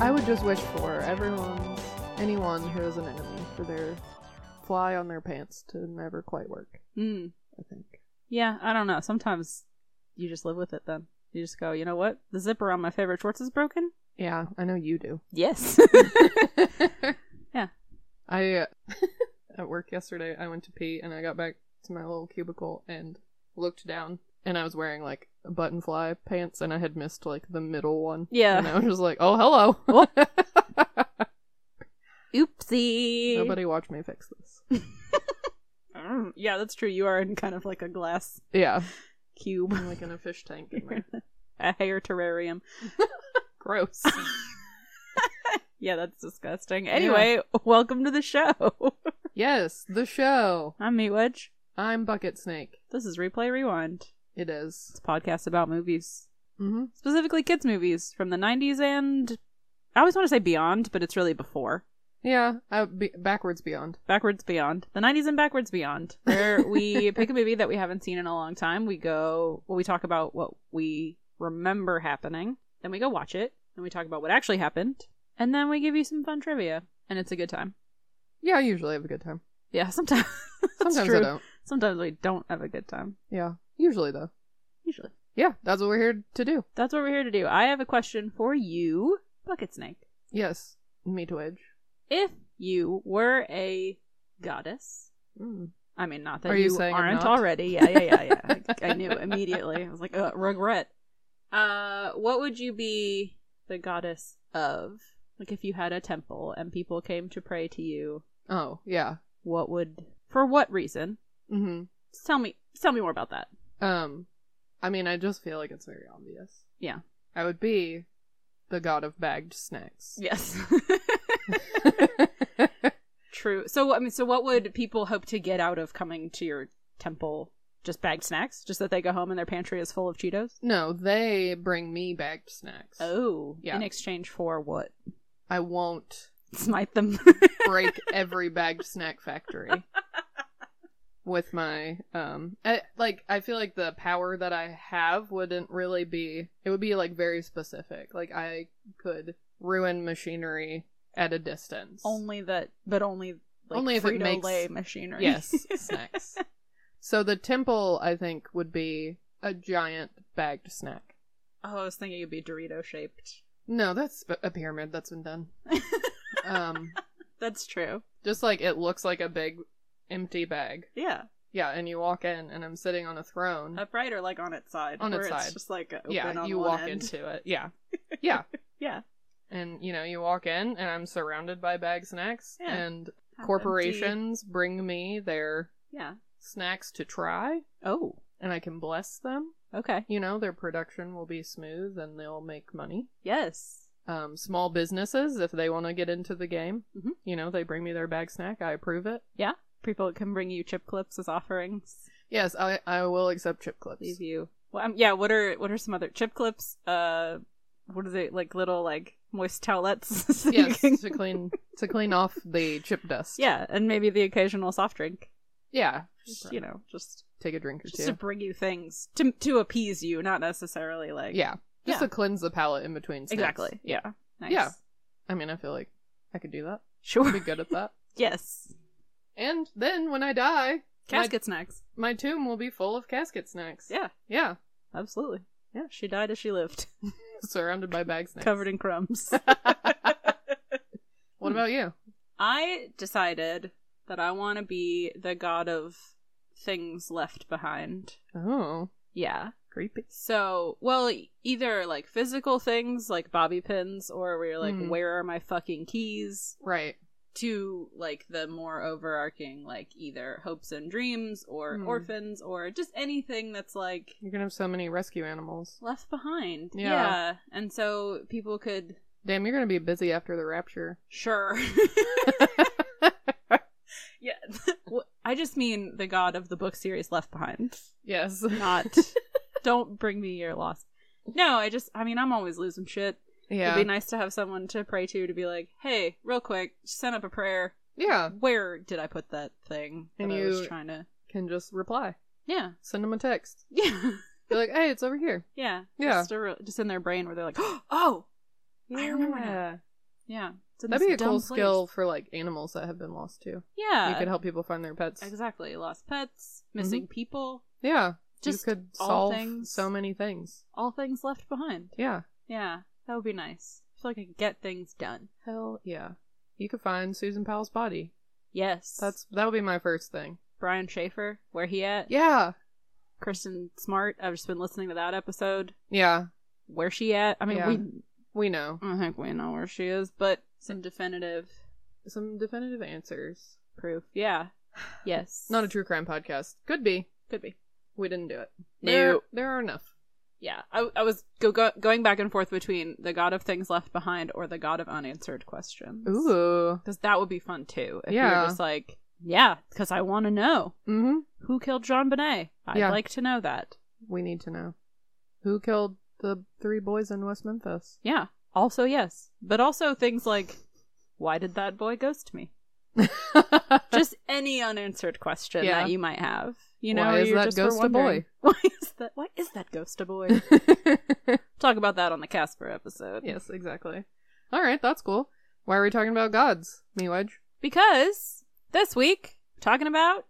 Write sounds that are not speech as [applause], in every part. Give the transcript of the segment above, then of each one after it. I would just wish for everyone's anyone who is an enemy for their fly on their pants to never quite work. Mm. I think. Yeah, I don't know. Sometimes you just live with it then. You just go, you know what? The zipper on my favorite shorts is broken? Yeah, I know you do. Yes. Yeah. I uh, [laughs] at work yesterday. I went to pee and I got back to my little cubicle and looked down and I was wearing like button fly pants and I had missed like the middle one. Yeah. And I was just like, oh hello. [laughs] Oopsie. [laughs] Nobody watch me fix this. Mm, Yeah, that's true. You are in kind of like a glass Yeah. [laughs] cube, [laughs] I'm like [laughs] in a fish tank in there. a hair terrarium. Gross. Yeah, that's disgusting. Anyway, welcome to the show. [laughs] yes, the show. I'm Meat Wedge. I'm Bucket Snake. This is Replay Rewind. It is. It's a podcast about movies, Mm-hmm. specifically kids' movies from the 90s and I always want to say beyond, but it's really before. Yeah, uh, be- backwards beyond. Backwards Beyond. The 90s and Backwards Beyond, where [laughs] we pick a movie that we haven't seen in a long time. We go, well, we talk about what we remember happening. Then we go watch it. Then we talk about what actually happened. And then we give you some fun trivia. And it's a good time. Yeah, I usually have a good time. Yeah, [laughs] sometimes. that's Sometimes I true. don't. Sometimes we don't have a good time. Yeah, usually though. Usually. Yeah, that's what we're here to do. That's what we're here to do. I have a question for you, Bucket Snake. Yes, me to edge. If you were a goddess, Mm. I mean, not that Are you you, saying I'm aren't not? already. Yeah, [laughs] yeah, yeah, yeah. I, I knew immediately. I was like, uh, regret. Uh, what would you be the goddess of? Like, if you had a temple and people came to pray to you, Oh yeah. what would for what reason? hmm Tell me, tell me more about that. Um, I mean, I just feel like it's very obvious. Yeah. I would be the god of bagged snacks. Yes. [laughs] True. So, I mean, so what would people hope to get out of coming to your temple? Just bagged snacks? Just that they go home and their pantry is full of Cheetos? [laughs] no, they bring me bagged snacks. Oh, Yeah. In exchange for what? [laughs] I won't Smite them. break every bagged snack factory with my um I, like i feel like the power that i have wouldn't really be it would be like very specific like i could ruin machinery at a distance Only that, but only like, Only if it makes- Frito-Lay machinery. [laughs] yes snacks so the temple i think would be a giant bagged snack oh, I was thinking it'd be Dorito shaped. no that's a pyramid that's been [laughs] done um That's true. just like it looks like a big empty bag Yeah, yeah and you walk in and i'm sitting on a throne upright or like on its side. On where its side. just like open yeah, on you one walk end. into it. [laughs] Yeah. Yeah. Yeah. and you know, you walk in and I'm surrounded by bag snacks Yeah. and Have empty- corporations bring me their Yeah. snacks to try Oh. and I can bless them. Okay. You know, their production will be smooth and they'll make money. Yes. Um, small businesses, if they want to get into the game, Mhm. you know, they bring me their bag snack. I approve it. Yeah. People can bring you chip clips as offerings. Yes, I, I will accept chip clips. Leave you. Well, um, yeah. What are what are some other chip clips? Uh, what are they like? Little like moist towelettes. [laughs] so you Yes, can- to clean to clean off the chip dust. Yeah, and maybe the occasional soft drink. yeah. Just, you know, just take a drink or just two. to bring you things to to appease you, not necessarily like Yeah. Just Yeah. to cleanse the palate in between snacks. exactly yeah nice. Yeah. I mean, I feel like I could do that. I'd [laughs] be [laughs] sure good at [laughs] that. yes And then when I die, casket snacks my, my tomb will be full of casket snacks. yeah Yeah. absolutely yeah she died as she lived [laughs] Surrounded by bag snacks. covered in [laughs] crumbs. [laughs] What about you? I decided that I want to be the god of things left behind. Oh, Yeah. creepy. So, well, e-, either like physical things like bobby pins, or we're like, Mhm. where are my fucking keys? Right. To like the more overarching, like either hopes and dreams, or Hmm. orphans, or just anything that's like You're gonna have so many rescue animals. left behind. Yeah. And so people could, Damn, you're gonna be busy after the rapture. [laughs] sure. yeah. [laughs] Wh- I just mean the god of the book series Left Behind. yes. Not, [laughs] don't bring me your loss. No, I just, I mean, I'm always losing shit. [laughs] Yeah. It'd be nice to have someone to pray to to be like, hey, real quick, send up a prayer. Yeah. Where did I put that thing that And I was you- trying to? Can just reply. Yeah, Send them a text. yeah, Be like, hey, it's over here. [laughs] yeah, Yeah. Just, a re- just in their brain where they're like, [gasps] oh, I remember now. yeah. It's in That'd be this a cool dumb place. skill for like animals that have been lost too. Yeah, you could Mm-hmm. help people find their pets. exactly. Lost pets, missing people, Yeah. Just you could all solve things- so many things. all things left behind. Yeah. Yeah, that would be nice. I feel like I could get things done. Hell yeah. You could find Susan Powell's body. Yes, That's that'll be my first thing. Brian Schaefer. Where he at? Yeah. Kristen Smart. I've just been listening to that episode. Yeah. Where she at? I mean, Yeah. we We know. I think we know where she is, but some definitive Some definitive answers. proof. Yeah. [sighs] Yes. Not a true crime podcast. Could be. Could be. We didn't do it. No. There, there are enough. Yeah. I, I was go, go, going back and forth between the God of Things Left Behind or the God of Unanswered Questions. Ooh. Because that would be fun too. If you Yeah. were just like, yeah, because I want to know Mm-hmm. who killed John Bonet. I'd Yeah. like to know that. We need to know. Who killed the three boys in West [laughs] Memphis? [laughs] Yeah. Also, yes. But also things like, why did that boy [laughs] ghost me? just any unanswered question Yeah. that you might have. You know, Why is you're that just ghost were a wondering, [laughs] boy? Why is that? Why is that ghost [laughs] a boy? Talk about that on the Casper episode. yes, exactly. All right, that's cool. Why are we talking about gods, me wedge? because this week talking about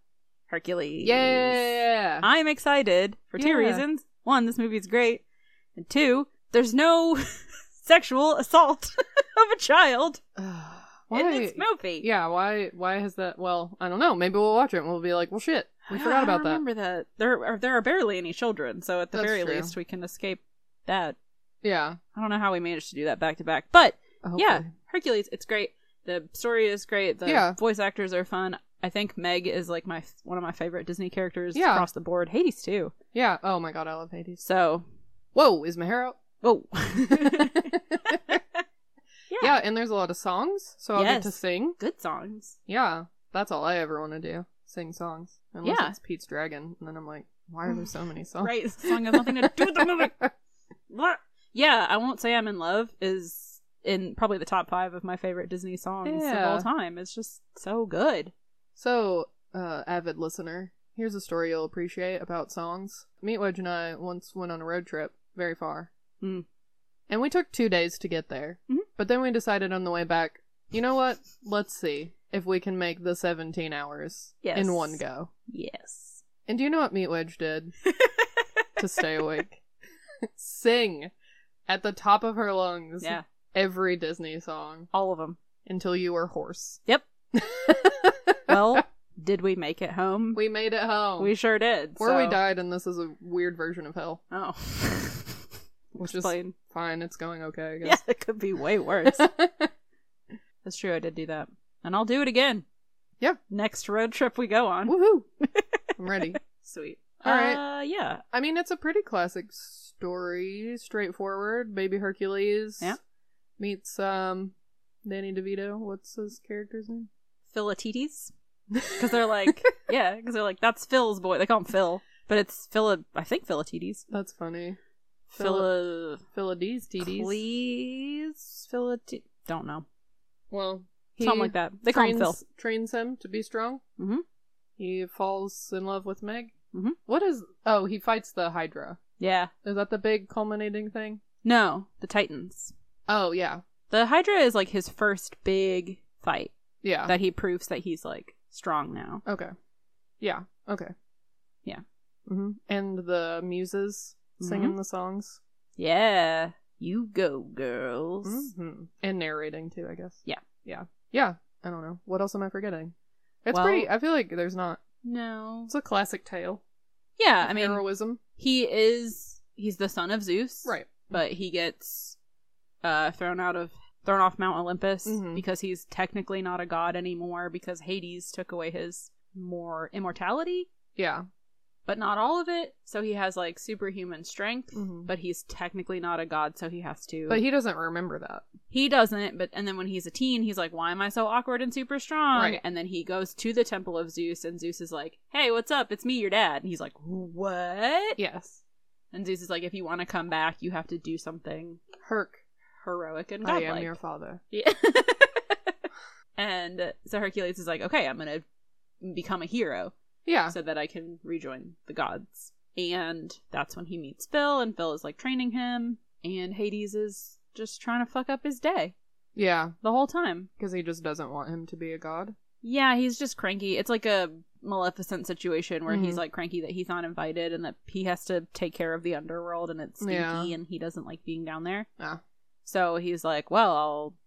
Hercules. Yeah. I'm excited for two Yeah. reasons. One, this movie's great, and two, there's no [laughs] sexual assault [laughs] of a child why? in this movie. yeah. Why? Why has that? Well, I don't know. Maybe we'll watch it and we'll be like, well, shit, we [gasps] Yeah, forgot I about don't that. Remember that there are there are barely any children, so at the That's very true. least we can escape that. Yeah. I don't know how we managed to do that back to back, but yeah, Hopefully. Hercules. It's great. The story is great. The Yeah. voice actors are fun. I think Meg is like my one of my favorite Disney characters Yeah. across the board. Hades too. Yeah. Oh my god, I love Hades. So, Whoa, is my hair out? oh, [laughs] Yeah, and there's a lot of songs, so I'll get to Yes. sing. good songs. Yeah, that's all I ever want to do: sing songs. Unless Yeah. it's Pete's Dragon, and then I'm like, why are there so many songs? Right, this [laughs] song has nothing to do with [laughs] the movie. Blah. Yeah, I won't say I'm in love is in probably the top five of my favorite Disney songs Yeah. of all time. It's just so good. So, uh, avid listener, here's a story you'll appreciate about songs. Meat Wedge and I once went on a road trip very far. Mm. And we took two days to get there. Mhm. But then we decided on the way back, you know what? Let's see if we can make the 17 hours Yes. in one go. Yes. And do you know what Meat Wedge [laughs] did to stay awake? Sing at the top of her lungs Yeah, every Disney song all of them. until you were hoarse. [laughs] Yep. [laughs] well, did we make it home? We made it home. We sure did. Where we so- died, and this is a weird version of hell, Oh. [laughs] which Explain. is fine. It's going okay, I Yeah, guess. it could be way [laughs] worse. That's true. I did do that. And I'll do it again. Yeah. Next road trip we go on. [laughs] [laughs] Woohoo! I'm ready. Sweet. All Uh, right. yeah. I mean, it's a pretty classic story, straightforward. Baby Hercules Yeah. meets um Danny DeVito. What's his character's name? Philatites. Because they're [laughs] like, yeah, because they're like, that's Phil's boy. They call him Phil. But it's Phil, I think Philatides. That's funny. Phil. Philides, Dee Please. Philati. Don't know. Well, Something like that. They call him trains- Phil. Trains him to be strong. Mhm. He falls in love with Meg. Mhm. What is? Oh, he fights the Hydra. Yeah. Is that the big culminating thing? No, the Titans. Oh yeah, The Hydra is like his first big fight yeah. that he proves that he's like strong now. Okay. Yeah. Okay. Yeah. Mm-hmm. hmm And the muses singing the songs Yeah. You go, girls. mm-hmm. and narrating too, I guess. Yeah. Yeah. Yeah. I don't know. What else am I forgetting? It's Well- pretty. I feel like there's not No. It's a classic tale. Yeah, of I mean, heroism. he is he's the son of Zeus, Right. But he gets uh, thrown out of thrown off Mount Olympus Mhm. because he's technically not a god anymore because Hades took away his more immortality, Yeah. but not all of it. So he has like superhuman strength, Mhm. but he's technically not a god, so he has to. But he doesn't remember that. He doesn't, but and then when he's a teen, he's like, "Why am I so awkward and super strong?" Right. And then he goes to the temple of Zeus, and Zeus is like, "Hey, what's up? It's me, your dad." And he's like, "What?" Yes. And Zeus is like, "If you want to come back, you have to do something Herc, heroic and I godlike." am your father. Yeah. [laughs] and so Hercules is like, "Okay, I'm gonna become a hero Yeah. so that I can rejoin the gods." And that's when he meets Phil, and Phil is like training him, and Hades is just trying to fuck up his day Yeah. the whole time. Because he just doesn't want him to be a god. Yeah, he's just cranky. It's like a Maleficent situation where Mhm. he's like cranky that he's not invited and that he has to take care of the underworld and it's stinky Yeah. and he doesn't like being down there. Ah. So he's like, well, I'll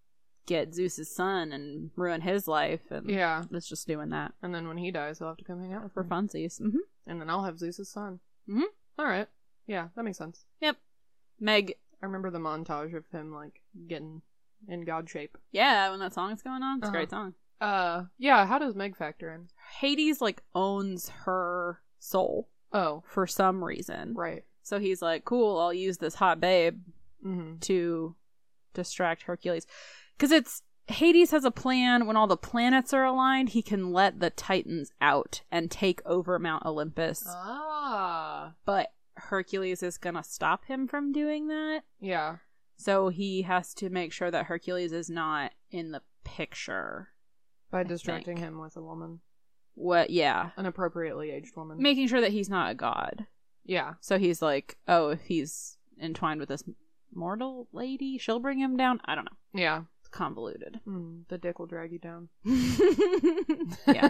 get Zeus's son and ruin his life and Yeah. Mm-hmm. let's just doing that And then when he dies, he'll have to come hang out with for her. funsies. hmm And then I'll have Zeus's son. Mhm. All right. Yeah, that makes sense. Yep. Meg, I remember the montage of him, like, getting in god shape. yeah, when that song's going on, it's Uh-huh. a great song. Uh, yeah, how does Meg factor in? Hades like owns her soul Oh, for some reason. right. So he's like, cool, I'll use this hot babe Mm-hmm. to distract Hercules. Because it's Hades has a plan when all the planets are aligned, he can let the Titans out and take over Mount Olympus. Oh. Ah. But Hercules is going to stop him from doing that. Yeah. So he has to make sure that Hercules is not in the picture. By I distracting think. him with a woman. What, yeah. An appropriately aged woman. Making sure that he's not a god. yeah. So he's like, oh, if he's entwined with this mortal lady, she'll bring him down. I don't know. Yeah. It's [laughs] convoluted. Mm, the dick will drag you [laughs] down. yeah.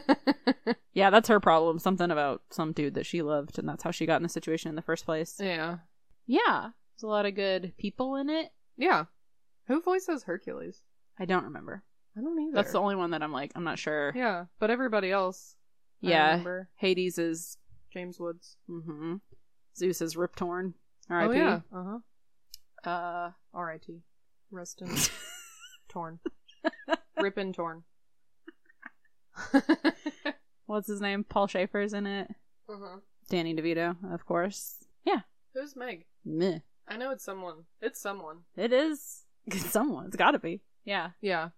Yeah, that's her problem. Something about some dude that she loved, and that's how she got in the situation in the first place. yeah. Yeah. There's a lot of good people in it. Yeah. Who voices Hercules? I don't remember. I don't either. That's the only one that I'm like, I'm not sure. Yeah, but everybody else. I Yeah. remember. Hades is. James Woods. Mm-hmm. Zeus is Rip Torn. R.I.P. Oh yeah. Uh huh. Uh, R.I.T. Rest [laughs] in torn. [laughs] Rip and [laughs] torn. Uh-huh. what's his name? Paul Schaefer's in it. Danny DeVito, of course. Yeah. Who's Meg? Meh. I know it's someone. It's someone. It is. [laughs] Someone. It's gotta be. Yeah. [laughs] Yeah,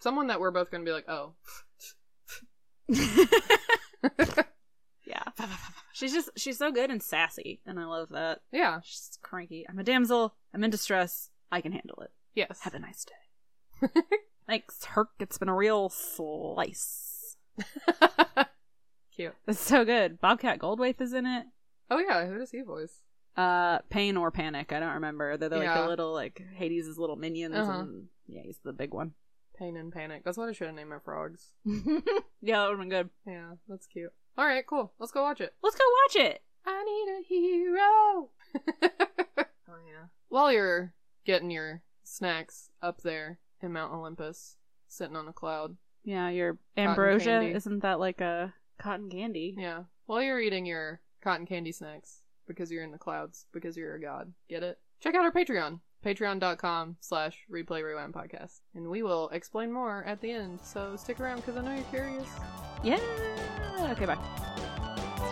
someone that we're both gonna be like, oh, yeah. She's just, she's so good and sassy, and I love that. yeah, She's cranky. I'm a damsel. I'm in distress. I can handle it. yes. Have a nice day. Thanks, Herc. It's been a real slice. [laughs] Cute. It's so good. Bobcat Goldthwait is in it. Oh yeah, who does he voice? Uh, Pain or Panic. I don't remember. They're, they're like Yeah. the little like Hades' little minions. Uh-huh. And, yeah, he's the big [laughs] one. Pain and panic. That's what I should have named my frogs. yeah, that would've been good. Yeah, that's cute. All right, cool. Let's go watch it. Let's go watch it. I need a [laughs] hero. oh yeah. While you're getting your snacks up there in Mount Olympus, sitting on a cloud. Yeah, your Cotton ambrosia. candy. Isn't that like a cotton candy? Yeah. While you're eating your cotton candy snacks because you're in the clouds because you're a god. Get it? Check out our Patreon. Patreon.com slash replay rewind podcast. And we will explain more at the end, so stick around because I know you're curious. Yeah. Okay, bye.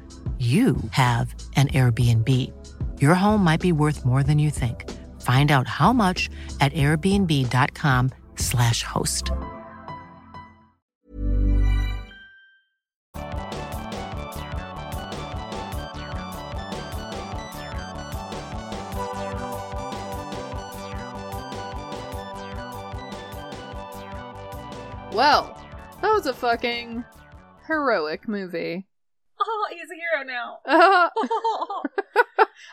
you have an Airbnb. Your home might be worth more than you think. Find out how much at airbnb.com/slash host. Well, that was a fucking heroic movie. [laughs] Oh, he's a hero now.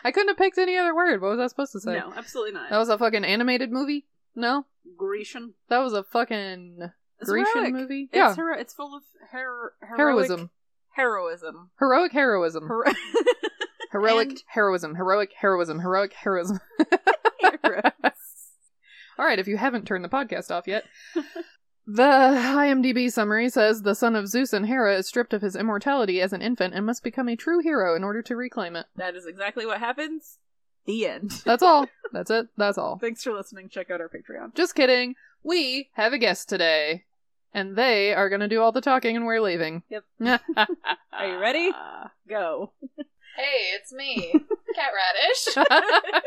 I couldn't have picked any other word. What was I supposed to say? no, absolutely not. That was a fucking animated movie? No? Grecian. That was a fucking It's Grecian heroic. movie? It's yeah. hero- it's full of her- heroic- heroism. Heroism. Heroic heroism. Hero- [laughs] heroic and- heroism. Heroic heroism. Heroic heroism. All right, if you haven't turned the podcast off yet. [laughs] The IMDb summary says the son of Zeus and Hera is stripped of his immortality as an infant and must become a true hero in order to reclaim it. that is exactly what happens. The end. That's all. That's it. That's all. Thanks for listening. Check out our [laughs] Patreon. Just kidding. We have a guest today, and they are going to do all the talking, and we're leaving. Yep. Are you ready? [laughs] Go. Hey, [laughs] it's me, Cat Radish.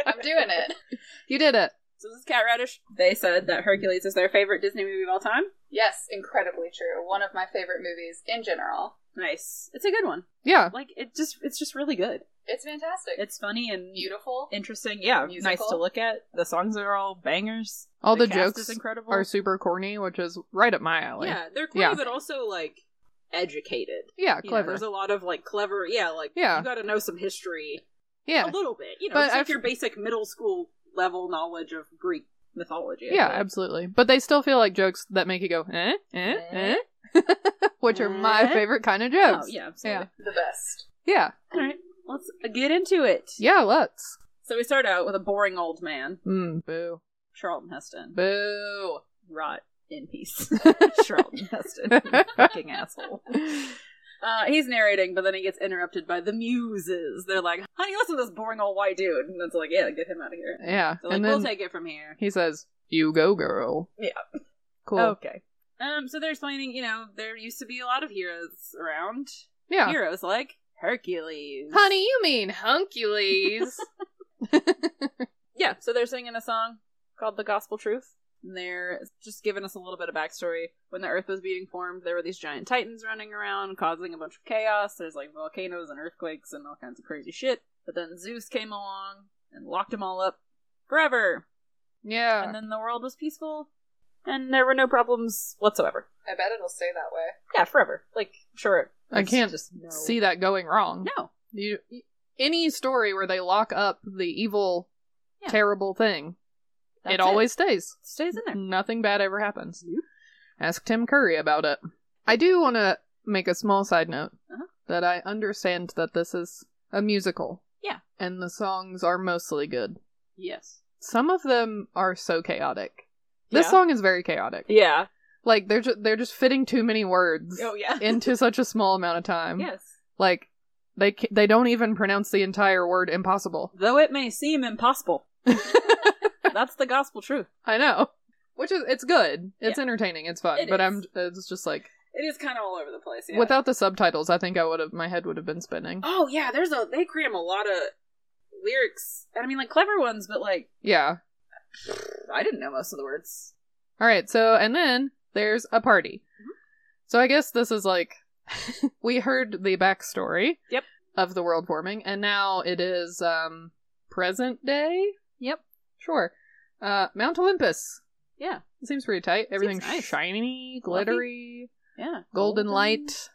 I'm doing it. You did it. So this is Cat Radish. They said that Hercules is their favorite Disney movie of all time. Yes, incredibly true. One of my favorite movies in general. Nice. It's a good one. Yeah. Like it just it's just really good. It's fantastic. It's funny and beautiful. interesting. Yeah, Musical. nice to look at. The songs are all bangers. All the, cast jokes is incredible. are super corny, which is right up my alley. yeah, they're corny, Yeah. but also like educated. Yeah, You know, clever. there's a lot of like clever. Yeah, like Yeah. you got to know some history yeah. a little bit. You know, But it's like I've- your basic middle school level knowledge of Greek mythology. I Yeah, think. absolutely. But they still feel like jokes that make you go, eh, eh, eh, [laughs] which are my Eh? favorite kind of Oh, jokes. yeah, absolutely. the best. Yeah. All right, let's get into it. Yeah, let's. So we start out with a boring old man, Mm, boo. Charlton Heston. [laughs] Boo. Rot in peace, [laughs] Charlton Heston, you fucking asshole. Uh, he's narrating, but then he gets interrupted by the muses. They're like, "Honey, listen to this boring old white dude," and it's like, "Yeah, get him out of here." Yeah. They're like, and "We'll then take it from here." he says, you go, girl. Yeah. Cool. Okay. Um, so they're explaining, you know, there used to be a lot of heroes around. yeah. Heroes like Hercules. Honey, you mean [laughs] Huncules. Yeah, so they're singing a song called The Gospel Truth. And they're just giving us a little bit of backstory. When the earth was being formed, there were these giant titans running around, causing a bunch of chaos. There's like volcanoes and earthquakes and all kinds of crazy shit. But then Zeus came along and locked them all up forever. yeah. And then the world was peaceful, and there were no problems whatsoever. I bet it'll stay that way. Yeah, forever. Like, sure. I it's can't just no- see that going wrong. No. You, any story where they lock up the evil, Yeah. terrible thing, That's it always Mm. stays. stays in there. Nothing bad ever happens. Nope. Ask Tim Curry about it. I do want to make a small side note Uh-huh. that I understand that this is a musical. Yeah. And the songs are mostly good. Yes. Some of them are so chaotic. This Yeah. song is very chaotic. Yeah. Like they're ju- they're just fitting too many words [laughs] Oh, yeah. into such a small amount of time. yes. Like they ca- they don't even pronounce the entire word [laughs] impossible. Though it may seem impossible, that's the gospel truth. I know. Which is it's good. It's Yeah. entertaining. It's fun. It but is. I'm it's just like [laughs] It is kind of all over the place. Yeah. Without the subtitles, I think I would have my head would have been spinning. oh yeah, there's a they cram a lot of lyrics, and I mean like clever ones, but like Yeah. I didn't know most of the words. All right. So and then there's a party. Mm-hmm. So I guess this is like [laughs] we heard the backstory. Yep. Of the world forming, and now it is um present day. Yep. Sure. Uh, Mount Olympus. Yeah. It seems pretty tight. Everything's nice. shiny, Fluffy. glittery, Yeah. Mm-hmm. golden light.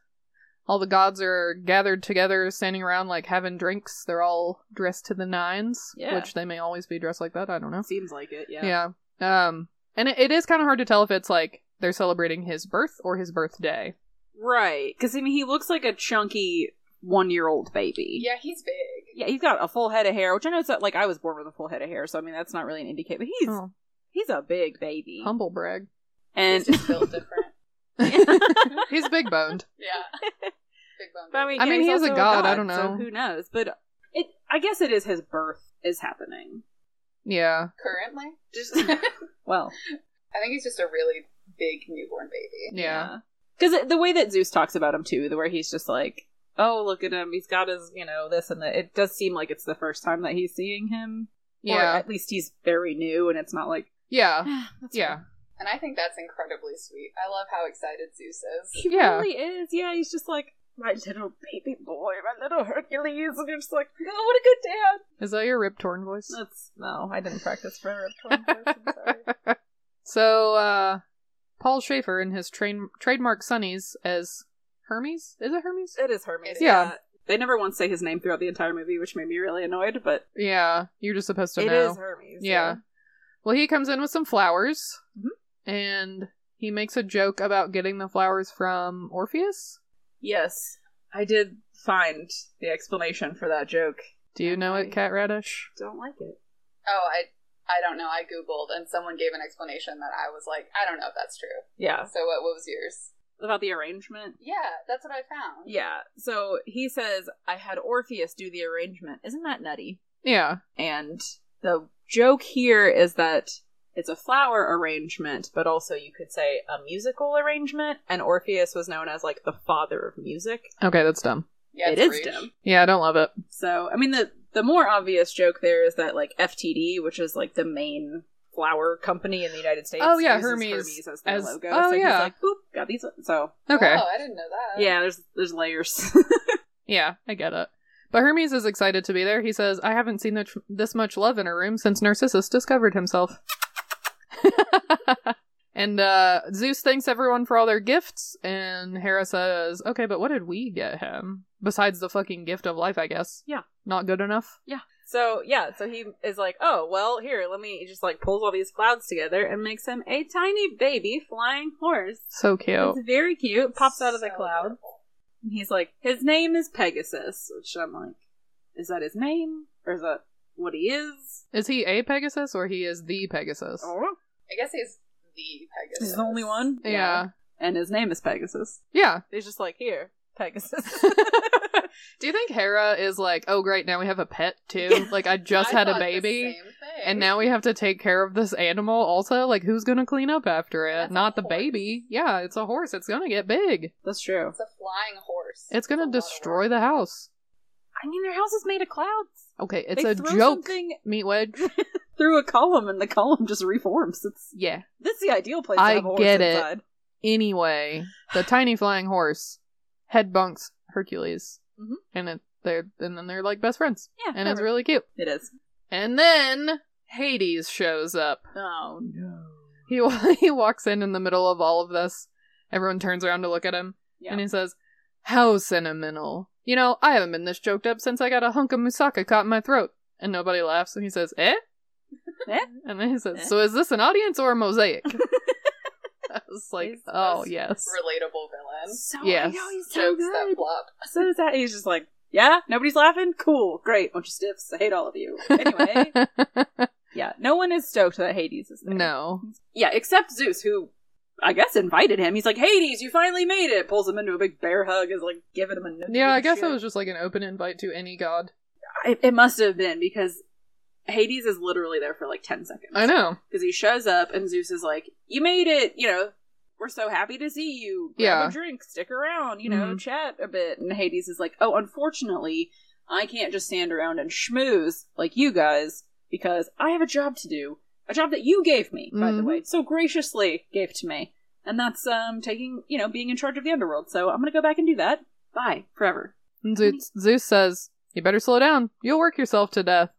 All the gods are gathered together, standing around, like having drinks. They're all dressed to the nines, Yeah. which they may always be dressed like that. I don't know. Seems like it. Yeah. Yeah. Um, and it, it is kind of hard to tell if it's like they're celebrating his birth or his birthday. Right. Because I mean, he looks like a chunky one-year-old baby. Yeah, he's big. Yeah, he's got a full head of hair, which I know it's not, like I was born with a full head of hair, so I mean that's not really an indicator. But he's Oh, he's a big baby, humble brag. and He's just built [laughs] different. [laughs] He's big boned. Yeah. Big bone. But, I yeah, mean, he's he is a also god, I don't so know. who knows? But it, I guess it is his birth is happening. Yeah. currently. Just [laughs] I Well, think he's just a really big newborn baby. Yeah. Because the way that Zeus talks about him too, the where he's just like, "Oh, look at him! He's got his, you know, this and that." It does seem like it's the first time that he's seeing him, or Yeah. at least he's very new, and it's [sighs] not like, Yeah. "Ah, that's Yeah. And I think that's incredibly sweet. I love how excited Zeus is. He Yeah. really is. Yeah, he's just like my little baby boy, my little Hercules, and you're just like, oh, what a good dad. Is that your rip torn voice? That's no, I didn't practice for [laughs] a rhetorical voice, I'm sorry. So, uh, Paul Schaefer in his train- trademark Sunnies as Hermes? Is it Hermes? It is Hermes. Yeah. They never once say his name throughout the entire movie, which made me really annoyed, but yeah, you're just supposed to it know. is Hermes. Yeah. Well, he comes in with some flowers, Mhm. and he makes a joke about getting the flowers from Orpheus. Yes. I did find the explanation for that joke. Do you know it, I- Cat Radish? Don't like it. Oh, I I don't know. I googled and someone gave an explanation that I was like, I don't know if that's true. Yeah. So what, what was yours? About the arrangement. Yeah, that's what I found. Yeah. So he says, I had Orpheus do the arrangement. Isn't that nutty? Yeah, And the joke here is that it's a flower arrangement, but also you could say a musical arrangement. And Orpheus was known as like the father of music. okay, that's dumb. yeah it it's is reach. dumb. Yeah, I don't love it. So, I mean, the the more obvious joke there is that like FTD, which is like the main flower company in the United States. Oh, yeah, uses Hermes as their as- logo. oh, so yeah. Uh, he's like, boop, got these. So Okay, Oh, I didn't know that. yeah, there's there's layers. [laughs] yeah, I get it. But Hermes is excited to be there. He says, "I haven't seen th- this much love in a room since Narcissus discovered himself." [laughs] and uh, Zeus thanks everyone for all their gifts, and Hera says, "Okay, but what did we get him besides the fucking gift of life? I guess. Yeah. not good enough. so yeah, so he is like, oh well, here, let me he just like pulls all these clouds together and makes him a tiny baby flying horse. So cute. It's very cute. Pops out of the So cloud. adorable. And he's like, his name is Pegasus, which I'm like, is that his name or is that what he is? Is he a Pegasus or he is the Pegasus? Oh, I guess he's the Pegasus. He's the only one. Yeah. yeah. And his name is Pegasus. [laughs] He's just like, here, Pegasus. Do you think Hera is like, oh great, now we have a pet too? Like I just I had a thought the baby same thing. and now we have to take care of this animal also? Like who's gonna clean up after it? That's a Not the horse. baby. Yeah, it's a horse. It's gonna get big. [laughs] That's true. it's a flying horse. It's a gonna lot of destroy work. the house. I mean, their house is made of clouds. Okay, it's They a throw joke. something Meat wedge. [laughs] through a column, and the column just reforms. It's yeah. this is the ideal place. to I have a horse get it. inside. Anyway, the tiny flying horse head bunks Hercules, Mm-hmm. Mhm. and it, they're and then they're like best friends, Yeah, and it's whatever. really cute. It is. And then Hades shows up. Oh no. He [laughs] he walks in in the middle of all of this. Everyone turns around to look at him, Yeah. and he says, "How sentimental." You know, I haven't been this joked up since I got a hunk of moussaka caught in my throat. And nobody laughs. And he says, "Eh?" Eh? [laughs] And then he says, Eh? "So is this an audience or a [laughs] mosaic?" I was like, He's the "Oh most yes, Relatable villain. so Yes. I know Oh, he's so Jokes that good. flop. So is that he's just like, yeah, nobody's laughing. Cool, great, bunch of stiffs. I hate all of you. [laughs] Anyway, yeah, no one is stoked that Hades is there. no, Yeah, except Zeus, who I guess invited him. He's like, Hades, you finally made it. Pulls him into a big bear hug. Is like giving him a noogie yeah. I and guess shit. it was just like an open invite to any god. It, it must have been because Hades is literally there for like ten seconds. I [laughs] know. because he shows up and Zeus is like, "You made it. You know, we're so happy to see you. Grab Yeah. a drink, stick around. You know, Mhm. chat a bit." And Hades is like, "Oh, unfortunately, I can't just stand around and schmooze like you guys because I have a job to do. A job that you gave me, by the Mhm. way, so graciously gave to me." And that's um taking you know being in charge of the underworld. So I'm gonna go back and do that. Bye forever. And Zeus, Zeus says, "You better slow down. You'll work yourself to death."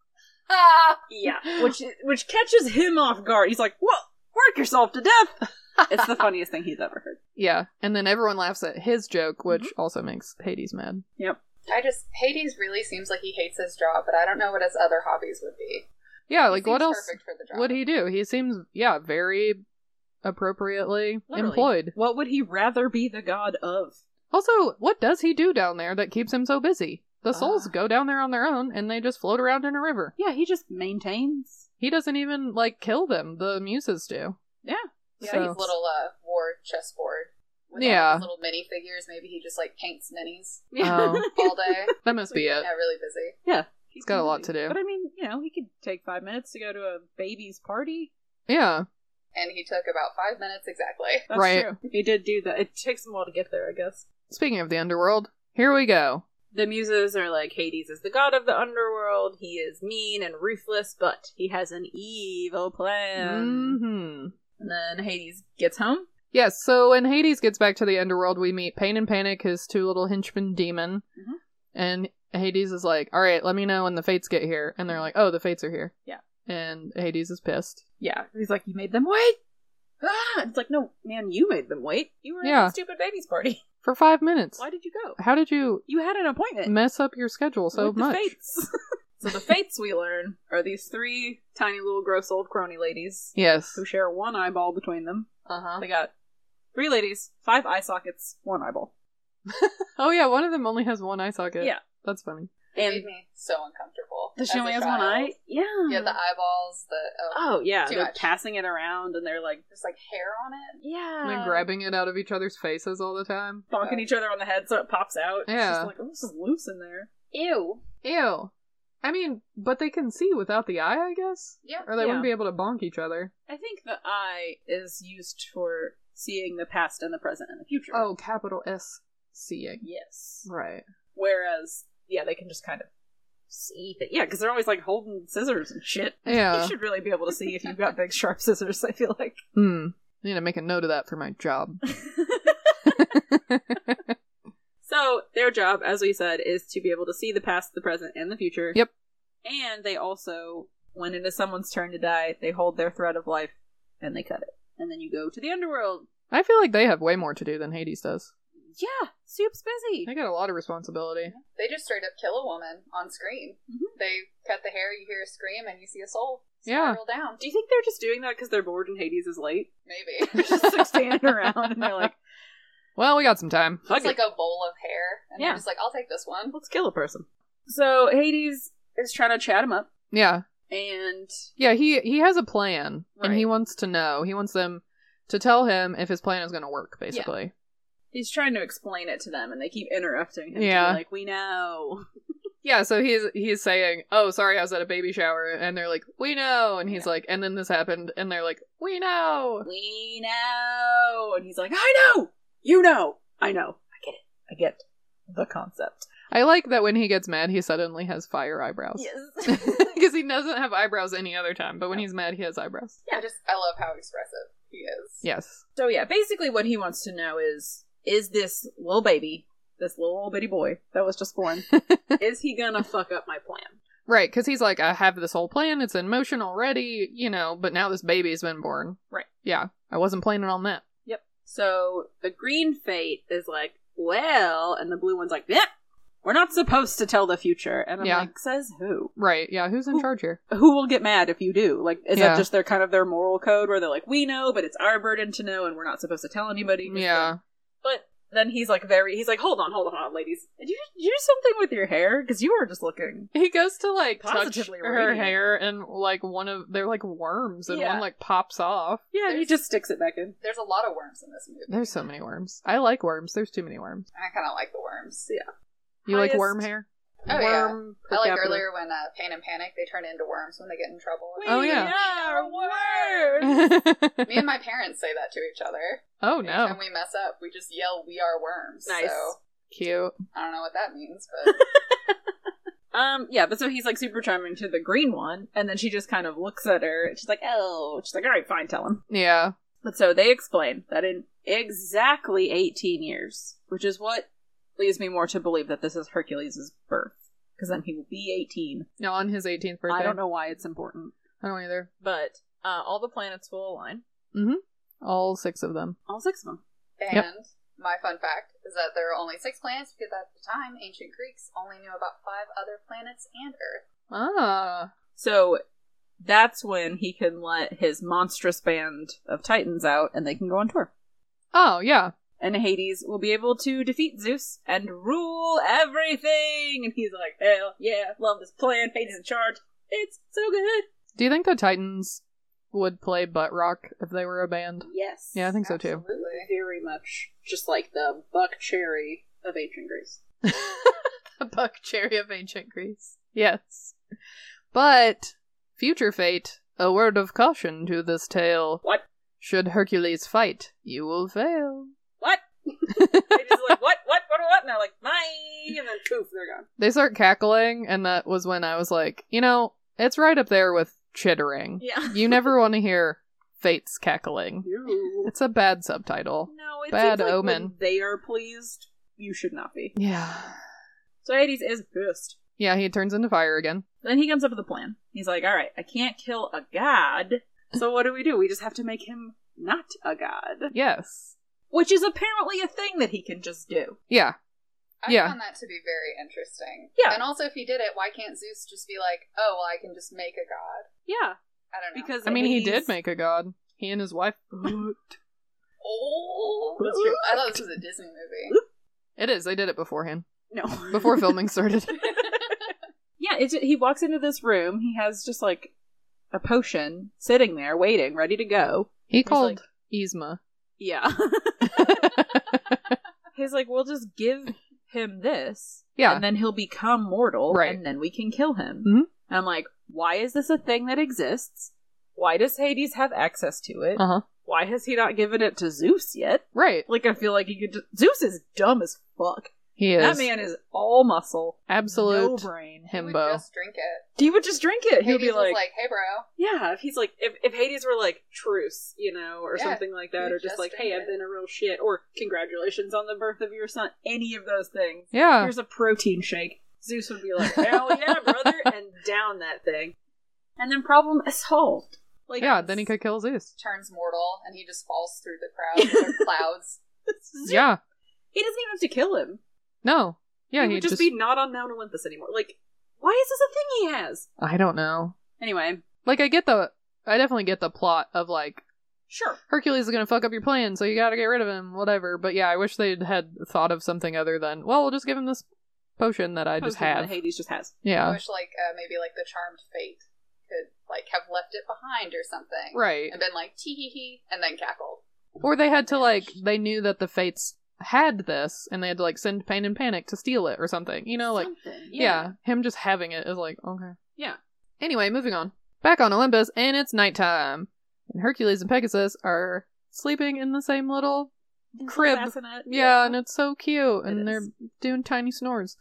Ah! Yeah, [laughs] which which catches him off guard. He's like, "What? Work yourself to death." it's the funniest thing he's ever heard. Yeah, and then everyone laughs at his joke, which Mm-hmm. also makes Hades mad. Yep. I just Hades really seems like he hates his job, but I don't know what his other hobbies would be. Yeah, He like what seems else perfect for the job. would he do? He seems yeah very appropriately Literally. employed. What would he rather be the god of? Also, what does he do down there that keeps him so busy? Uh. The souls Ah. go down there on their own and they just float around in a river. Yeah, he just maintains. He doesn't even like kill them. The muses do. Yeah. Yeah, So- [laughs] his little uh, war chessboard. With Yeah. all his little mini figures. Maybe he just like paints minis Oh. all day. that must [laughs] be it. yeah, really busy. yeah. He's got a lot to do. But I mean, you know, he could take five minutes to go to a baby's party. Yeah. And he took about five minutes exactly. That's Right. true. He did do that. It takes him a while to get there, I guess. Speaking of the underworld, here we go. The muses are like Hades is the god of the underworld. He is mean and ruthless, but he has an evil Um, plan. hmm And then Hades gets home. Yes, so when Hades gets back to the underworld, we meet Pain and Panic, his two little henchmen demon. Mhm. And Hades is like, all right, let me know when the fates get here. And they're like, oh, the fates are here. Yeah. And Hades is pissed. Yeah, he's like, you made them wait. Ah, it's like, no, man, you made them wait. You were at Yeah. the stupid baby's party. For five minutes. Why did you go? How did you [laughs] You had an appointment. mess up your schedule so with much? The [laughs] fates. so the fates we learn are these three tiny little gross old crony ladies Yes. who share one eyeball between them. Uh huh. They got three ladies, five eye sockets, one eyeball. Oh, yeah, one of them only has one eye socket. Yeah. That's funny. It And- made me so uncomfortable. The as she only a has one child. eye. Yeah. Yeah, the eyeballs, the oh, Oh yeah, Too they're much. passing it around and they're like, there's like hair on it. yeah, And they're grabbing it out of each other's faces all the time. bonking each other on the head so it pops out. It's Yeah. just like, oh, this is loose in there. Ew. Ew. I mean, but they can see without the eye, I guess? Yeah. Or they Yeah. wouldn't be able to bonk each other. I think the eye is used for seeing the past and the present and the future. Oh, capital S seeing. yes. Right. Whereas, yeah, they can just kind of see. That. Yeah, because they're always like holding scissors and shit. Yeah. [laughs] you should really be able to see if you've got big sharp scissors. I feel [laughs] like. Hmm. I need to make a note of that for my job. so their job, as we said, is to be able to see the past, the present, and the future. Yep. And they also, when it is someone's turn to die, they hold their thread of life and they cut it. And then you go to the underworld. I feel like they have way more to do than Hades does. Yeah, soup's busy. They got a lot of responsibility. They just straight up kill a woman on screen. Mhm. They cut the hair, you hear a scream, and you see a soul Yeah. spiral down. Do you think they're just doing that because they're bored and Hades is late? They're [laughs] Maybe just like, standing around and they're [laughs] like, Well, we got some time. "Fuck it's it. like a bowl of hair, and Yeah. they're just like, "I'll take this one." let's kill a person. So Hades is trying to chat him up, Yeah. and Yeah, he he has a plan and he Right. wants to know. He wants them to tell him if his plan is going to work basically. he's trying to explain it to them, and they keep interrupting him. Yeah. They're like we know. Yeah, so he's he's saying, "Oh, sorry, I was at a baby shower." And they're like, "We know." And he's like, "And then this happened." And they're like, "We know." We know. And he's like, I know. You know. I know. I get it. I get the concept. I like that when he gets mad, he suddenly has fire eyebrows. [laughs] Yes. Because he doesn't have eyebrows any other time, but when he's mad, he has eyebrows. I just I love how expressive he is. Yes. [laughs] so yeah, basically what he wants to know is is this little baby, this little old bitty boy that was just [laughs] born, is he gonna fuck up my plan? Right, because he's like, I have this whole plan, it's in motion already, you know, but now this baby's been born. Right. Yeah, I wasn't planning on that. Yep. So the green fate is like, well, and the blue one's like, yeah, we're not supposed to tell the future. And I'm Yeah. like, says who? Right, yeah, who's in Who- charge here? who will get mad if you do? Like, is Yeah. that just their kind of their moral code where they're like, we know, but it's our burden to know, and we're not supposed to tell anybody. Yeah. But then he's like, very, he's like, hold on, hold on, hold on, ladies, did you, did you do something with your hair? Because you were just looking. He goes to like touch Positively her radiant. hair, and like one of they're like worms, and Yeah. one like pops off. Yeah, and he just sticks it back in. There's a lot of worms in this movie. There's so many worms. I like worms. There's too many worms. I kind of like the worms. Yeah. You like Highest- worm hair? Oh, yeah. worm I like per capita. earlier when uh, Pain and Panic they turn into worms when they get in trouble. Oh, yeah. our word. Me and my parents say that to each other. [laughs] oh Anytime no, we mess up, we just yell, "We are worms." [laughs] Nice. So cute. I don't know what that means, but Um, yeah, but so he's like super charming to the green one, and then she just kind of looks at her, and she's like, oh, she's like, all right, fine, tell him. Yeah, But so they explain that in exactly 18 years, which is what leads me more to believe that this is Hercules' birth, because then he will be 18. no, on his 18th birthday. I don't know why it's important, I don't either. but uh, all the planets will align. All six of them. All six of them. and [laughs] Yep. my fun fact is that there are only six planets because at the time, ancient Greeks only knew about five other planets and Earth. Ah, So that's when he can let his monstrous band of titans out, and they can go on tour. oh yeah. And Hades will be able to defeat Zeus and rule everything. And he's like, hell yeah, love this plan. Hades in charge. It's so good. Do you think the Titans would play butt rock if they were a [laughs] band? Yes. Yeah, I think so too. Absolutely. very much just like the buck cherry of ancient Greece. The Buck Cherry of ancient Greece. Yes. But, future fate, a word of caution to this tale. What? Should Hercules fight, you will fail. [laughs] What? They just like, what, [laughs] what, what, what? And they're like, bye! And then poof, they're gone. They start cackling, and that was when I was like, you know, it's right up there with chittering. Yeah. You never want to hear fates cackling. No. It's a bad subtitle. No, it's Bad like when omen. they are pleased. You should not be. Yeah. So Hades is pissed. Yeah, he turns into fire again. Then he comes up with a plan. He's like, all right, I can't kill a god. So what do we do? We just have to make him not a god. Yes. Which is apparently a thing that he can just do. Yeah. I Yeah. found that to be very interesting. Yeah. And also, if he did it, why can't Zeus just be like, oh, well, I can just make a god? [laughs] Yeah. I don't know. Because I mean, he did Hades- make a god. He and his wife. Oh, that's true. I thought this was a Disney movie. it is. They did it beforehand, No. before [laughs] filming started. Yeah, it, he walks into this room. He has just like a potion sitting there, waiting, ready to go. He He's called like- [laughs] Yzma. Yeah. He's like, we'll just give him this. Yeah. And then he'll become mortal. Right. And then we can kill him. Mhm. And I'm like, why is this a thing that exists? Why does Hades have access to it? Uh huh. Why has he not given it to Zeus yet? Right. Like, I feel like he could just. Zeus is dumb as fuck. He is. That man is all muscle. No Absolute brain. He would himbo. just drink it. He would just drink it. He would Hades be was like, like, hey, bro. Yeah, if he's like, if, if Hades were like, truce, you know, or Yeah, something like that, you or just just like, did hey, it. I've been a real shit, or congratulations on the birth of your son, any of those things. Yeah. Here's a protein shake. Zeus would be like, [laughs] hell yeah, brother, and down that thing. And then problem is solved. Like, Yeah. Then he could kill Zeus. turns mortal and he just falls through the [laughs] crowd or clouds. [laughs] Zeus- Yeah. He doesn't even have to kill him. No. Yeah. he would just, be not on Mount Olympus anymore. Like, why is this a thing he has? I don't know. Anyway, Like I get the. I definitely get the plot of like sure. Hercules is gonna fuck up your plan, so you gotta get rid of him, whatever. But yeah, I wish they had thought of something other than well, we'll just give him this potion that I just Post-it that have. Hades just has. I Yeah. wish like uh, maybe like the charmed fate could like have left it behind or something. Right. And been like tee hee hee and then [laughs] cackled. Or they had to like they knew that the fates had this and they had to like send pain and panic to steal it or something. You know, like Something. yeah. Him just having it is like, okay. Yeah. Anyway, moving on. Back on Olympus and it's nighttime. And Hercules and Pegasus are sleeping in the same little crib. Bassinet. Yeah, and it's so cute. It and they're is. doing tiny snores.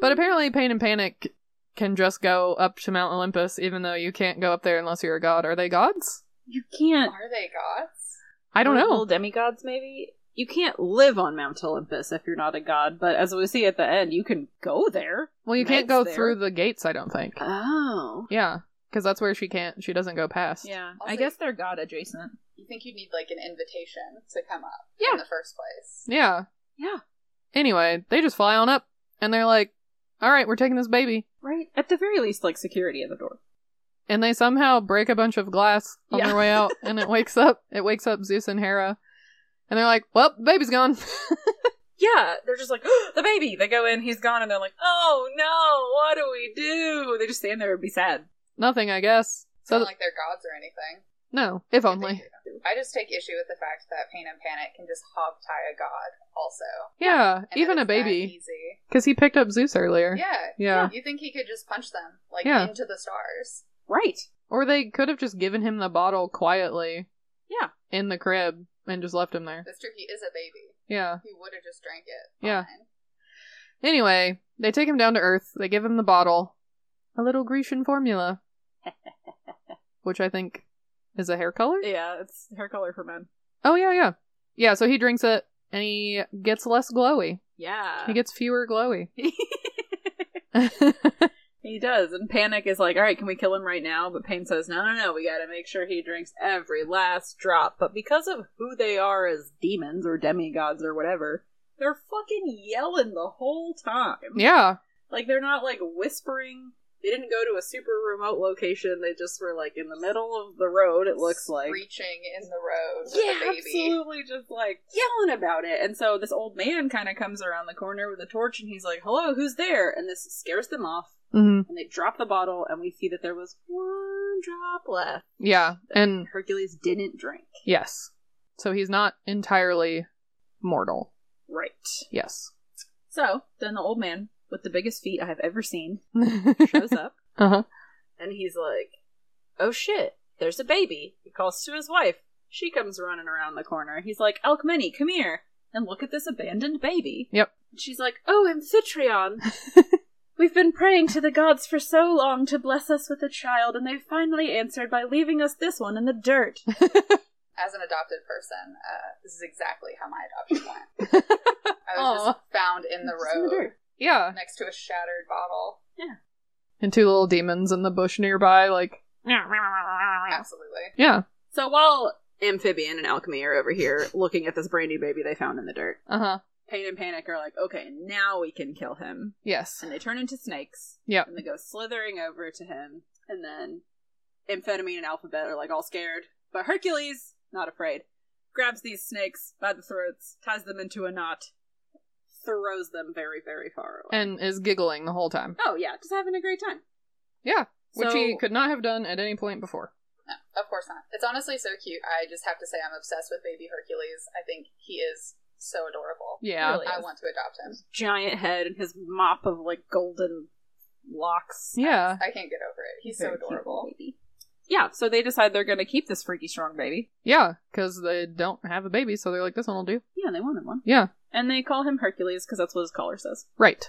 But apparently, Pain and Panic can just go up to Mount Olympus, even though you can't go up there unless you're a god. Are they gods? you can't Are they gods? I don't Little know. demigods, maybe? You can't live on Mount Olympus if you're not a god, but as we see at the end, you can go there. Well, you can't Meg's go there. through the gates, I don't think. Oh. Yeah, because that's where she can't. She doesn't go past. Yeah. Also- I guess they're god adjacent. You think you'd need like an invitation to come up Yeah. in the first place. Yeah. Yeah. Anyway, they just fly on up, and they're like, "All right, we're taking this baby," Right? At the very least, like security at the door. and they somehow break a bunch of glass on Yeah. their way out, and it wakes up. It wakes up Zeus and Hera, and they're like, "Well, the baby's gone." [laughs] Yeah, they're just like, the baby! They go in, he's gone, and they're like, oh no, what do we do? They just stand there and be sad. Nothing, I guess. It's So not like they're gods or anything. no, if only. I just take issue with the fact that Pain and Panic can just hogtie a god also. Yeah, And even a that it's that baby, easy. because he picked up Zeus earlier. Yeah. Yeah. You think he could just punch them like Yeah. into the stars. Right. Or they could have just given him the bottle quietly Yeah. in the crib and just left him there. That's true, he is a baby. Yeah. He would have just drank it. Yeah. Fine. Anyway, they take him down to Earth. They give him the bottle, a little Grecian formula, which I think is a hair color. Yeah, it's hair color for men. Oh yeah, yeah, yeah. So he drinks it and he gets less glowy. Yeah. He gets fewer glowy. [laughs] [laughs] He does, and Panic is like, "All right, can we kill him right now?" But Pain says, "No, no, no. We got to make sure he drinks every last drop." But because of who they are as demons or demigods or whatever, they're fucking yelling the whole time. yeah, like they're not like whispering. They didn't go to a super remote location. They just were like in the middle of the road. It looks like reaching in the road with yeah, a baby. absolutely, just like yelling about it. And so this old man kind of comes around the corner with a torch, and he's like, "Hello, who's there?" And this scares them off hmm and they drop the bottle, and we see that there was one drop left. yeah, and Hercules didn't drink. yes. So he's not entirely mortal. Right. Yes. So then the old man with the biggest feet I have ever seen uh [laughs] shows up huh. and he's like, "Oh shit, there's a baby." He calls to his wife. She comes running around the corner. He's like, "Alcmeni, come here and look at this abandoned baby." Yep. And she's like, "Oh, Amphitryon, we've been praying to the gods for so long to bless us with a child, and they finally answered by leaving us this one in the dirt." [laughs] As an adopted person, uh, this is exactly how my [laughs] adoption went. I was Oh. just found in the Just in the road dirt. Yeah. next to a shattered bottle. And two little demons in the bush nearby, like, Absolutely. yeah. So while Amphibian and Alchemy are over here [laughs] looking at this brand new baby they found in the dirt, Uh huh. Pain and Panic are like, "Okay, now we can kill him." Yes. and they turn into snakes. Yep. And they go slithering over to him, and then Amphetamine and Alphabet are like all scared, but Hercules, not afraid, grabs these snakes by the throats, ties them into a knot, throws them very, very far away. And is giggling the whole time. oh yeah, just having a great time. Yeah. Which So- he could not have done at any point before. No, of course not. It's honestly so cute. I just have to say I'm obsessed with baby Hercules. I think he is so adorable. Yeah. Really. I want to adopt him. Giant head and his mop of like golden locks. Yeah. I can't get over it. He's so Very cute adorable. baby. Yeah, so they decide they're going to keep this freaky strong baby. Yeah. Because they don't have a baby, so they're like, this one will do. Yeah, they wanted one. Yeah. And they call him Hercules because that's what his collar says. Right.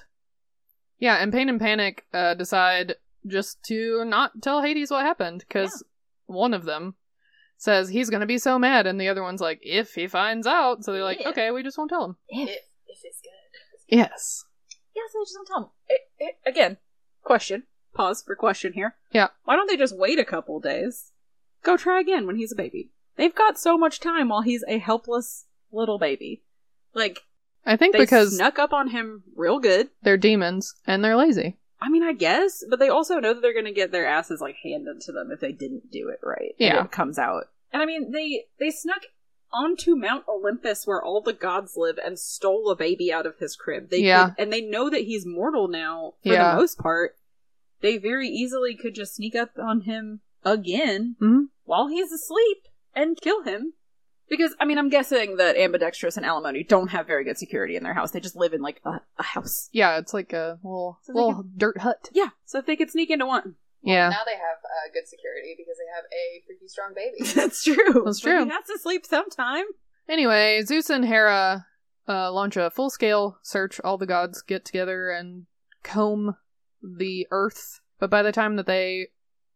Yeah, and Pain and Panic uh, decide just to not tell Hades what happened because one of them says he's going to be so mad, and the other one's like, if he finds out. So they're like, Yeah. okay, we just won't tell him. If, if it's good. Yes. Yes, I just don't tell them. again, question. Pause for question here. Yeah. Why don't they just wait a couple days? Go try again when he's a baby. They've got so much time while he's a helpless little baby. Like I think they because snuck up on him real good. they're demons and they're lazy. I mean, I guess, but they also know that they're going to get their asses like handed to them if they didn't do it right. and Yeah. it comes out. And I mean, they they snuck onto Mount Olympus where all the gods live and stole a baby out of his crib. They Yeah. could, and they know that he's mortal now for Yeah. the most part. They very easily could just sneak up on him again Mhm. while he's asleep and kill him. Because I mean, I'm guessing that ambidextrous and alimony don't have very good security in their house. They just live in like a, a house. Yeah, it's like a little, So they little dirt hut. Yeah, so if they could sneak into one, Yeah. Now they have uh, good security because they have a freaky strong baby. [laughs] That's true. That's But true. He has to sleep sometime. Anyway, Zeus and Hera uh, launch a full scale search. All the gods get together and comb the earth. But by the time that they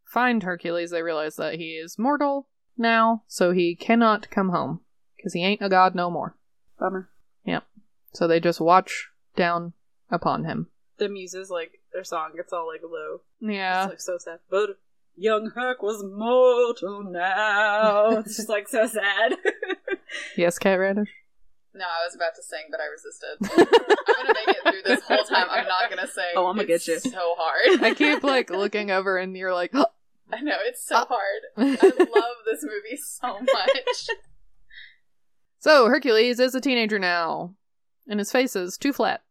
find Hercules, they realize that he is mortal now, so he cannot come home because he ain't a god no more. Bummer. So they just watch down upon him. The muses, like their song, it's all like low. Yeah. It's like so sad. But young Herc was mortal [laughs] now. it's just like so sad. [laughs] yes, Cat Radish. No, I was about to sing, but I [laughs] resisted. I'm gonna make it through this whole time. I'm not gonna sing. Oh, I'ma It's get you. So hard. [laughs] [laughs] I keep like looking over and you're like, I know it's so Uh, hard. I love this movie so [laughs] much. [laughs] So Hercules is a teenager now, and his face is too flat.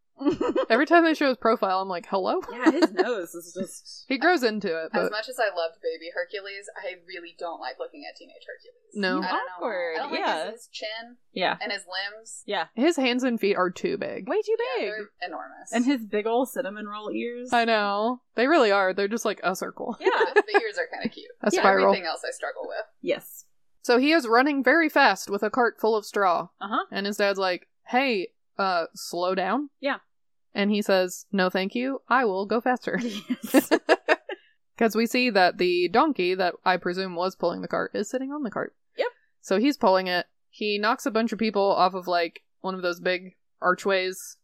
Every time they show his profile, I'm like, hello. yeah, his nose is just. He grows into it, As but much as I loved Baby Hercules, I really don't like looking at teenage Hercules. No. I don't know. why. Awkward, I don't like yeah. his, his chin Yeah. and his limbs. Yeah. his hands and feet are too big. Way too Yeah, big. they're enormous. and his big old cinnamon roll ears. I know they really are. They're just like a circle, Yeah. the ears are kind of cute. a Yeah, spiral. Everything else I struggle with. [laughs] yes. So he is running very fast with a cart full of straw, Uh huh. and his dad's like, "Hey, uh, slow down." Yeah. and he says, "No, thank you. I will go faster." Yes. Because we see that the donkey that I presume was pulling the cart is sitting on the cart. Yep. So he's pulling it. He knocks a bunch of people off of like one of those big archways.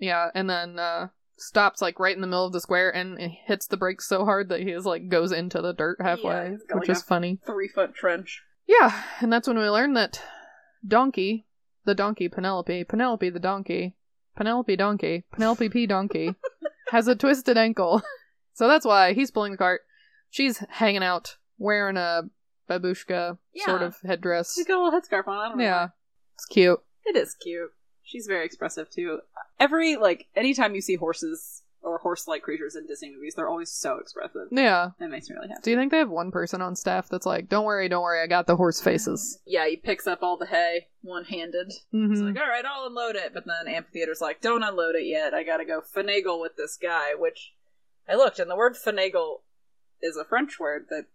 Yeah, and then uh stops like right in the middle of the square and it hits the brakes so hard that he is like goes into the dirt halfway, Yeah, he's got, which like, is a- funny. [laughs] Three foot trench. Yeah, and that's when we learn that Donkey, the donkey Penelope, Penelope the donkey, Penelope donkey, Penelope P [laughs] donkey, has a twisted ankle. [laughs] So that's why he's pulling the cart. She's hanging out wearing a babushka sort Yeah. of headdress. She's got a little headscarf on. I don't know. why. Yeah, it's cute. It is cute. She's very expressive too. Every like anytime you see horses or horse-like creatures in Disney movies. They're always so expressive. Yeah. That makes me really happy. Do you think they have one person on staff that's like, don't worry, don't worry, I got the horse faces? Yeah, he picks up all the hay one-handed. He's Mm-hmm. like, all right, I'll unload it. But then Amphitheater's like, don't unload it yet. I gotta go finagle with this guy, which I looked, and the word finagle is a French word that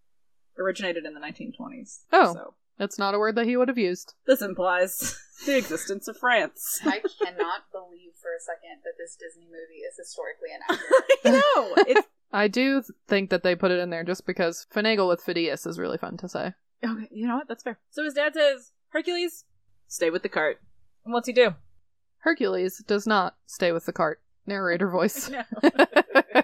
originated in the 1920s. Oh. So That's not a word that he would have used. this implies [laughs] the existence of [laughs] France. [laughs] I cannot [laughs] believe for a second that this Disney movie is historically [laughs] inaccurate. no! It's, I do think that they put it in there just because finagle with Phidias is really fun to say. okay, you know what? That's fair. So his dad says, Hercules, stay with the cart. And what's he [laughs] do? Hercules does not stay with the cart. Narrator voice. [laughs] No.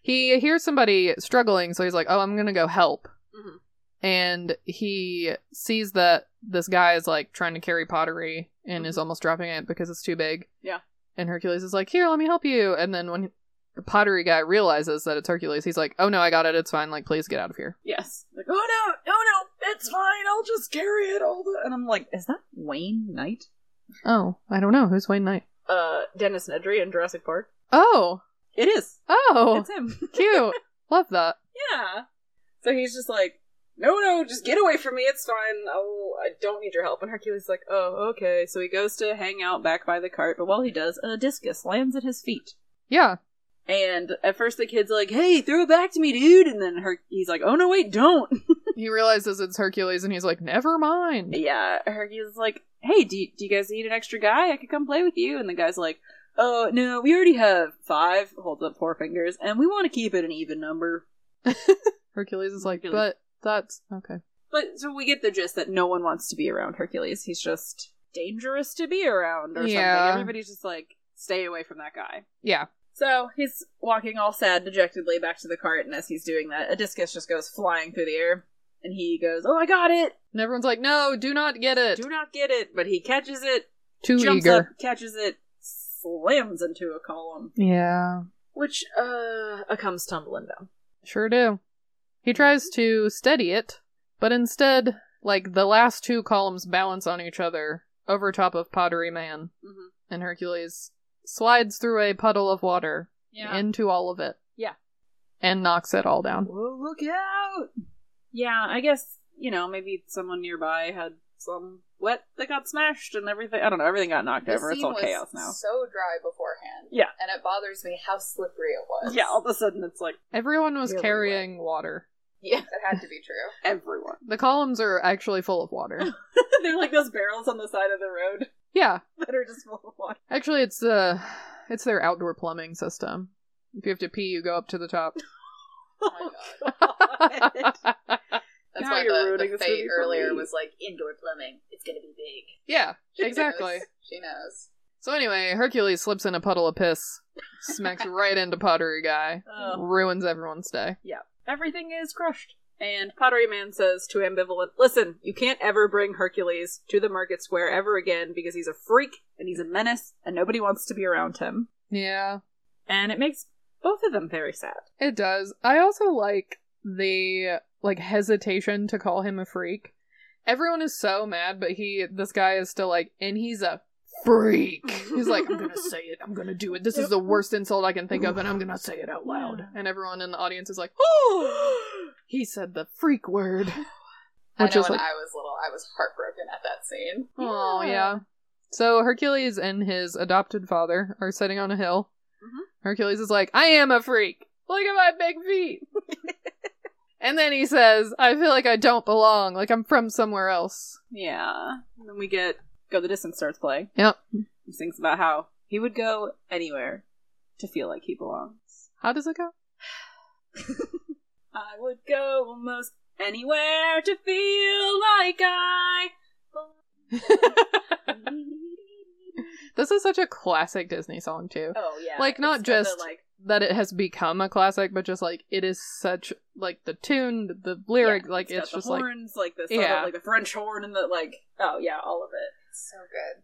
he hears somebody struggling, so he's like, "Oh, I'm gonna go help." Mhm. And he sees that this guy is like trying to carry pottery and is Mhm. almost dropping it because it's too big. Yeah. And Hercules is like, "Here, let me help you." And then when the pottery guy realizes that it's Hercules, he's like, "Oh no, I got it. It's fine. Like, please get out of here." Yes. Like, oh no, oh no, it's fine. I'll just carry it all the. And I'm like, is that Wayne Knight? Oh, I don't know who's Wayne Knight. Uh, Dennis Nedry in Jurassic Park. Oh, It is. oh, [laughs] It's him. [laughs] cute. Love that. yeah. So he's just like, no, no, just get away from me. It's fine. Oh, I don't need your help. And Hercules is like, oh, okay. So he goes to hang out back by the cart, but while he does, a discus lands at his feet. Yeah. And at first the kid's like, hey, throw it back to me, dude. And then her- he's like, oh, no, wait, don't. [laughs] He realizes it's Hercules and he's like, "Never mind." Yeah, Hercules is like, "Hey, do you, do you guys need an extra guy? I could come play with you." And the guy's like, "Oh no, we already have five. Holds up four fingers, and we want to keep it an even number." [laughs] Hercules is like, Hercules. "But that's okay." But so we get the gist that no one wants to be around Hercules. He's just dangerous to be around, or Yeah. something. Everybody's just like, "Stay away from that guy." Yeah. So he's walking all sad, dejectedly back to the cart, and as he's doing that, a discus just goes flying through the air, and he goes, "Oh, I got it! And everyone's like, no, do not get it. Do not get it!" But he catches it, Too jumps eager. up, catches it, slams into a column, Yeah, which uh comes tumbling down. sure do. He tries to steady it, but instead, like, the last two columns balance on each other over top of Pottery Man, Mhm. and Hercules slides through a puddle of water into all of it. Yeah. And knocks it all down. Whoa, look out! Yeah, I guess you know maybe someone nearby had some wet that got smashed and everything. I don't know. Everything got knocked The over. It's scene all chaos now. so dry beforehand. Yeah. And it bothers me how slippery it was. yeah, all of a sudden it's like Everyone was Really carrying water. yeah, It had to be [laughs] true. everyone. The columns are actually full of [laughs] water. They're like those barrels on the side of the road yeah. [laughs] that are just full of water. Actually, it's uh, it's their outdoor plumbing system. If you have to pee, you go up to the top. Oh my god. [laughs] God. That's Now why you're the, ruining the this fate movie for earlier me. was like indoor plumbing. It's gonna be big. [laughs] yeah, She knows. exactly. She knows. So anyway, Hercules slips in a puddle of piss, smacks right into Pottery Guy, Oh. ruins everyone's day. Yeah. Everything is crushed. And Pottery Man says to Ambivalent, listen, you can't ever bring Hercules to the market square ever again because he's a freak and he's a menace and nobody wants to be around him. Yeah, And it makes both of them very [gasps] sad. it does. I also like the like hesitation to call him a freak. Everyone is so mad, but he, this guy is still like, and he's a freak. He's like, I'm gonna say it. I'm gonna do it. This is the worst insult I can think of, and I'm gonna say it out loud. And everyone in the audience is like, oh, he said the freak word. [sighs] I know when I was little, I was heartbroken at that scene. Oh Yeah. yeah. So Hercules and his adopted father are sitting on a hill. Mhm. Hercules is like, "I am a freak. Look at my big [laughs] feet." and then he says, "I feel like I don't belong. Like I'm from somewhere else." Yeah. And then we get Go the Distance starts playing. Yep. He sings about how he would go anywhere to feel like he belongs. How does [laughs] it go? I would go almost anywhere to feel like [laughs] I belong. This is such a classic Disney song too. Oh yeah, Like, not It's got the, just- like That it has become a classic, but just like it is such like the tune, the lyric, yeah, like got it's, the just like horns, like, the Yeah. yeah. like the French horn and the like. Oh yeah, all of it. So good.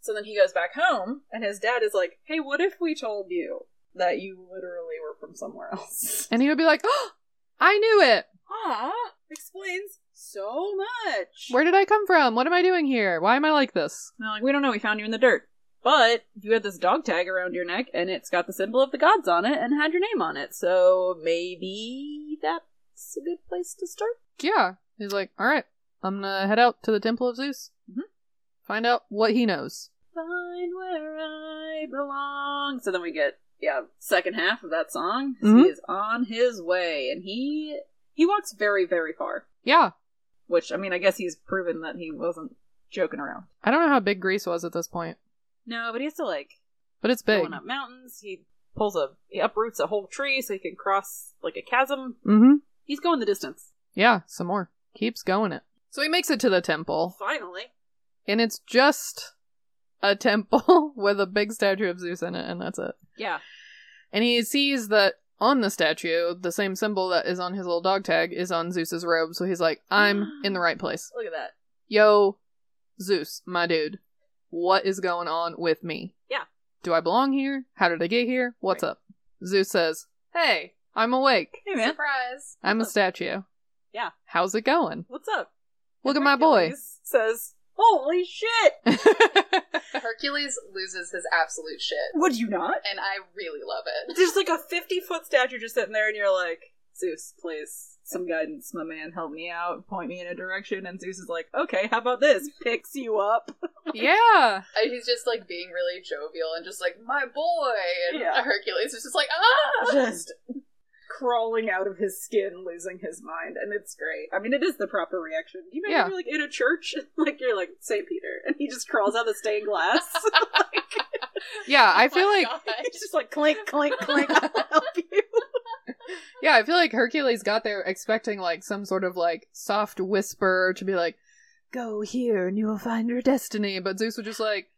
So then he goes back home, and his dad is like, "Hey, what if we told you that you literally were from somewhere else?" and he would be like, oh, "I knew it. Ah, [laughs] explains so much. Where did I come from? What am I doing here? Why am I like this?" No, like we don't know. We found you in the dirt. But you had this dog tag around your neck, and it's got the symbol of the gods on it, and had your name on it. So maybe that's a good place to start. Yeah. He's like, all right, I'm gonna head out to the Temple of Zeus. Mm-hmm. Mhm. Find out what he knows. Find where I belong. So then we get yeah second half of that song. Mhm. He is on his way, and he he walks very very far. Yeah. Which I mean, I guess he's proven that he wasn't joking around. I don't know how big Greece was at this point, No, but he has to like but it's big. going up mountains. He pulls a he uproots a whole tree so he can cross like a chasm. Mm-hmm. He's going the distance. Yeah, some more. Keeps going it. So he makes it to the temple, Finally, and it's just a temple [laughs] with a big statue of Zeus in it, and that's it. yeah. And he sees that on the statue, the same symbol that is on his little dog tag is on Zeus's robe, so he's like, I'm in the right place. Look at that. Yo, Zeus, my dude, what is going on with me? Yeah. Do I belong here? How did I get here? What's up? Zeus says, Hey, I'm awake. Hey man, Surprise! I'm a statue. Yeah. How's it going? [laughs] what's up? Look at my boy. Hercules Says, holy shit! Hercules loses his absolute shit, Would you not? and I really love it. [laughs] There's like a 50 foot statue just sitting there, and you're like, Zeus, please, some guidance, my man, help me out, point me in a direction. And Zeus is like, okay, how about this? Picks you up. [laughs] yeah. And he's just like being really jovial and just like my boy, and Yeah. Hercules is just like ah. Just crawling out of his skin, losing his mind. And it's great. I mean, it is the proper reaction. You know, Yeah. you're like in a church, [laughs] like you're like St. Peter, and he just crawls out of the stained glass. [laughs] Yeah, I [laughs] Oh feel my like gosh. He's just like clink, [laughs] clink, [laughs] clink, I'll help you. yeah, I feel like Hercules got there expecting like some sort of like soft whisper to be like, "Go here and you will find your destiny," but Zeus was just like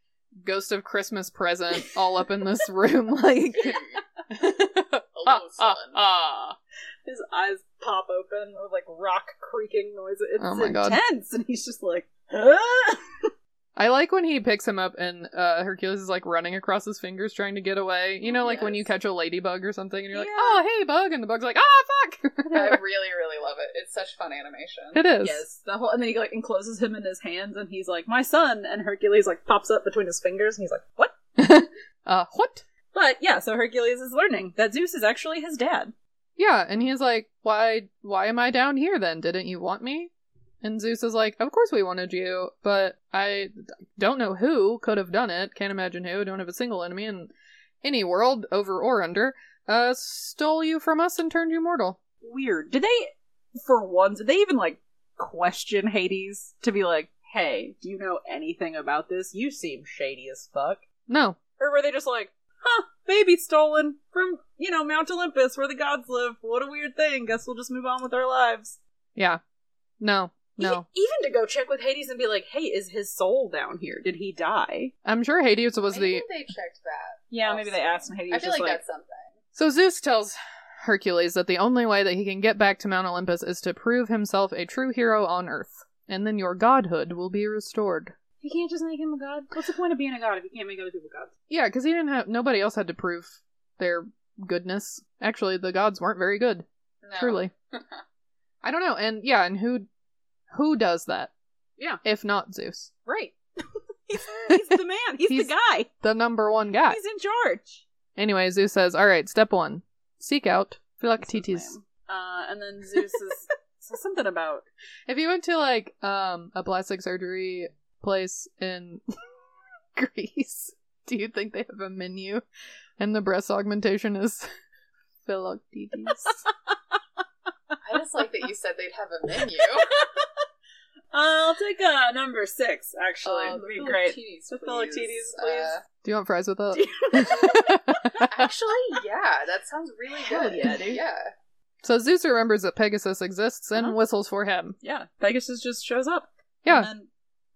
ghost of Christmas present all up in [laughs] this room, like [laughs] Ah, Hello, son. His eyes pop open with like rock creaking noises. It's Oh my God. intense, and he's just like, huh? I like when he picks him up and uh, Hercules is like running across his fingers trying to get away. You know, like when Yes. you catch a ladybug or something and you're like, Yeah. "Oh, hey, bug," and the bug's like, "Ah, I fuck." really, really love it. It's such fun animation. [laughs] it is. yes, the whole, and then he like encloses him in his hands, and he's like, my son, and Hercules like pops up between his fingers, and he's like, what? Uh, what? But yeah, so Hercules is learning that Zeus is actually his dad. Yeah, and he's like, "Why? Why am I down here then? Didn't you want me?" And Zeus is like, "Of course we wanted you, but I don't know who could have done it. Can't imagine who. Don't have a single enemy in any world, over or under. Uh, stole you from us and turned you mortal. Weird. Did they, for once, did they even like question Hades to be like, hey, do you know anything about this? You seem shady as fuck. No, Or were they just like, huh, baby stolen from, you know, Mount Olympus where the gods live. What a weird thing. Guess we'll just move on with our lives. yeah, no, no. E- Even to go check with Hades and be like, hey, is his soul down here? Did he die? I'm sure Hades was Maybe the they checked that. Yeah, maybe they asked and Hades I feel just like, like, that's something. So Zeus tells Hercules that the only way that he can get back to Mount Olympus is to prove himself a true hero on Earth, and then your godhood will be restored. you can't just make him a god. What's the point of being a god if you can't make other people gods? Yeah, because he didn't have nobody else had to prove their goodness. Actually, the gods weren't very good. No. [laughs] Truly, I don't know. And yeah, and who who does that? Yeah. if not Zeus, Right. [laughs] he's, he's the man. He's, He's- the guy. the number one guy. He's in charge. Anyway, Zeus says, "All right, step one: seek out That's Philoctetes." his name. Uh, and then Zeus [laughs] is says something about If you went to like um a plastic surgery place in [laughs] Greece, do you think they have a menu and the breast augmentation is [laughs] Philoctetes? I just like that you said they'd have [laughs] a menu. I'll take uh, number six, actually. Oh, It'd be the great. Philoctetes, The please. Philoctetes, Uh, do you want fries with that? [laughs] actually, oh, yeah, that sounds really Hell good. yeah, dude. Yeah. so Zeus remembers that Pegasus exists and Uh-huh. whistles for him. yeah, Pegasus just shows up. Yeah. And then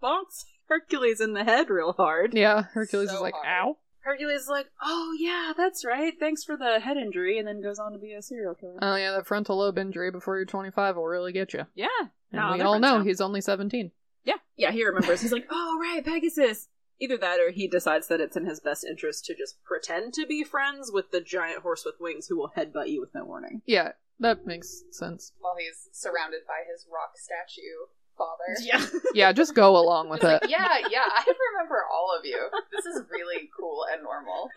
bonks [laughs] Hercules in the head real hard. Yeah, Hercules So is like, hard. ow. Hercules is like, oh yeah, that's right. Thanks for the head injury. And then goes on to be a serial killer. Oh yeah, that frontal lobe injury before you're 25 will really get you. yeah. And Nah, we they're all friends know now. he's only 17. Yeah. Yeah, he remembers. He's like, oh, right, Pegasus. Either that or he decides that it's in his best interest to just pretend to be friends with the giant horse with wings who will headbutt you with no warning. Yeah, that makes sense. While he's surrounded by his rock statue. father. Yeah. Yeah, just go along with it. Just like, [laughs] yeah, yeah, I remember all of you. This is really cool and normal.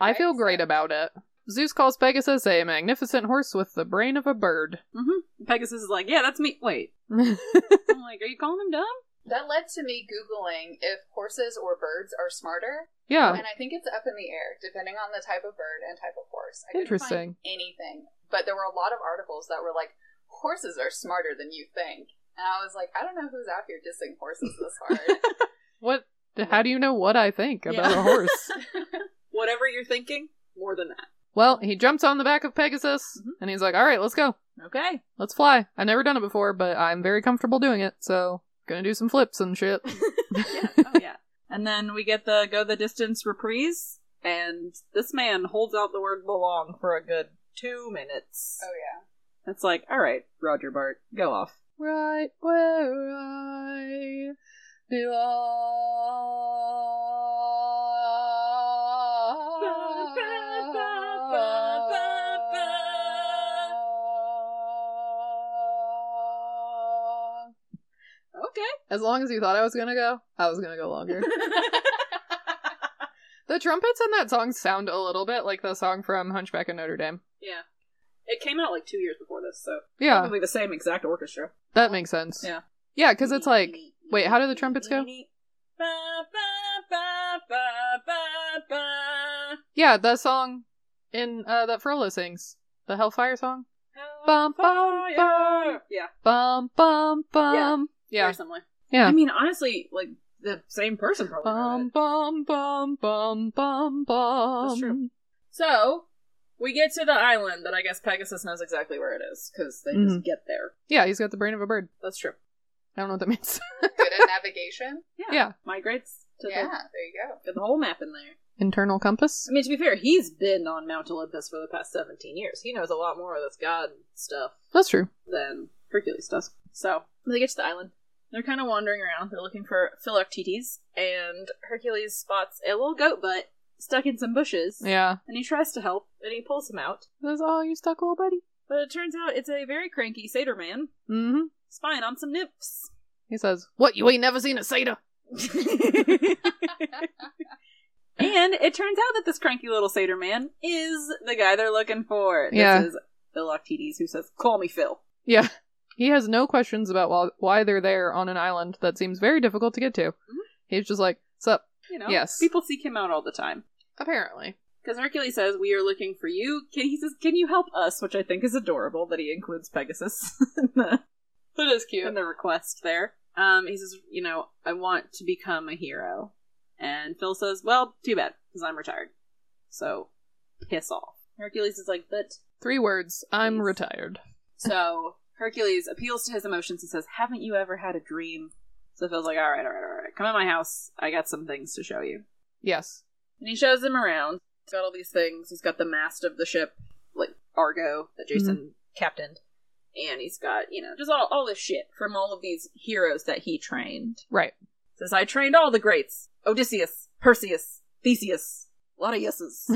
I feel great about it. Zeus calls Pegasus a magnificent horse with the brain of a [laughs] bird. hmm [laughs] Pegasus is like, yeah, that's me. Wait. I'm like, are you calling him [laughs] dumb? That led to me Googling if horses or birds are smarter. yeah. And I think it's up in the air, depending on the type of bird and type of horse. I couldn't Interesting. Find anything, but there were a lot of articles that were like, "Horses are smarter than you think," and I was like, "I don't know who's out here dissing horses this hard." [laughs] What? How do you know what I think about Yeah. a [laughs] horse? Whatever you're thinking, more than that. well, he jumps on the back of Pegasus Mm-hmm. and he's like, all right, let's go. Okay. Let's fly. I've never done it before, but I'm very comfortable doing it, so gonna do some flips and [laughs] shit. yeah. Oh, yeah. And then we get the go the distance reprise, and this man holds out the word belong for a good two minutes. oh yeah, It's like, all right, Roger Bart, go off. right where I belong. [laughs] Okay. As long as you thought I was gonna go, I was gonna go longer. the trumpets in that song sound a little bit like the song from Hunchback of Notre Dame. yeah. It came out like two years before this, so Yeah, probably the same exact orchestra. that makes sense. Yeah. yeah, because it's like, wait, how do the trumpets go? Yeah, the song in uh, that Frollo sings, the Hellfire song. Bum, bum, bum. Yeah, Bum bum bum. Yeah, very similar. yeah. Um, I mean, honestly, like the same person probably. wrote it. Bum bum bum bum bum bum. That's true. So we get to the island that I guess Pegasus knows exactly where it is because they Mhm. just get there. Yeah, he's got the brain of a bird. That's true. I don't know what that [laughs] means. [laughs] good at navigation. Yeah, Yeah. migrates to yeah, the there you go. Got the whole map in there. Internal compass. I mean, to be fair, he's been on Mount Olympus for the past 17 years. He knows a lot more of this god stuff That's true. than Hercules does. So, when they get to the island, they're kind of wandering around. They're looking for Philoctetes, and Hercules spots a little goat butt stuck in some bushes. Yeah. And he tries to help, and he pulls him out. Says, oh, you stuck, little buddy. But it turns out it's a very cranky satyr man Mm-hmm. spying on [laughs] some nymphs. He says, "What? You ain't never seen a satyr?" and it turns out that this cranky little satyr man is the guy they're looking for. Yeah. This is Philoctetes, who says, Call me Phil. Yeah. He has no questions about wh- why they're there on an island that seems very difficult to get to. He's just like, "Sup?" You know? Yes. People seek him out all the time. Apparently. Because Hercules says, We are looking for you. Can, he says, Can you help us? Which I think is adorable that he includes Pegasus [laughs] in the, That is in the request there. Um, he says, You know, I want to become a hero. And Phil says, Well, too bad, because I'm retired. So, piss off. Hercules is like, But Three words. I'm Please. retired. So Hercules appeals to his emotions and says, "Haven't you ever had a dream?" So Phil's like, "All right, all right, all right, come at my house. I got some things to show you." Yes. And he shows him around. He's got all these things. He's got the mast of the ship, like Argo that Jason captained, and he's got you know just all all this shit from all of these heroes that he trained. Right. Says, "I trained all the greats: Odysseus, Perseus, Theseus, a lot of [laughs] yeses."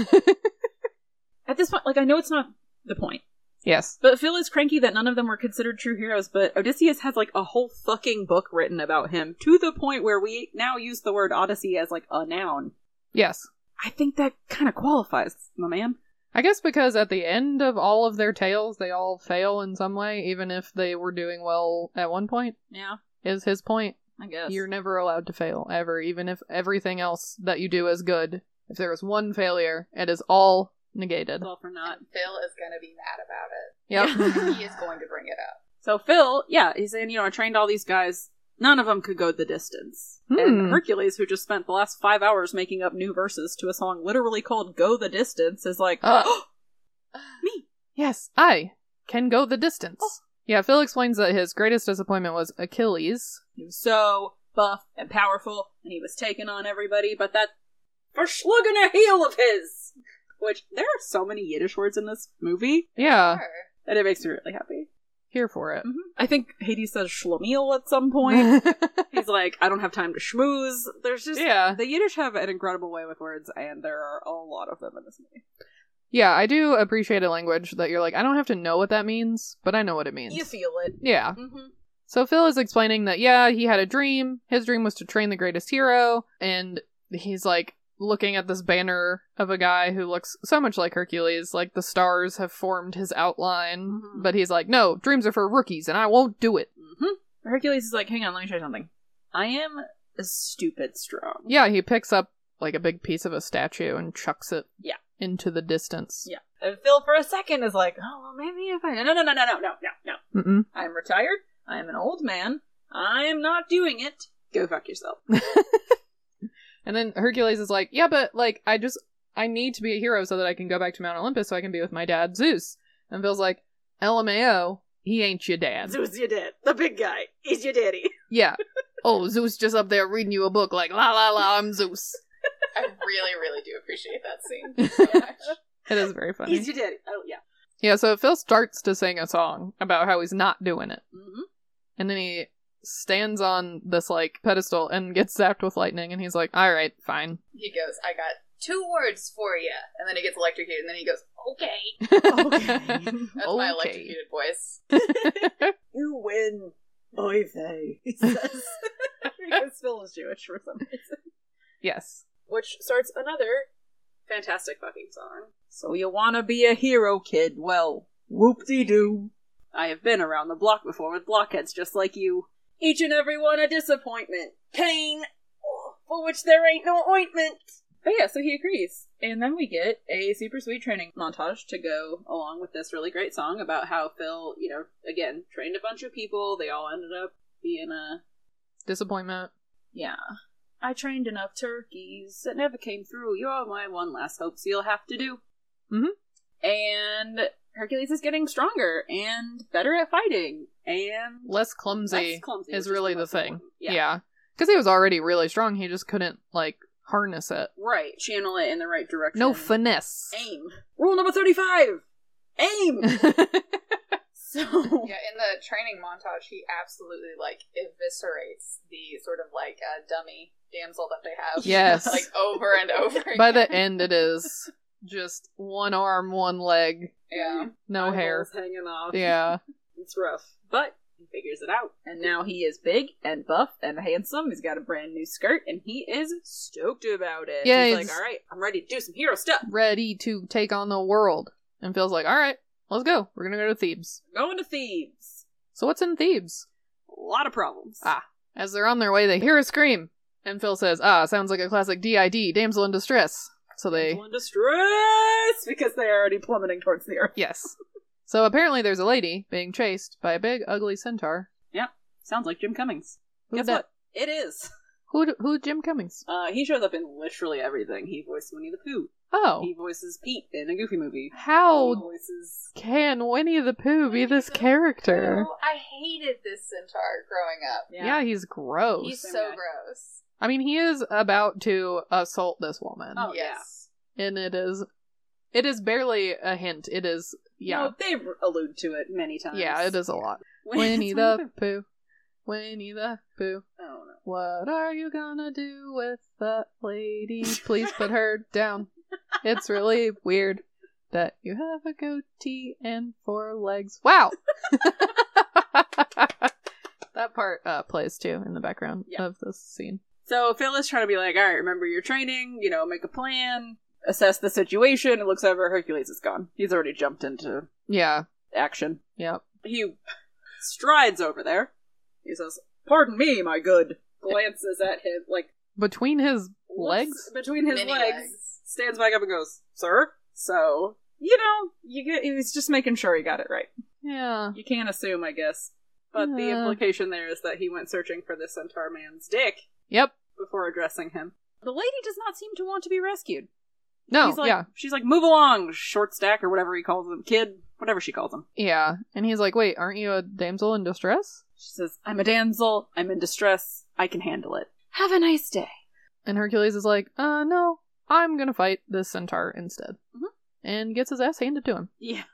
at this point, like I know it's not the point. Yes. But Phil is cranky that none of them were considered true heroes, but Odysseus has like a whole fucking book written about him to the point where we now use the word Odyssey as like a noun. Yes. I think that kind of qualifies, my man. I guess because at the end of all of their tales, they all fail in some way, even if they were doing well at one point, Yeah, is his point. I guess. You're never allowed to fail, ever, even if everything else that you do is good. If there is one failure, it is all negated. It's all for not. Phil is gonna be mad about it. Yep. [laughs] He is going to bring it up. So Phil, yeah, he's saying, you know, I trained all these guys. None of them could go the distance. Hmm. And Hercules, who just spent the last five hours making up new verses to a song literally called Go the Distance, is like, Uh. [gasps] me. yes, I can go the distance. Yeah, Phil explains that his greatest disappointment was Achilles. He was so buff and powerful, and he was taking on everybody, but that verschlugging a heel of his! Which, there are so many Yiddish words in this movie Yeah, Sure. that it makes me really happy. here for it. I think Hades says shlemiel at some [laughs] point. He's like, I don't have time to schmooze. There's just. Yeah. The Yiddish have an incredible way with words, and there are a lot of them in this movie. [laughs] yeah, I do appreciate a language that you're like, I don't have to know what that means, but I know what it means. You feel it. yeah. Mm-hmm. So Phil is explaining that, yeah, he had a dream. His dream was to train the greatest hero. And he's like looking at this banner of a guy who looks so much like Hercules. Like the stars have formed his outline. Mhm. But he's like, no, dreams are for rookies and I won't do it. Mm-hmm. Hercules is like, hang on, let me try something. I am stupid strong. Yeah, he picks up like a big piece of a statue and chucks it Yeah. into the distance. Yeah. And Phil for a second is like, oh, well, maybe if I. No, no, no, no, no, no, no, no. Mm-mm. I'm retired. I'm an old man. I'm not doing it. Go fuck yourself. And then Hercules is like, yeah, but like, I just, I need to be a hero so that I can go back to Mount Olympus so I can be with my dad, Zeus. And Phil's like, LMAO, he ain't your dad. Zeus, your dad. The big guy. He's your daddy. [laughs] Yeah. Oh, Zeus just up there reading you a book like, la la la, I'm Zeus. I really, really do appreciate that [laughs] scene so much. It is very funny. He's your daddy. Oh, yeah. Yeah, so Phil starts to sing a song about how he's not doing it. Mm-hmm. And then he stands on this like pedestal and gets zapped with lightning and he's like, all right, fine. He goes, "I got two words for you," and then he gets electrocuted, and then he goes, "Okay." [laughs] Okay. That's my [laughs] electrocuted voice. You win, boy they. He says. [laughs] because Phil is Jewish for some reason. Yes. Which starts another fantastic fucking song. So you wanna be a hero, kid? Well, whoop de doo. I have been around the block before with blockheads just like you. Each and every one a disappointment. Pain, oh, for which there ain't no ointment. But yeah, so he agrees. And then we get a super sweet training montage to go along with this really great song about how Phil, you know, again, trained a bunch of people. They all ended up being a Disappointment. yeah. I trained enough turkeys that never came through. You're my one last hope, so you'll have to do. Mhm. And Hercules is getting stronger and better at fighting and Less clumsy, less clumsy which is really the most thing. important. Yeah. Yeah. Because he was already really strong. He just couldn't like harness it. Right. Channel it in the right direction. No finesse. Aim. Rule number 35 Aim! [laughs] so. Yeah, in the training montage, he absolutely like eviscerates the sort of like uh, dummy damsel that they have. Yes. [laughs] like over and over. [laughs] By again. the end, it is just one arm, one leg, yeah, no hair. Eyeballs hanging [laughs] off. Yeah. It's rough, but he figures it out. And now he is big and buff and handsome. He's got a brand new skirt and he is stoked about it. Yeah, he's he's- like, all right, I'm ready to do some hero stuff. Ready to take on the world. And feels like, all right, let's go. We're going to go to Thebes. Going to Thebes. So, what's in Thebes? A lot of problems. Ah. As they're on their way, they hear a scream. And Phil says, ah, sounds like a classic DID, damsel in distress. So they, People in distress because they are already plummeting towards the earth. yes. So apparently there's a lady being chased by a big, ugly centaur. Sounds like Jim Cummings. Who Guess dat? what? It is. Who, who Jim Cummings? Uh, he shows up in literally everything. He voiced Winnie the Pooh. Oh. He voices Pete in a Goofy movie. He How voices can Winnie the Pooh be this character? Oh, I hated this centaur growing up. Yeah, he's gross. He's same so guy. gross. I mean, he is about to assault this woman, Oh, yes. and it is, it is barely a hint. It is, yeah, No, they allude to it many times. yeah, [laughs] it is a lot. When- Winnie it's one of the Pooh, Winnie the Pooh. I don't know. What are you gonna do with that lady? Please put [laughs] her down. It's really weird that you have a goatee and four legs. Wow. [laughs] that part uh, plays too in the background Yeah. of this scene. So Phil is trying to be like, all right, remember your training, you know, make a plan, assess the situation. It looks over, Hercules is gone. He's already jumped into Yeah. action. Yep. He strides over there. He says, Pardon me, my good. Glances at him, like, Between his looks legs. Between his Mini legs, legs. Stands back up and goes, Sir? So, you know, you get, he was just making sure he got it right. Yeah. You can't assume, I guess. But the Yeah. implication there is that he went searching for the centaur man's dick Yep. before addressing him. The lady does not seem to want to be rescued. No. He's like, yeah. She's like, move along, short stack or whatever he calls him, kid, whatever she calls him. Yeah. And he's like, wait, aren't you a damsel in distress? She says, I'm a damsel. I'm in distress. I can handle it. Have a nice day. And Hercules is like, uh, no, I'm gonna fight this centaur instead. Mhm. And gets his ass handed to him. Yeah.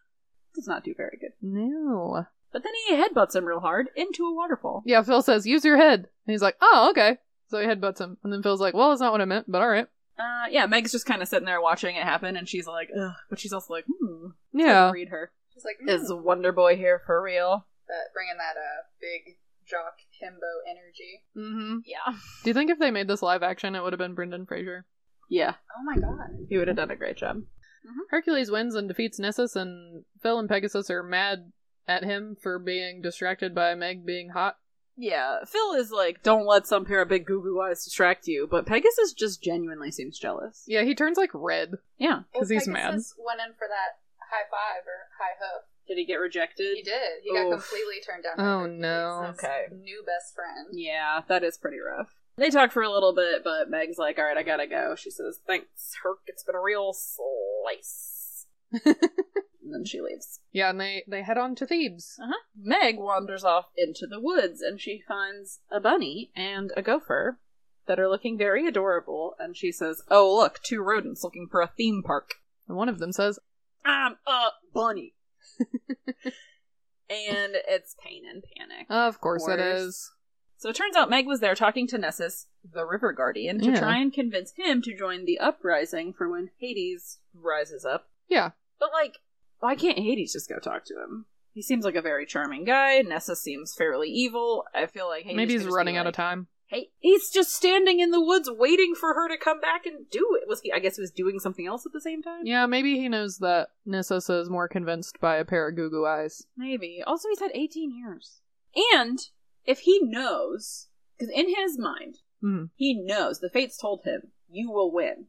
Does not do very good. No. But then he headbutts him real hard into a waterfall. Yeah, Phil says, use your head. And he's like, oh, okay. So he headbutts him. And then Phil's like, well, that's not what I meant, but alright. Uh, yeah, Meg's just kind of sitting there watching it happen, and she's like, ugh. But she's also like, hmm. I Yeah. Read her. Just like mm, Is Wonder Boy here for real? that, bringing that uh, big jock himbo energy. Mm-hmm. Yeah. Do you think if they made this live action, it would have been Brendan Fraser? Yeah. Oh my god. He would have done a great job. Hercules wins and defeats Nessus, and Phil and Pegasus are mad at him for being distracted by Meg being hot. Yeah. Phil is like, don't let some pair of big goo goo eyes distract you, but Pegasus just genuinely seems jealous. Yeah, he turns like red. Yeah. 'Cause he's mad. Pegasus went in for that high five or high hoof. Did he get rejected? He did. He got Oof. completely turned down. Oh, by Hercules, no. his Okay. New best friend. Yeah, that is pretty rough. They talk for a little bit, but Meg's like, all right, I gotta go. She says, thanks, Herc. It's been a real [laughs] slice. and then she leaves. Yeah, and they they head on to Thebes. Uh-huh. Meg wanders off into the woods and she finds a bunny and a gopher that are looking very adorable. And she says, Oh, look, two rodents looking for a theme park. And one of them says, I'm a bunny. and it's pain and panic. "Of course it Worse. is." So it turns out Meg was there talking to Nessus, the River Guardian, to Yeah. try and convince him to join the uprising for when Hades rises up. Yeah, But, like, why can't Hades just go talk to him? He seems like a very charming guy. Nessus seems fairly evil. I feel like Hades maybe could he's just be running out of like, time. Hey, he's just standing in the woods waiting for her to come back and do it. Was he? I guess he was doing something else at the same time. Yeah, maybe he knows that Nessus is more convinced by a pair of goo goo eyes. Maybe. Also, he's had 18 years. And if he knows, because in his mind, Mm. he knows the fates told him, you will win.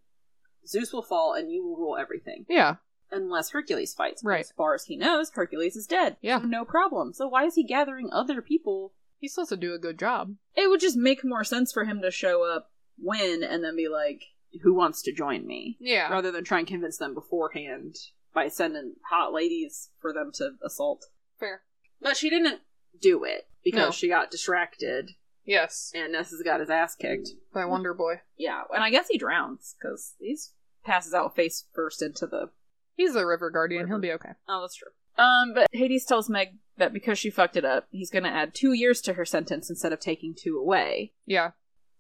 Zeus will fall and you will rule everything. Yeah, Unless Hercules fights. Right. As far as he knows, Hercules is dead. Yeah. So no problem. So why is he gathering other people? he still has to do a good job. It would just make more sense for him to show up, win, and then be like, who wants to join me? Yeah, Rather than try and convince them beforehand by sending hot ladies for them to assault. fair. But she didn't do it because No. she got distracted Yes, and Nessus got his ass kicked. by Wonder Boy. Yeah, and I guess he drowns because he passes out face first into the. He's the River Guardian. He'll be okay. Oh, that's true. Um, but Hades tells Meg that because she fucked it up, he's going to add two years to her sentence instead of taking two away. Yeah,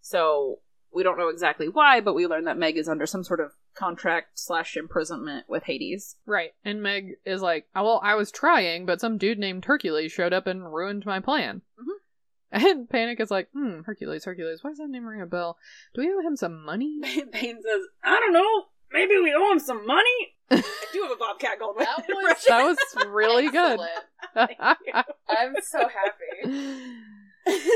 So we don't know exactly why, but we learn that Meg is under some sort of contract slash imprisonment with Hades. right. And Meg is like, "Oh, "Well, I was trying, but some dude named Hercules showed up and ruined my plan." Mhm. [laughs] And Panic is like, "Hmm, Hercules, Hercules. Why does that name ring a bell? Do we owe him some money?" [laughs] Bane says, "I don't know. Maybe we owe him some [laughs] money." I do have a Bobcat Goldthwait. That was- [laughs] impression. that was [laughs] really good. Excellent. I'm so [laughs] happy.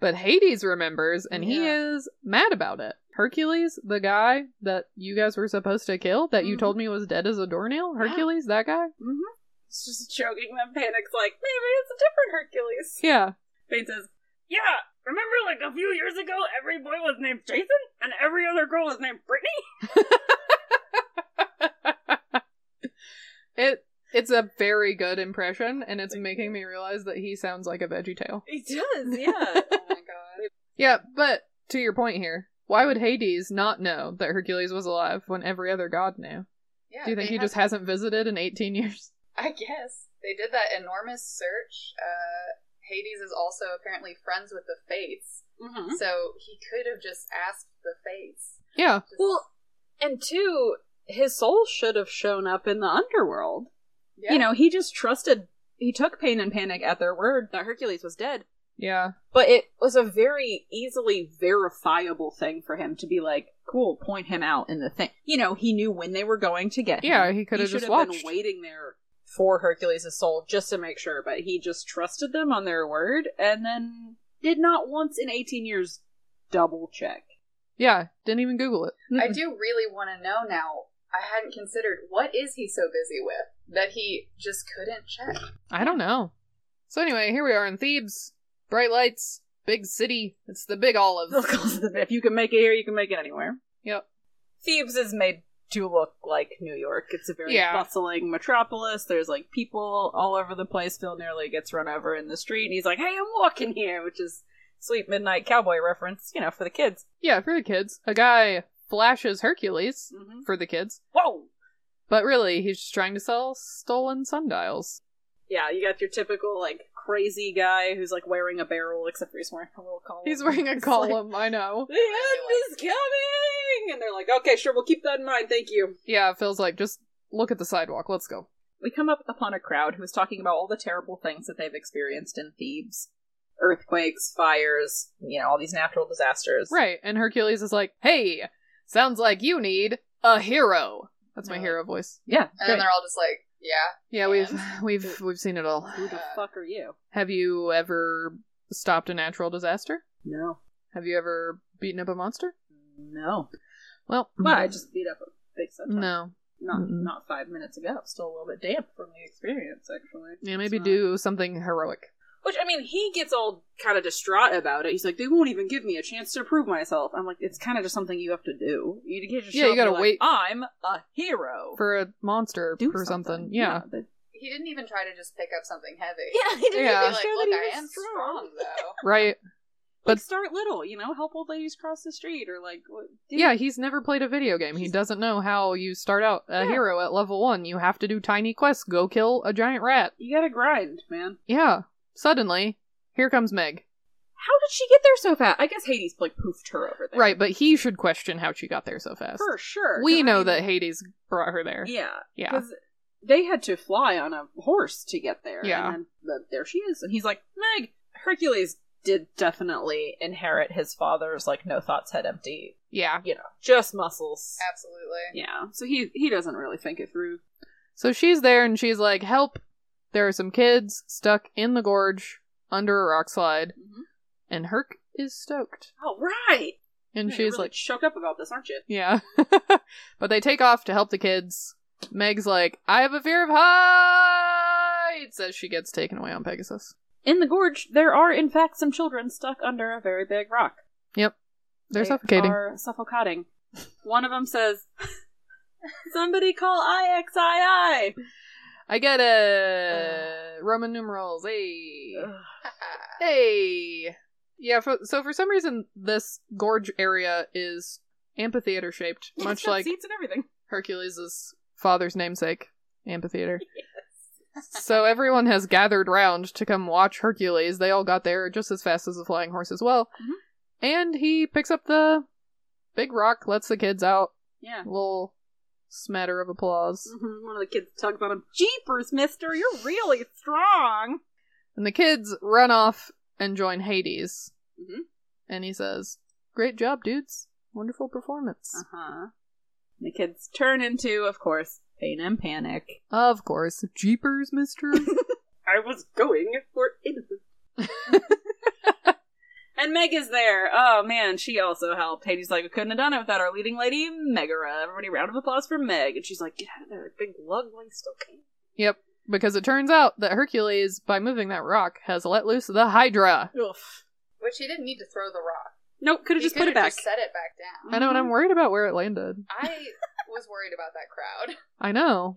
but Hades remembers, and he is mad about it. Hercules, the guy that you guys were supposed to kill, that you Mhm. told me was dead as a doornail, Yeah. Hercules, that guy? Mm-hmm. It's just choking them. Panic's like, maybe it's a different Hercules. Yeah. Bane says, yeah, remember like a few years ago, every boy was named Jason and every other girl was named Brittany? it it's a very good impression, and it's making me realize that he sounds like a veggie tale. He does, [laughs] yeah. Oh my god. Yeah, but to your point here, why would Hades not know that Hercules was alive when every other god knew? Yeah, Do you think they he just have- hasn't visited in 18 years? [laughs] I guess they did that enormous search. Uh, Hades is also apparently friends with the Fates, Hmm? mm-hmm. so he could have just asked the Fates. Yeah. Just- Well, and two, his soul should have shown up in the underworld. yeah. You know, he just trusted, he took Pain and Panic at their word that Hercules was dead. Yeah. But it was a very easily verifiable thing for him to be like, cool, point him out in the thing. You know, he knew when they were going to get him. Yeah, he could have should just watched. been waiting there for Hercules' soul just to make sure, but he just trusted them on their word and then did not once in 18 years double check. [laughs] Yeah. Didn't even Google it. I do really want to know now. I hadn't considered what is he so busy with that he just couldn't check. I don't know. So anyway, here we are in Thebes. Bright lights, big city. It's the big [laughs] olive. if you can make it here, you can make it anywhere. yep. Thebes is made to look like New York. It's a very Yeah. bustling metropolis. There's like people all over the place. Phil nearly gets run over in the street, and he's like, "Hey, I'm walking here," which is sweet midnight cowboy reference, you know, for the kids. Yeah, for the kids. A guy flashes Hercules Mm-hmm. for the kids, Whoa! but really he's just trying to sell stolen sundials. Yeah, you got your typical like crazy guy who's like wearing a barrel, except for he's wearing a little column. He's wearing a It's like, column, I [laughs] know. [laughs] the end is coming, and they're like, "Okay, sure, we'll keep that in mind. Thank you." Yeah, Phil's like, just look at the sidewalk. Let's go. we come up upon a crowd who is talking about all the terrible things that they've experienced in Thebes. earthquakes, fires, you know, all these natural disasters. Right. And Hercules is like, hey, sounds like you need a hero. That's my No. hero voice. Yeah. And great. then they're all just like, yeah. Yeah, we've [laughs] we've we've seen it all. Who Uh, the fuck are you? Have you ever stopped a natural disaster? No. Have you ever beaten up a monster? No. Well, Well, I just beat up a big [laughs] sentinel. no. Not Mm-mm. not five minutes ago. Still a little bit damp from the experience, actually. Yeah, maybe It's not- do something heroic. Which I mean, he gets all kind of distraught about it. He's like, "They won't even give me a chance to prove myself." I'm like, "It's kind of just something you have to do. You get yourself. Yeah, you gotta like, wait. I'm a hero. for a monster do or something. Yeah. [laughs] but- He didn't even try to just pick up something heavy. yeah. He didn't Yeah. He'd even be like, show look, that he I was am strong. strong, [laughs] though. right. But But- start little, you know, help old ladies cross the street or like. What, dude, Yeah, he's never played a video game. He doesn't know how you start out a Yeah. hero at level one. You have to do tiny quests. Go kill a giant rat. you gotta grind, man. Yeah. Suddenly, here comes Meg. How did she get there so fast? I guess Hades like poofed her over there, Right, but he should question how she got there so fast. For sure, We 'cause I know mean- that Hades brought her there. Yeah, Yeah. Because they had to fly on a horse to get there. Yeah. and then, but there she is, and he's like, Meg. Hercules did definitely inherit his father's like no thoughts, head empty. Yeah. You know, just muscles. Absolutely. Yeah, so he he doesn't really think it through. So she's there and she's like, help. There are some kids stuck in the gorge under a rock slide. Mhm. And Herc is stoked. All right, And Yeah, you're she's really like, shook up about this, aren't you? Yeah. [laughs] but they take off to help the kids. Meg's like, I have a fear of heights as she gets taken away on Pegasus. In the gorge, there are in fact some children stuck under a very big rock. Yep. They're They suffocating. Are suffocating. One of them says, [laughs] "Somebody call IXII." I get a Roman numerals. Hey. Hey. Yeah, for, so for some reason, this gorge area is amphitheater shaped, It's much got like seats and everything. Hercules' father's namesake, amphitheater. [laughs] so everyone has gathered round to come watch Hercules. They all got there just as fast as the flying horse as well. Mhm. And he picks up the big rock, lets the kids out. Yeah. Little smatter of applause. Mhm, One of the kids tugs on him. Jeepers, mister, you're really strong. And the kids run off and join Hades. Mhm. And he says, Great job, dudes. Wonderful performance. Uh huh. The kids turn into, of course, pain and panic. Of course. Jeepers, mister. I was going for innocence. [laughs] and Meg is there. Oh man, she also helped. Hades like we couldn't have done it without our leading lady, Megara. Everybody, round of applause for Meg. And she's like, get out of there, big lug, while you still can. Yep, because it turns out that Hercules, by moving that rock, has let loose the Hydra. Oof. Which he didn't need to throw the rock. Nope, could have He just put it could've back. Just set it back down. I know, and Uh-huh. I'm worried about where it landed. I was worried about that crowd. I know.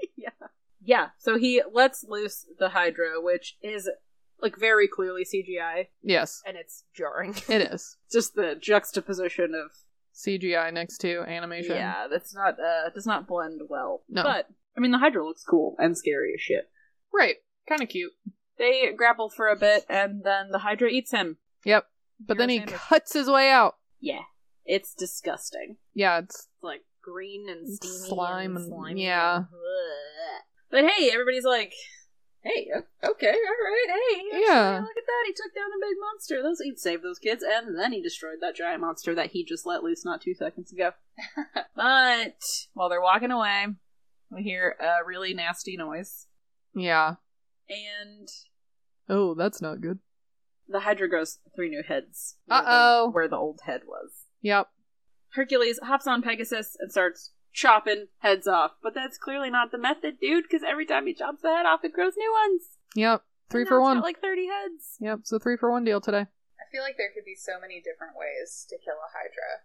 yeah, so he lets loose the Hydra, which is like very clearly CGI, Yes, and it's jarring. [laughs] it is. just the juxtaposition of CGI next to animation. yeah, that's not uh does not blend well. No. but I mean the Hydra looks cool and scary as shit. Right. Kind of cute. They grapple for a bit, and then the Hydra eats him. Yep. But Hero then he sandwich. cuts his way out. Yeah, it's disgusting. Yeah, it's It's like green and It's steamy slime and- and slimy. yeah. Ugh. But hey, everybody's like, "Hey, o- okay, all right, hey, actually, Yeah. look at that! He took down a big monster. Those he saved those kids, and then he destroyed that giant monster that he just let loose not two seconds ago." [laughs] but while they're walking away, we hear a really nasty noise, yeah. and Oh, that's not good. the Hydra grows three new heads. where the- Uh-oh. where the old head was. Yep. Hercules hops on Pegasus and starts chopping heads off. But that's clearly not the method, dude, because every time he chops the head off, it grows new ones. Yep. Three And for now it's one. got like 30 heads. yep. So three for one deal today. I feel like there could be so many different ways to kill a Hydra.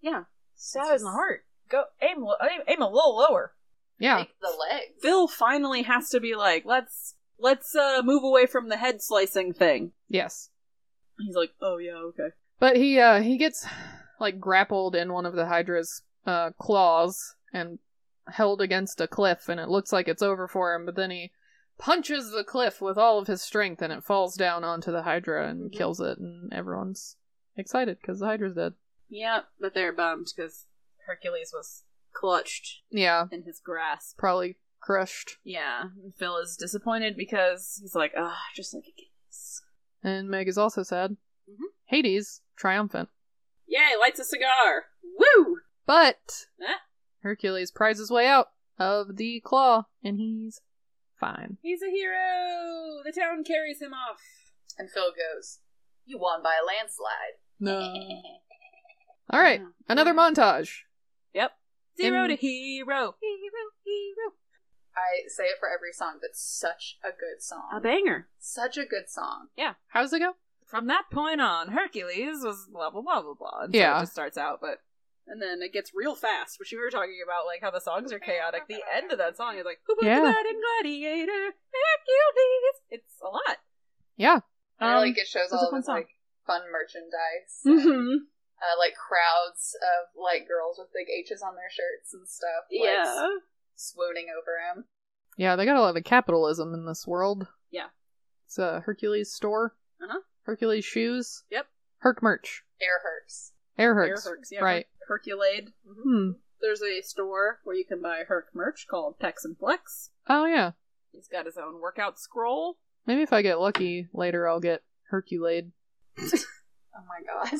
Yeah. Stab in the heart. Go aim, aim, aim a little lower. Yeah. Like the legs. Phil finally has to be like, let's let's uh, move away from the head slicing thing. yes. He's like, oh yeah, okay. But he uh he gets like grappled in one of the Hydra's uh claws and held against a cliff and it looks like it's over for him, but then he punches the cliff with all of his strength and it falls down onto the Hydra and Mhm. kills it and everyone's excited because the Hydra's dead. Yeah, but they're bummed because Hercules was clutched Yeah, in his grasp. probably crushed. Yeah, Phil is disappointed because he's like, ah, just like a kiss. And Meg is also sad. Mhm. Hades, triumphant. Yay, lights a cigar. Woo! But Ah. Hercules pries his way out of the claw, and he's fine. He's a hero. The town carries him off. And Phil goes, You won by a landslide. No. [laughs] All right, another montage. Yep. Zero And- to hero. Hero, hero. [laughs] I say it for every song, but such a good song. A banger. Such a good song. How does it go? From that point on, Hercules was blah blah blah blah blah. And so Yeah. it just starts out, but and then it gets real fast, which you were talking about, like how the songs are chaotic. The end of that song is like, Who put Yeah. the blood in gladiator? Hercules. It's a lot. Yeah. And Um, like it shows it was a all fun of his, song. like fun merchandise. Hmm. Mm-hmm. [laughs] uh, like crowds of like girls with big H's on their shirts and stuff. Like, Yeah. swooning over him. Yeah, they got a lot of capitalism in this world. Yeah. It's a Hercules store. Uh-huh. Hercules shoes. Yep. Herc merch. Air hurts. Air Air Hercs. Hercs, yeah, right. Her- Herculade. Hmm. There's a store where you can buy Herc merch called Tex and Flex. Oh, yeah. He's got his own workout scroll. Maybe if I get lucky later, I'll get Herculade. Oh my god.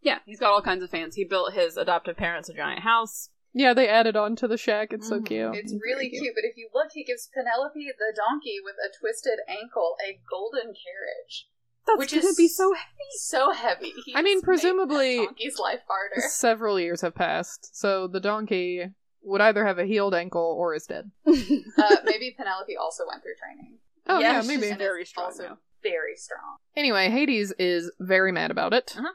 Yeah, he's got all kinds of fans. He built his adoptive parents a giant house. Yeah, they added on to the shack. It's so Mhm. cute. It's really cute, but if you look, he gives Penelope the donkey with a twisted ankle a golden carriage. That's Which gonna is- be [laughs] so heavy. So heavy. He I mean, just made that presumably- donkey's life harder. [laughs] Several years have passed, so the donkey would either have a healed ankle or is dead. uh, maybe Penelope also went through training. Oh, yeah, she's maybe. And is very strong. also now. very strong. Anyway, Hades is very mad about it. Uh-huh.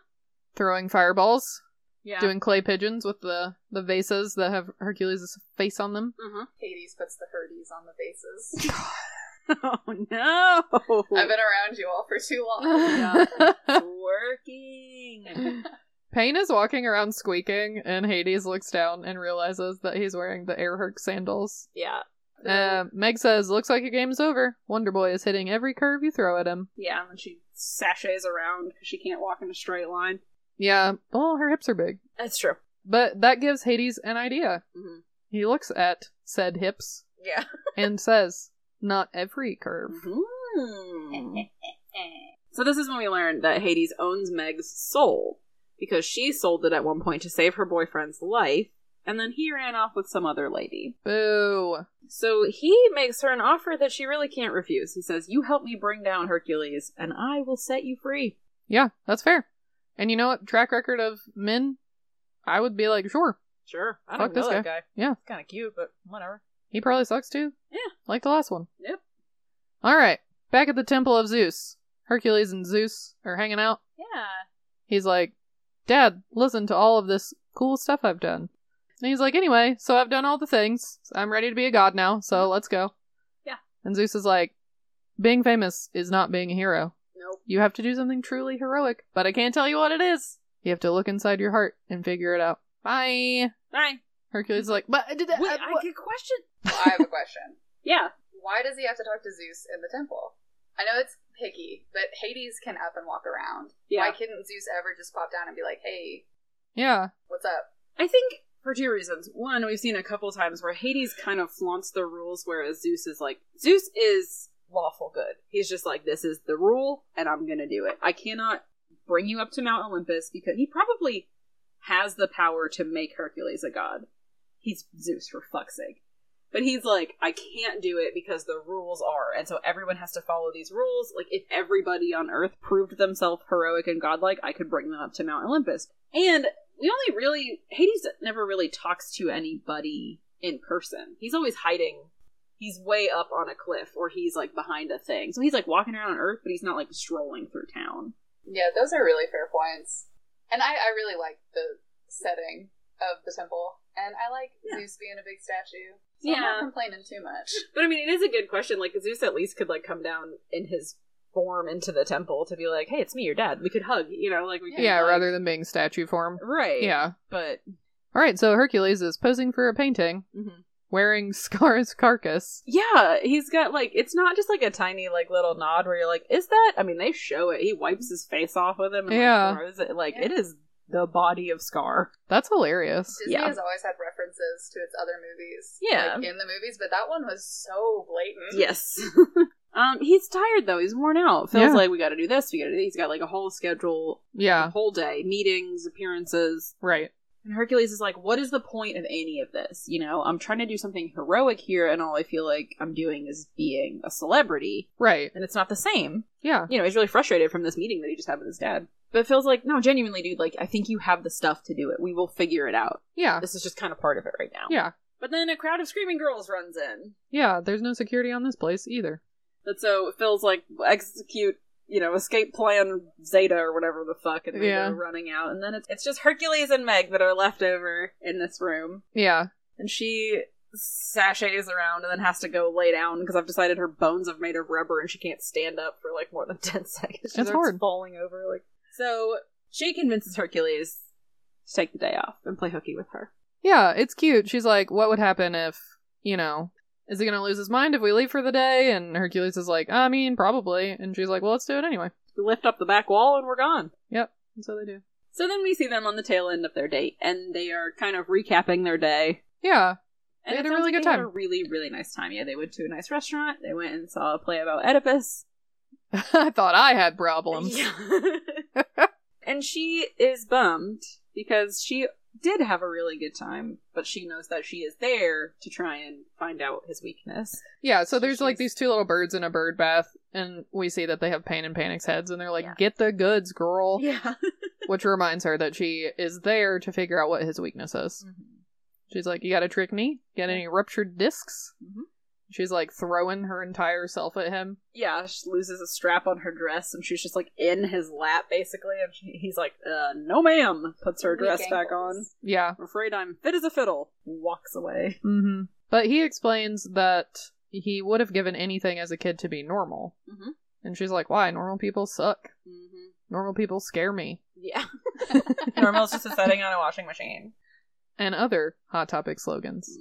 Throwing fireballs, Yeah. doing clay pigeons with the, the vases that have Hercules' face on them. Mhm. Hades puts the Herdes on the faces. [laughs] Oh no! I've been around you all for too [laughs] long. Yeah, it's [laughs] working. Payne is walking around squeaking, and Hades looks down and realizes that he's wearing the Air Herc sandals. Yeah. Uh, Meg says, "Looks like your game's over. Wonder Boy is hitting every curve you throw at him." yeah, and she sashays around because she can't walk in a straight line. Yeah, Um, well, her hips are big, That's true. but that gives Hades an idea. Mhm. He looks at said hips yeah. [laughs] and says, "Not every curve." Mhm. so this is when we learned that Hades owns Meg's soul because she sold it at one point to save her boyfriend's life, and then he ran off with some other lady. Boo! So he makes her an offer that she really can't refuse. He says, "You help me bring down Hercules, and I will set you free." Yeah, that's fair. And you know what? Track record of men, I would be like, sure, Sure, I Fuck don't this know that guy. Yeah. it's kind of cute, but whatever. he probably sucks too. Yeah. like the last one. Yep. All right, back at the Temple of Zeus, Hercules and Zeus are hanging out. Yeah. he's like, Dad, listen to all of this cool stuff I've done. And he's like, Anyway, so I've done all the things. I'm ready to be a god now, so let's go. Mm-hmm. Yeah. And Zeus is like, Being famous is not being a hero. Nope. You have to do something truly heroic, but I can't tell you what it is. You have to look inside your heart and figure it out. Bye. Bye. Hercules is like, but I did that. Wait, I- I uh, what- get question. I have a question. Yeah. why does he have to talk to Zeus in the temple? I know it's picky, but Hades can up and walk around. Yeah. Why couldn't Zeus ever just pop down and be like, hey, yeah. what's up? I think for two reasons. One, we've seen a couple times where Hades kind of flaunts the rules, whereas Zeus is like, Zeus is lawful good. He's just like, this is the rule, and I'm going to do it. I cannot bring you up to Mount Olympus because he probably has the power to make Hercules a god. He's Zeus, for fuck's sake. But he's like, I can't do it because the rules are, and so everyone has to follow these rules. Like, if everybody on Earth proved themselves heroic and godlike, I could bring them up to Mount Olympus. And we only really Hades never really talks to anybody in person. He's always hiding. He's way up on a cliff or he's like behind a thing. So he's like walking around on Earth, but he's not like strolling through town. Yeah, those are really fair points. And I, I really like the setting of the temple. And I like Yeah. Zeus being a big statue. So I'm Yeah. not complaining too much. But I mean, it is a good question. Like Zeus at least could like come down in his form into the temple to be like, "Hey, it's me, your dad." We could hug, you know, like we could, Yeah, like- rather than being statue form. right, Yeah. But All right, so Hercules is posing for a painting wearing [laughs] Scar's carcass. Yeah, he's got like it's not just like a tiny like little nod where you're like, is that? I mean, they show it. He wipes his face off with him. And, Yeah. like, throws it. like it is the body of Scar. That's hilarious. Disney Yeah. has always had references to its other movies. Yeah. Like in the movies, but that one was so blatant. Yes. [laughs] Um, he's tired though. He's worn out. Feels Yeah. like we got to do this. We got to. He's got like a whole schedule, a Yeah, whole day, meetings, appearances. right. And Hercules is like, "What is the point of any of this? You know, I'm trying to do something heroic here, and all I feel like I'm doing is being a celebrity, Right. and it's not the same." Yeah. You know, he's really frustrated from this meeting that he just had with his dad. But feels like, no, genuinely, dude. Like, I think you have the stuff to do it. We will figure it out. Yeah. This is just kind of part of it right now. Yeah. But then a crowd of screaming girls runs in. Yeah. There's no security on this place either. That so Phil's like execute, you know, escape plan Zeta or whatever the fuck, and they Yeah. go running out, and then it's it's just Hercules and Meg that are left over in this room, Yeah. and she sashays around and then has to go lay down because I've decided her bones have made of rubber and she can't stand up for like more than [laughs] ten seconds. She That's starts hard. falling over like so. She convinces Hercules to take the day off and play hooky with her. Yeah. It's cute. She's like, "What would happen if you know?" Is he gonna lose his mind if we leave for the day? And Hercules is like, I mean, probably. And she's like, well, let's do it anyway. We lift up the back wall and we're gone. Yep. And so they do. So then we see them on the tail end of their date, and they are kind of recapping their day. Yeah. [laughs] And They had a it sounds really like good they Had a time. really, really nice time. Yeah, they went to a nice restaurant. They went and saw a play about Oedipus. I thought I had problems. [laughs] Yeah. and she is bummed because she did have a really good time, but she knows that she is there to try and find out his weakness. Yeah, so there's like She's- these two little birds in a bird bath, and we see that they have pain in Panic's heads, and they're like, Yeah. "Get the goods, girl," Yeah. which reminds her that she is there to figure out what his weakness is. She's like, "You got a trick knee? Got any ruptured discs?" Mhm. She's like throwing her entire self at him. yeah, she loses a strap on her dress, and she's just like in his lap, basically. And she, he's like, uh, "No, ma'am," puts her Weak dress back on. ankles. Yeah. I'm afraid I'm fit as a fiddle. Walks away. Mm-hmm. But he explains that he would have given anything as a kid to be normal, Mhm. and she's like, "Why? Normal people suck. Mm-hmm. Normal people scare me." [laughs] Yeah. Normal's just a setting on a washing machine. [laughs] And other hot topic slogans.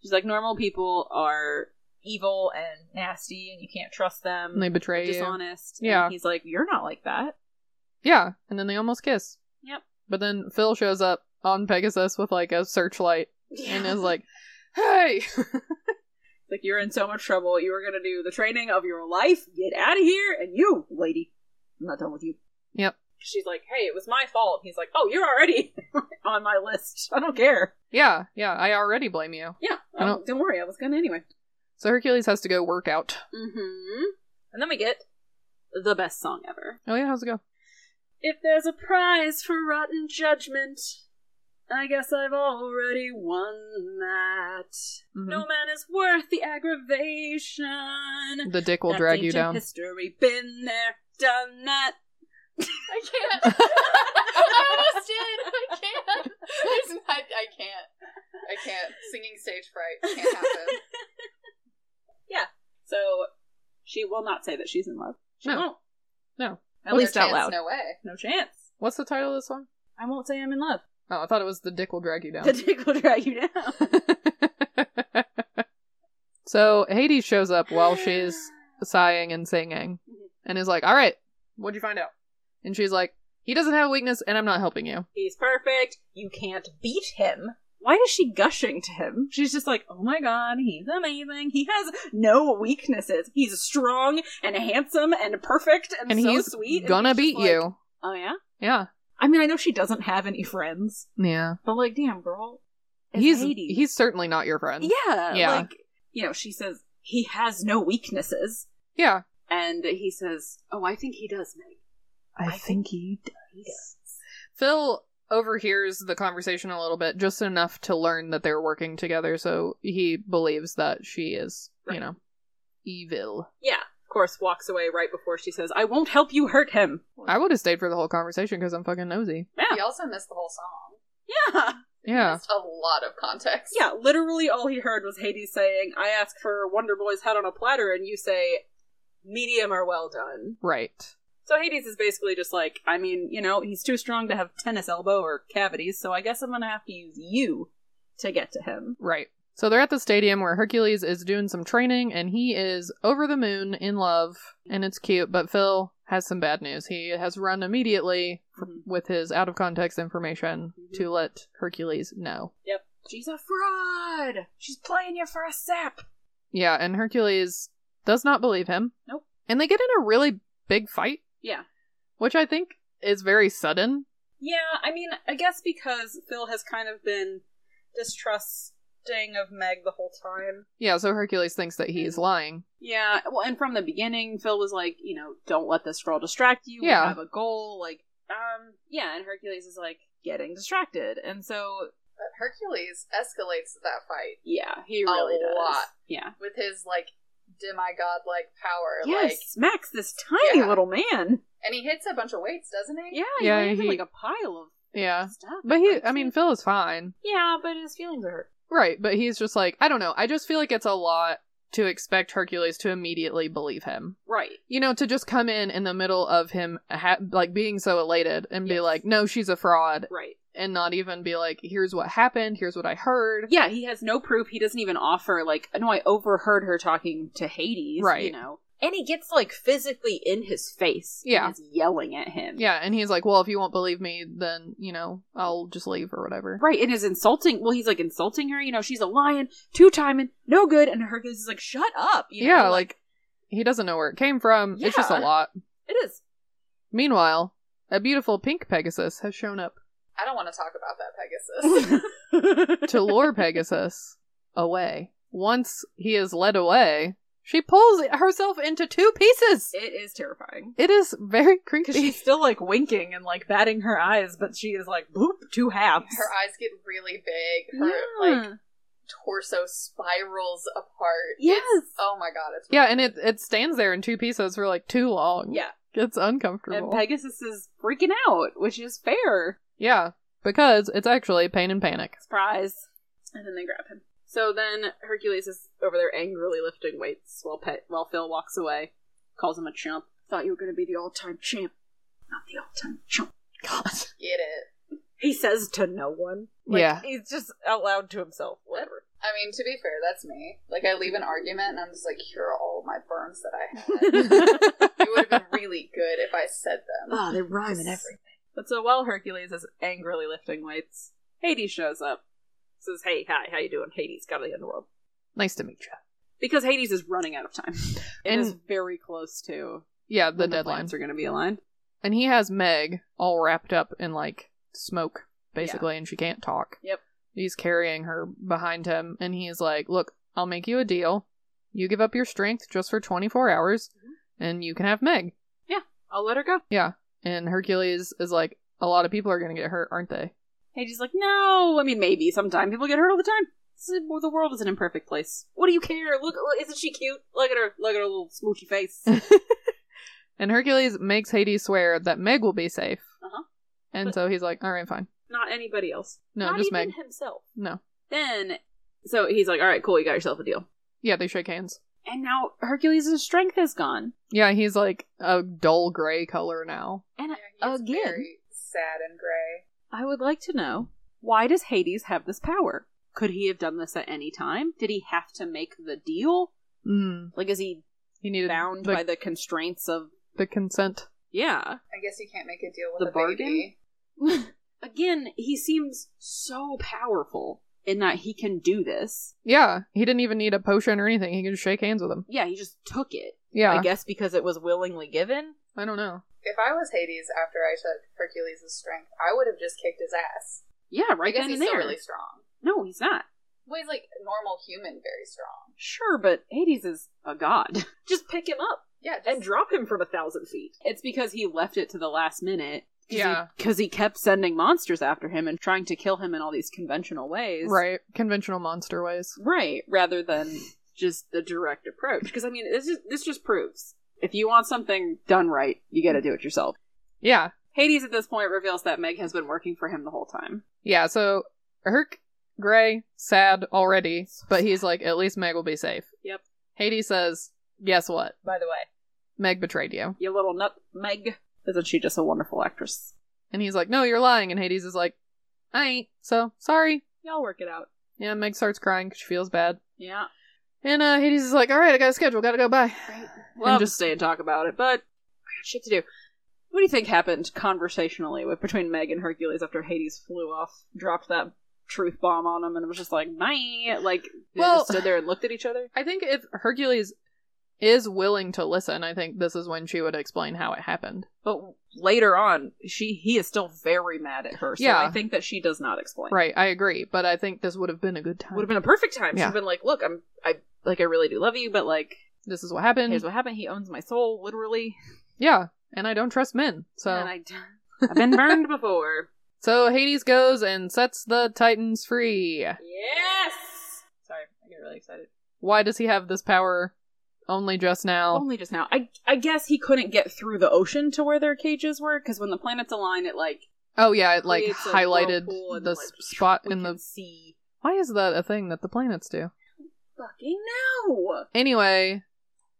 She's like, normal people are evil and nasty, and you can't trust them. And they betray you. dishonest. Yeah. And he's like, you're not like that. Yeah, and then they almost kiss. Yep. But then Phil shows up on Pegasus with like a searchlight and is [laughs] like, "Hey, like you're in so much trouble. You are gonna do the training of your life. Get out of here, and you, lady, I'm not done with you. Yep. She's like, hey, it was my fault. He's like, oh, you're already [laughs] on my list. I don't care. yeah, yeah, I already blame you." Yeah. I Oh, um, don't- don't worry. I was gonna anyway. So Hercules has to go work out. Mm-hmm. And then we get the best song ever. Oh yeah, how's it go? If there's a prize for rotten judgment, I guess I've already won that. Mhm. No man is worth the aggravation. The dick will That's drag you ancient down. History, been there, done that. [laughs] I can't. [laughs] I almost did. I can't. It's not, I can't. I can't. Singing stage fright [laughs] can't [laughs] happen. So she will not say that she's in love. She No. won't. No. At No least out chance, loud. No way. No chance. What's the title of the song? I won't say I'm in love. Oh, I thought it was "The Dick Will Drag You Down." [laughs] The dick will drag you down. [laughs] so Hades shows up while she's [sighs] sighing and singing, and is like, "All right, what'd you find out?" And she's like, "He doesn't have a weakness, and I'm not helping you." He's perfect. You can't beat him. Why is she gushing to him? She's just like, oh my god, he's amazing. He has no weaknesses. He's strong and handsome and perfect and, and so he's sweet. And gonna he's beat just like- you. Oh yeah. Yeah, I mean, I know she doesn't have any friends, yeah. but like, damn girl, it's He's Hades. he's certainly not your friend. yeah, Yeah. Like you know, she says he has no weaknesses, yeah. and he says, oh, I think he does, Meg. I think he He does. Phil overhears the conversation a little bit, just enough to learn that they're working together. So he believes that she is, Right. you know, evil. Yeah. Of course, walks away right before she says, "I won't help you hurt him." I would have stayed for the whole conversation because I'm fucking nosy. He also missed the whole song. Yeah. [laughs] Yeah, Missed a lot of context. Yeah, literally all he heard was Hades saying, I ask for Wonder Boy's head on a platter, and you say, medium or well done. right. So Hades is basically just like, I mean, you know, he's too strong to have tennis elbow or cavities, so I guess I'm gonna have to use you to get to him. Right. So they're at the stadium where Hercules is doing some training and he is over the moon in love and it's cute, but Phil has some bad news. He has run immediately fr- Mhm. with his out of context information Mhm. to let Hercules know. Yep. She's a fraud! She's playing you for a sap! Yeah, and Hercules does not believe him. Nope. And they get in a really big fight, Yeah. which I think is very sudden. Yeah, I mean, I guess because Phil has kind of been distrusting of Meg the whole time. Yeah, so Hercules thinks that he Mm-hmm. is lying. Yeah, well, and from the beginning, Phil was like, you know, don't let this girl distract you. Yeah. We have a goal. Like, um, yeah, and Hercules is like getting distracted, and so But Hercules escalates that fight yeah, he A really does. lot. Yeah. with his like demigod like power. Like Yes, Max, this tiny Yeah. little man. and he hits a bunch of weights, doesn't he? Yeah, he Yeah, weighs in, he- like a pile Yeah. of stuff. But he, Like, I mean, Phil is fine. yeah, but his feelings are hurt. Right, but he's just like, I don't know. I just feel like it's a lot to expect Hercules to immediately believe him. Right. You know, to just come in in the middle of him, ha- like, being so elated and be Yes. like, no, she's a fraud, Right. and not even be like, here's what happened, here's what I heard. Yeah, he has no proof. He doesn't even offer like no, I overheard her talking to Hades, you Right. know. And he gets like physically in his face. and Yeah. is yelling at him. Yeah, and he's like, well, if you won't believe me, then, you know, I'll just leave or whatever. Right, and is insulting well, he's like insulting her, you know, she's a lion, two timing, no good, and Hercules is like, Shut up, you yeah, know, like, he doesn't know where it came from. It's just a Yeah. lot. it [laughs] is. Meanwhile, a beautiful pink Pegasus has shown up I don't want to talk about [laughs] that Pegasus. to lure Pegasus away. Once he is led away, she pulls herself into two pieces. It is terrifying. [laughs] It is very creepy. Because she's still like winking and like batting her eyes, but she is like boop, two halves. her eyes get really big. Her like torso spirals apart. Yes. It's- oh my god, it's [laughs] yeah, and it, it stands there in two pieces for like too long. Yeah. It's And uncomfortable. Pegasus is freaking out, which is fair. yeah, because it's actually pain and [laughs] panic. [laughs] Surprise. And then they grab him. So then Hercules is over there angrily lifting weights while Pet while Phil walks away, calls him a chump. Thought you were gonna be the all time champ. Not the all time chump. God. get it. He says to no one. Yeah. He's just out loud to himself. Whatever. I mean, to be fair, that's me. Like, I leave an argument and I'm just like, here are all my burns that I had. [laughs] it would have been really good if I said them. they're rhyming everything. But so while Hercules is angrily lifting weights, Hades shows up. Says, "Hey, hi, how you doing? Hades, got to the underworld." Nice to meet you. Because Hades is running out of time. And- and is very close to Yeah, the when deadline. planets are going to be aligned. and he has Meg all wrapped up in like smoke, basically, and she can't talk. Yep. He's carrying her behind him, and he's like, Look, I'll make you a deal. You give up your strength just for 24 hours, Mm-hmm. and you can have Meg. I'll let her go. Yeah. And Hercules is like, A lot of people are going to get hurt, aren't they? Hades is like, no. I mean, maybe sometime people get hurt all the time. This is- The world is an imperfect place. What do you care? Look, look, isn't she cute? Look at her. Look at her little smoochy [laughs] face. And Hercules makes Hades swear that Meg will be safe. Uh-huh. And But- so he's like, All right, fine. Not anybody else. No, Not just even Meg. himself. No. Then, so he's like, all right, cool. You got yourself a deal. Yeah, they shake hands. And now Hercules' strength is gone. Yeah, he's like a dull gray color now. And Yeah, he's again, very sad and gray. I would like to know why does Hades have this power? Could he have done this at any time? Did he have to make the deal? Mm. Like, is he He needed bound the, by the constraints of? the consent. Yeah. I guess you can't make a deal with The a baby. bargain? [laughs] Again, he seems so powerful in that he can do this. Yeah, he didn't even need a potion or anything. He could just shake hands with him. Yeah, he just took it. Yeah, I guess because it was willingly given. I don't know. If I was Hades after I took Hercules' strength, I would have just kicked his ass. Yeah, right I guess then he's and there. still really strong. no, he's not. Well, he's like normal human, very strong. Sure, but Hades is a god. [laughs] just pick him up. Yeah, just, and drop him from a thousand feet. It's because he left it to the last minute. Yeah. Because he kept sending monsters after him and trying to kill him in all these conventional ways. Right, conventional monster ways. Right. Rather than just the direct approach. Because, I mean, this, is, this just proves if you want something done right, you got to do it yourself. Yeah, Hades at this point reveals that Meg has been working for him the whole time. yeah. So Herc, Gray, sad already, but he's like, at least Meg will be safe. Yep. Hades says, guess what? By the way, Meg betrayed you, you little nut Meg. Isn't she just a wonderful actress? and he's like, no, you're lying. And Hades is like, I ain't. So sorry. Y'all work it out. Yeah, Meg starts crying 'cause she feels bad, Yeah. and uh, Hades is like, all right, I got a schedule, gotta go. Bye. Well, And just stay and talk about it, but I got shit to do. What do you think happened conversationally with between Meg and Hercules after Hades flew off, dropped that truth bomb on him, and it was just like, bye? Like, they Well- just stood there and looked at each other? I think if Hercules is willing to listen, I think this is when she would explain how it happened. But later on, she he is still very mad at her. So Yeah. I think that she does not explain. Right, I agree, but I think this would have been a good time. Would have been a perfect time. Yeah. She'd been like, "Look, I'm I like I really do love you, but like this is what happened. here's what happened. He owns my soul, literally. yeah, and I don't trust men. So [laughs] and I, I've been burned before. So Hades goes and sets the Titans free. Yes. Sorry, I get really excited. Why does he have this power only just now? Only just now. I I guess he couldn't get through the ocean to where their cages were because when the planets align, it like Oh yeah, it like creates a highlighted whirlpool and the then, s- like, spot we in can the see. Why is that a thing that the planets do? Fucking no. Anyway,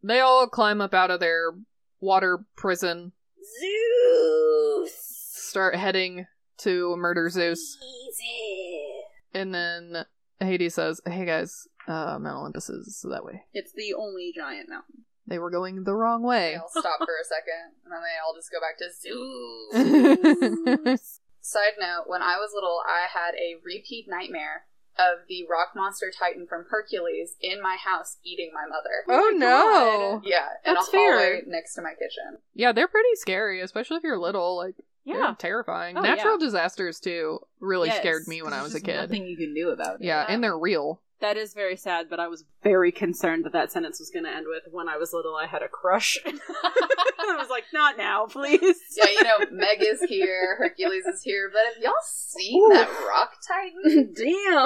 they all climb up out of their water prison, Zeus. start heading to murder Zeus, Easy. and then Hades says, "Hey guys, uh Mount Olympus is that way. It's the only giant mountain. They were going the wrong way." They all stop for a second, and then they all just go back to Zeus. That's Side note, when I was little, I had a repeat nightmare of the rock monster titan from Hercules in my house eating my mother. Oh, my no. God. Yeah, in That's a hallway fair. next to my kitchen. Yeah, they're pretty scary, especially if you're little. Like, they're Yeah. terrifying. Oh, Natural disasters too really Yeah, scared it's- me when there's I was a just kid. Nothing you can do about it. Yeah, and they're real. that is very sad. But I was very concerned that that sentence was going to end with "When I was little, I had a crush." [laughs] I was like, "Not now, please." Yeah, you know, Meg is here, Hercules is here, but have y'all seen Ooh. that rock titan? [laughs]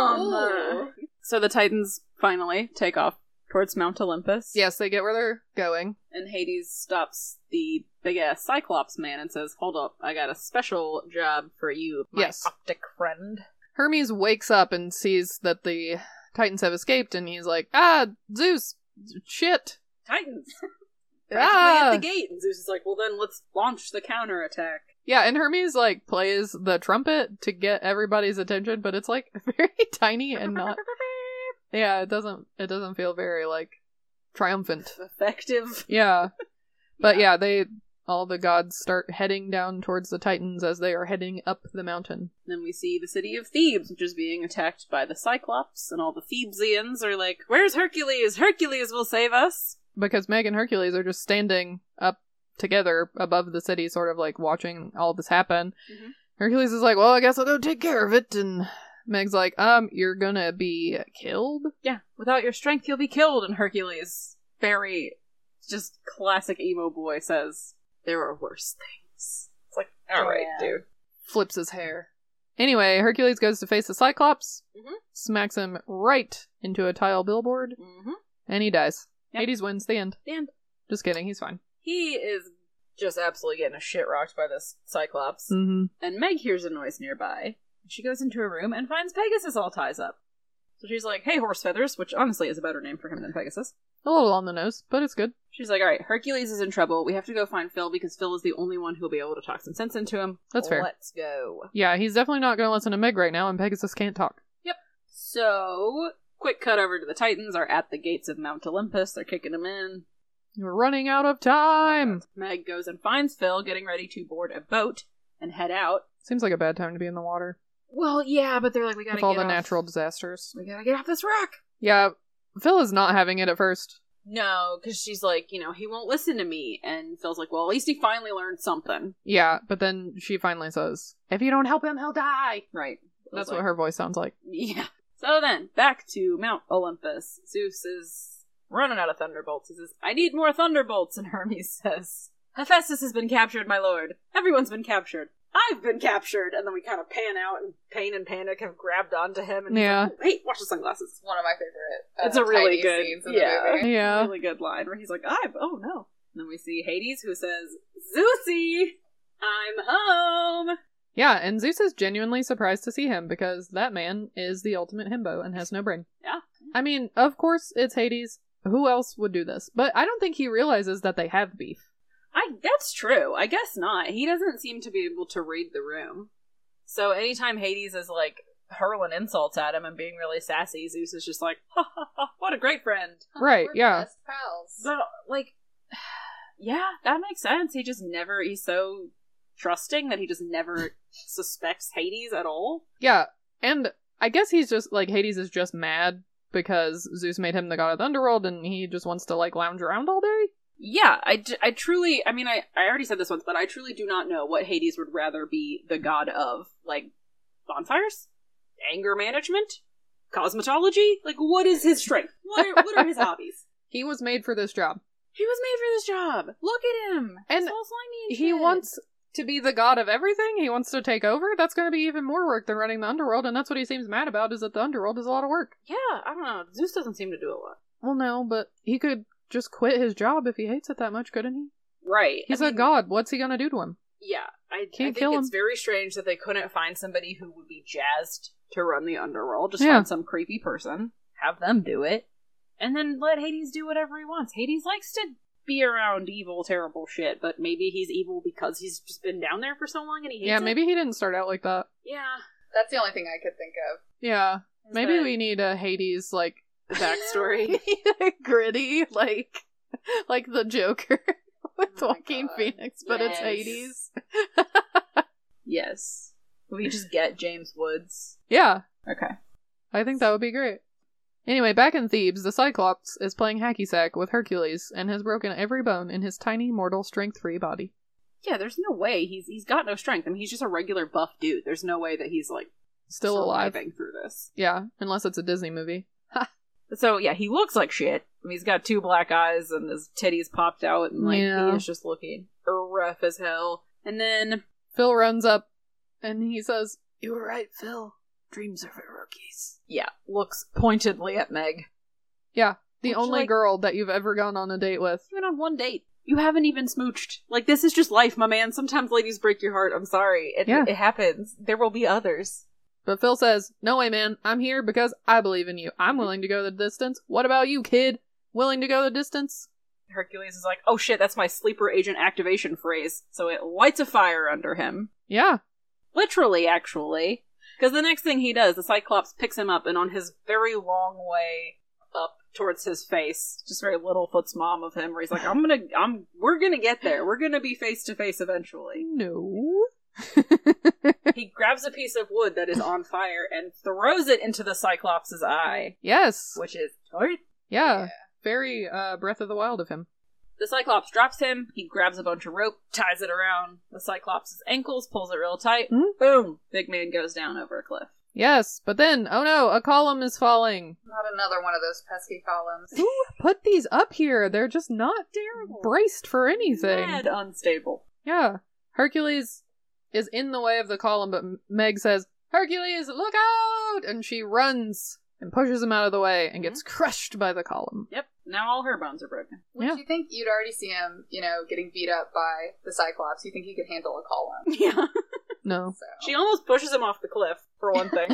Damn. Ooh. So the Titans finally take off towards Mount Olympus. Yes, they get where they're going. And Hades stops the big ass Cyclops man and says, "Hold up, I got a special job for you, my Yes. optic friend." Hermes wakes up and sees that the Titans have escaped, and he's like, "Ah, Zeus, shit!" Titans. Ah. ah! at the gate, and Zeus is like, "Well, then let's launch the counterattack." Yeah, and Hermes like plays the trumpet to get everybody's attention, but it's like [laughs] very tiny and not. Yeah, it doesn't. It doesn't feel very like triumphant. effective. Yeah. But yeah. they all the gods start heading down towards the Titans as they are heading up the mountain. Then we see the city of Thebes, which is being attacked by the Cyclops, and all the Thebesians are like, "Where's Hercules? Hercules will save us." Because Meg and Hercules are just standing up together above the city, sort of like watching all this happen. Mhm. Hercules is like, Well, I guess I'll go take care of it and Meg's like, Um, you're gonna be killed? Yeah, without your strength, you'll be killed. And Hercules, very just classic emo boy, says, "There are worse things." It's like, all right, dude. Flips his hair. Anyway, Hercules goes to face the Cyclops, Mhm. smacks him right into a tile billboard, Mm-hmm. and he dies. Yep. Hades wins the end. And Just kidding, he's fine. he is just absolutely getting a shit rocked by this Cyclops. Mm-hmm. And Meg hears a noise nearby. She goes into a room and finds Pegasus all ties up. So she's like, hey, horse feathers, which honestly is a better name for him than Pegasus. A little on the nose, but it's good. She's like, all right, Hercules is in trouble. We have to go find Phil because Phil is the only one who'll be able to talk some sense into him. That's fair. Let's go. Yeah, he's definitely not going to listen to Meg right now, and Pegasus can't talk. So, quick cut over to the Titans are at the gates of Mount Olympus. They're kicking them in. We're running out of time. Meg goes and finds Phil, getting ready to board a boat and head out. Seems like a bad time to be in the water Well, yeah, but they're like, we gotta with all get the off- natural disasters. We gotta get off this rock. Yeah, Phil is not having it at first. No, because she's like, you know, he won't listen to me. And Phil's like, well, at least he finally learned something. Yeah, but then she finally says, "If you don't help him, he'll die." Right. That's like- what her voice sounds like. Yeah. So then, back to Mount Olympus. Zeus is running out of thunderbolts. He says, I need more thunderbolts. And Hermes says, Hephaestus has been captured, my lord. Everyone's been captured. I've been captured. And then we kind of pan out, and pain and panic have grabbed onto him. And he's Yeah. like, wait, watch the sunglasses. It's one of my favorite. uh, It's a really tiny good- scenes in yeah. the movie. Yeah, Really good line where he's like, I've, oh no. And then we see Hades who says, Zeusy, I'm home. yeah, and Zeus is genuinely surprised to see him because that man is the ultimate himbo and has no brain. Yeah. I mean, of course it's Hades. Who else would do this? But I don't think he realizes that they have beef. I that's true. I guess not. He doesn't seem to be able to read the room. So anytime Hades is like hurling insults at him and being really sassy, Zeus is just like, ha, ha, ha, "What a great friend." [laughs] Right, We're yeah. best pals. So like, [sighs] yeah, that makes sense. He just never he's so trusting that he just never suspects Hades at all. Yeah, and I guess he's just like Hades is just mad because Zeus made him the god of the underworld and he just wants to like lounge around all day? Yeah, I, d- I truly, I mean, I, I already said this once, but I truly do not know what Hades would rather be the god of. Like, bonfires? Anger management? Cosmetology? Like, what is his strength? What are, what are [laughs] his hobbies? He was made for this job. He was made for this job. Look at him. And He's all slimy and He shit. wants to be the god of everything. He wants to take over. That's going to be even more work than running the underworld, and that's what he seems mad about is that the underworld is a lot of work. Yeah, I don't know. Zeus doesn't seem to do a lot. Well, no, but he could just quit his job if he hates it that much, couldn't he? Right. He's I a mean, god. What's he going to do to him? Yeah, I, I Can't think kill it's him. very strange that they couldn't find somebody who would be jazzed to run the underworld. Just Yeah. find some creepy person, have them do it, and then let Hades do whatever he wants. Hades likes to be around evil, terrible shit, but maybe he's evil because he's just been down there for so long and he hates yeah, it. maybe he didn't start out like that. Yeah, That's the only thing I could think of. Yeah. Is Maybe that- we need a Hades like [laughs] [laughs] Backstory. gritty like like the Joker [laughs] with Oh my Joaquin God. Phoenix, but it's Yes. Hades. [laughs] yes. We just get James Woods. Yeah, Okay. I think that would be great. Anyway, back in Thebes, the Cyclops is playing hacky sack with Hercules and has broken every bone in his tiny mortal strength-free body. Yeah, there's no way he's he's got no strength. I mean, he's just a regular buff dude. There's no way that he's like Still alive. surviving through this. Yeah, unless it's a Disney movie. So yeah, he looks like shit. I mean, he's got two black eyes and his titties popped out, and like Yeah. he is just looking rough as hell. And then Phil runs up and he says, "You were right, Phil. Dreams are for rookies." yeah, looks pointedly at Meg. Yeah, the Which, only like- girl that you've ever gone on a date with. Even on one date, you haven't even smooched. Like this is just life, my man. Sometimes ladies break your heart. I'm sorry, it, Yeah. it happens. There will be others. But Phil says, No way, man. I'm here because I believe in you. I'm willing to go the distance. What about you, kid? Willing to go the distance? Hercules is like, oh shit, that's my sleeper agent activation phrase. So it lights a fire under him. Yeah. literally actually because the next thing he does the cyclops picks him up and on his very long way up towards his face just very littlefoot's mom of him where he's like i'm gonna i'm we're gonna get there we're gonna be face to face eventually [laughs] No. he grabs a piece of wood that is on fire and throws it into the cyclops's eye yes. which is tart. Yeah. Very uh, Breath of the Wild of him. the cyclops drops him he grabs a bunch of rope ties it around the cyclops's ankles pulls it real tight Hmm? boom big man goes down over a cliff Yes. But then, oh no, a column is falling. Not another one of those pesky columns. Who put these up here? They're just not braced for anything. Mad unstable Yeah. Hercules is in the way of the column, but M- Meg says, Hercules, look out! And she runs and pushes him out of the way and gets crushed by the column. Yep. Now all her bones are broken. Would Yeah. you think you'd already see him, you know, getting beat up by the Cyclops? You think he could handle [laughs] a column? Yeah. No. [laughs] So, She almost pushes him off the cliff, for one [laughs] thing.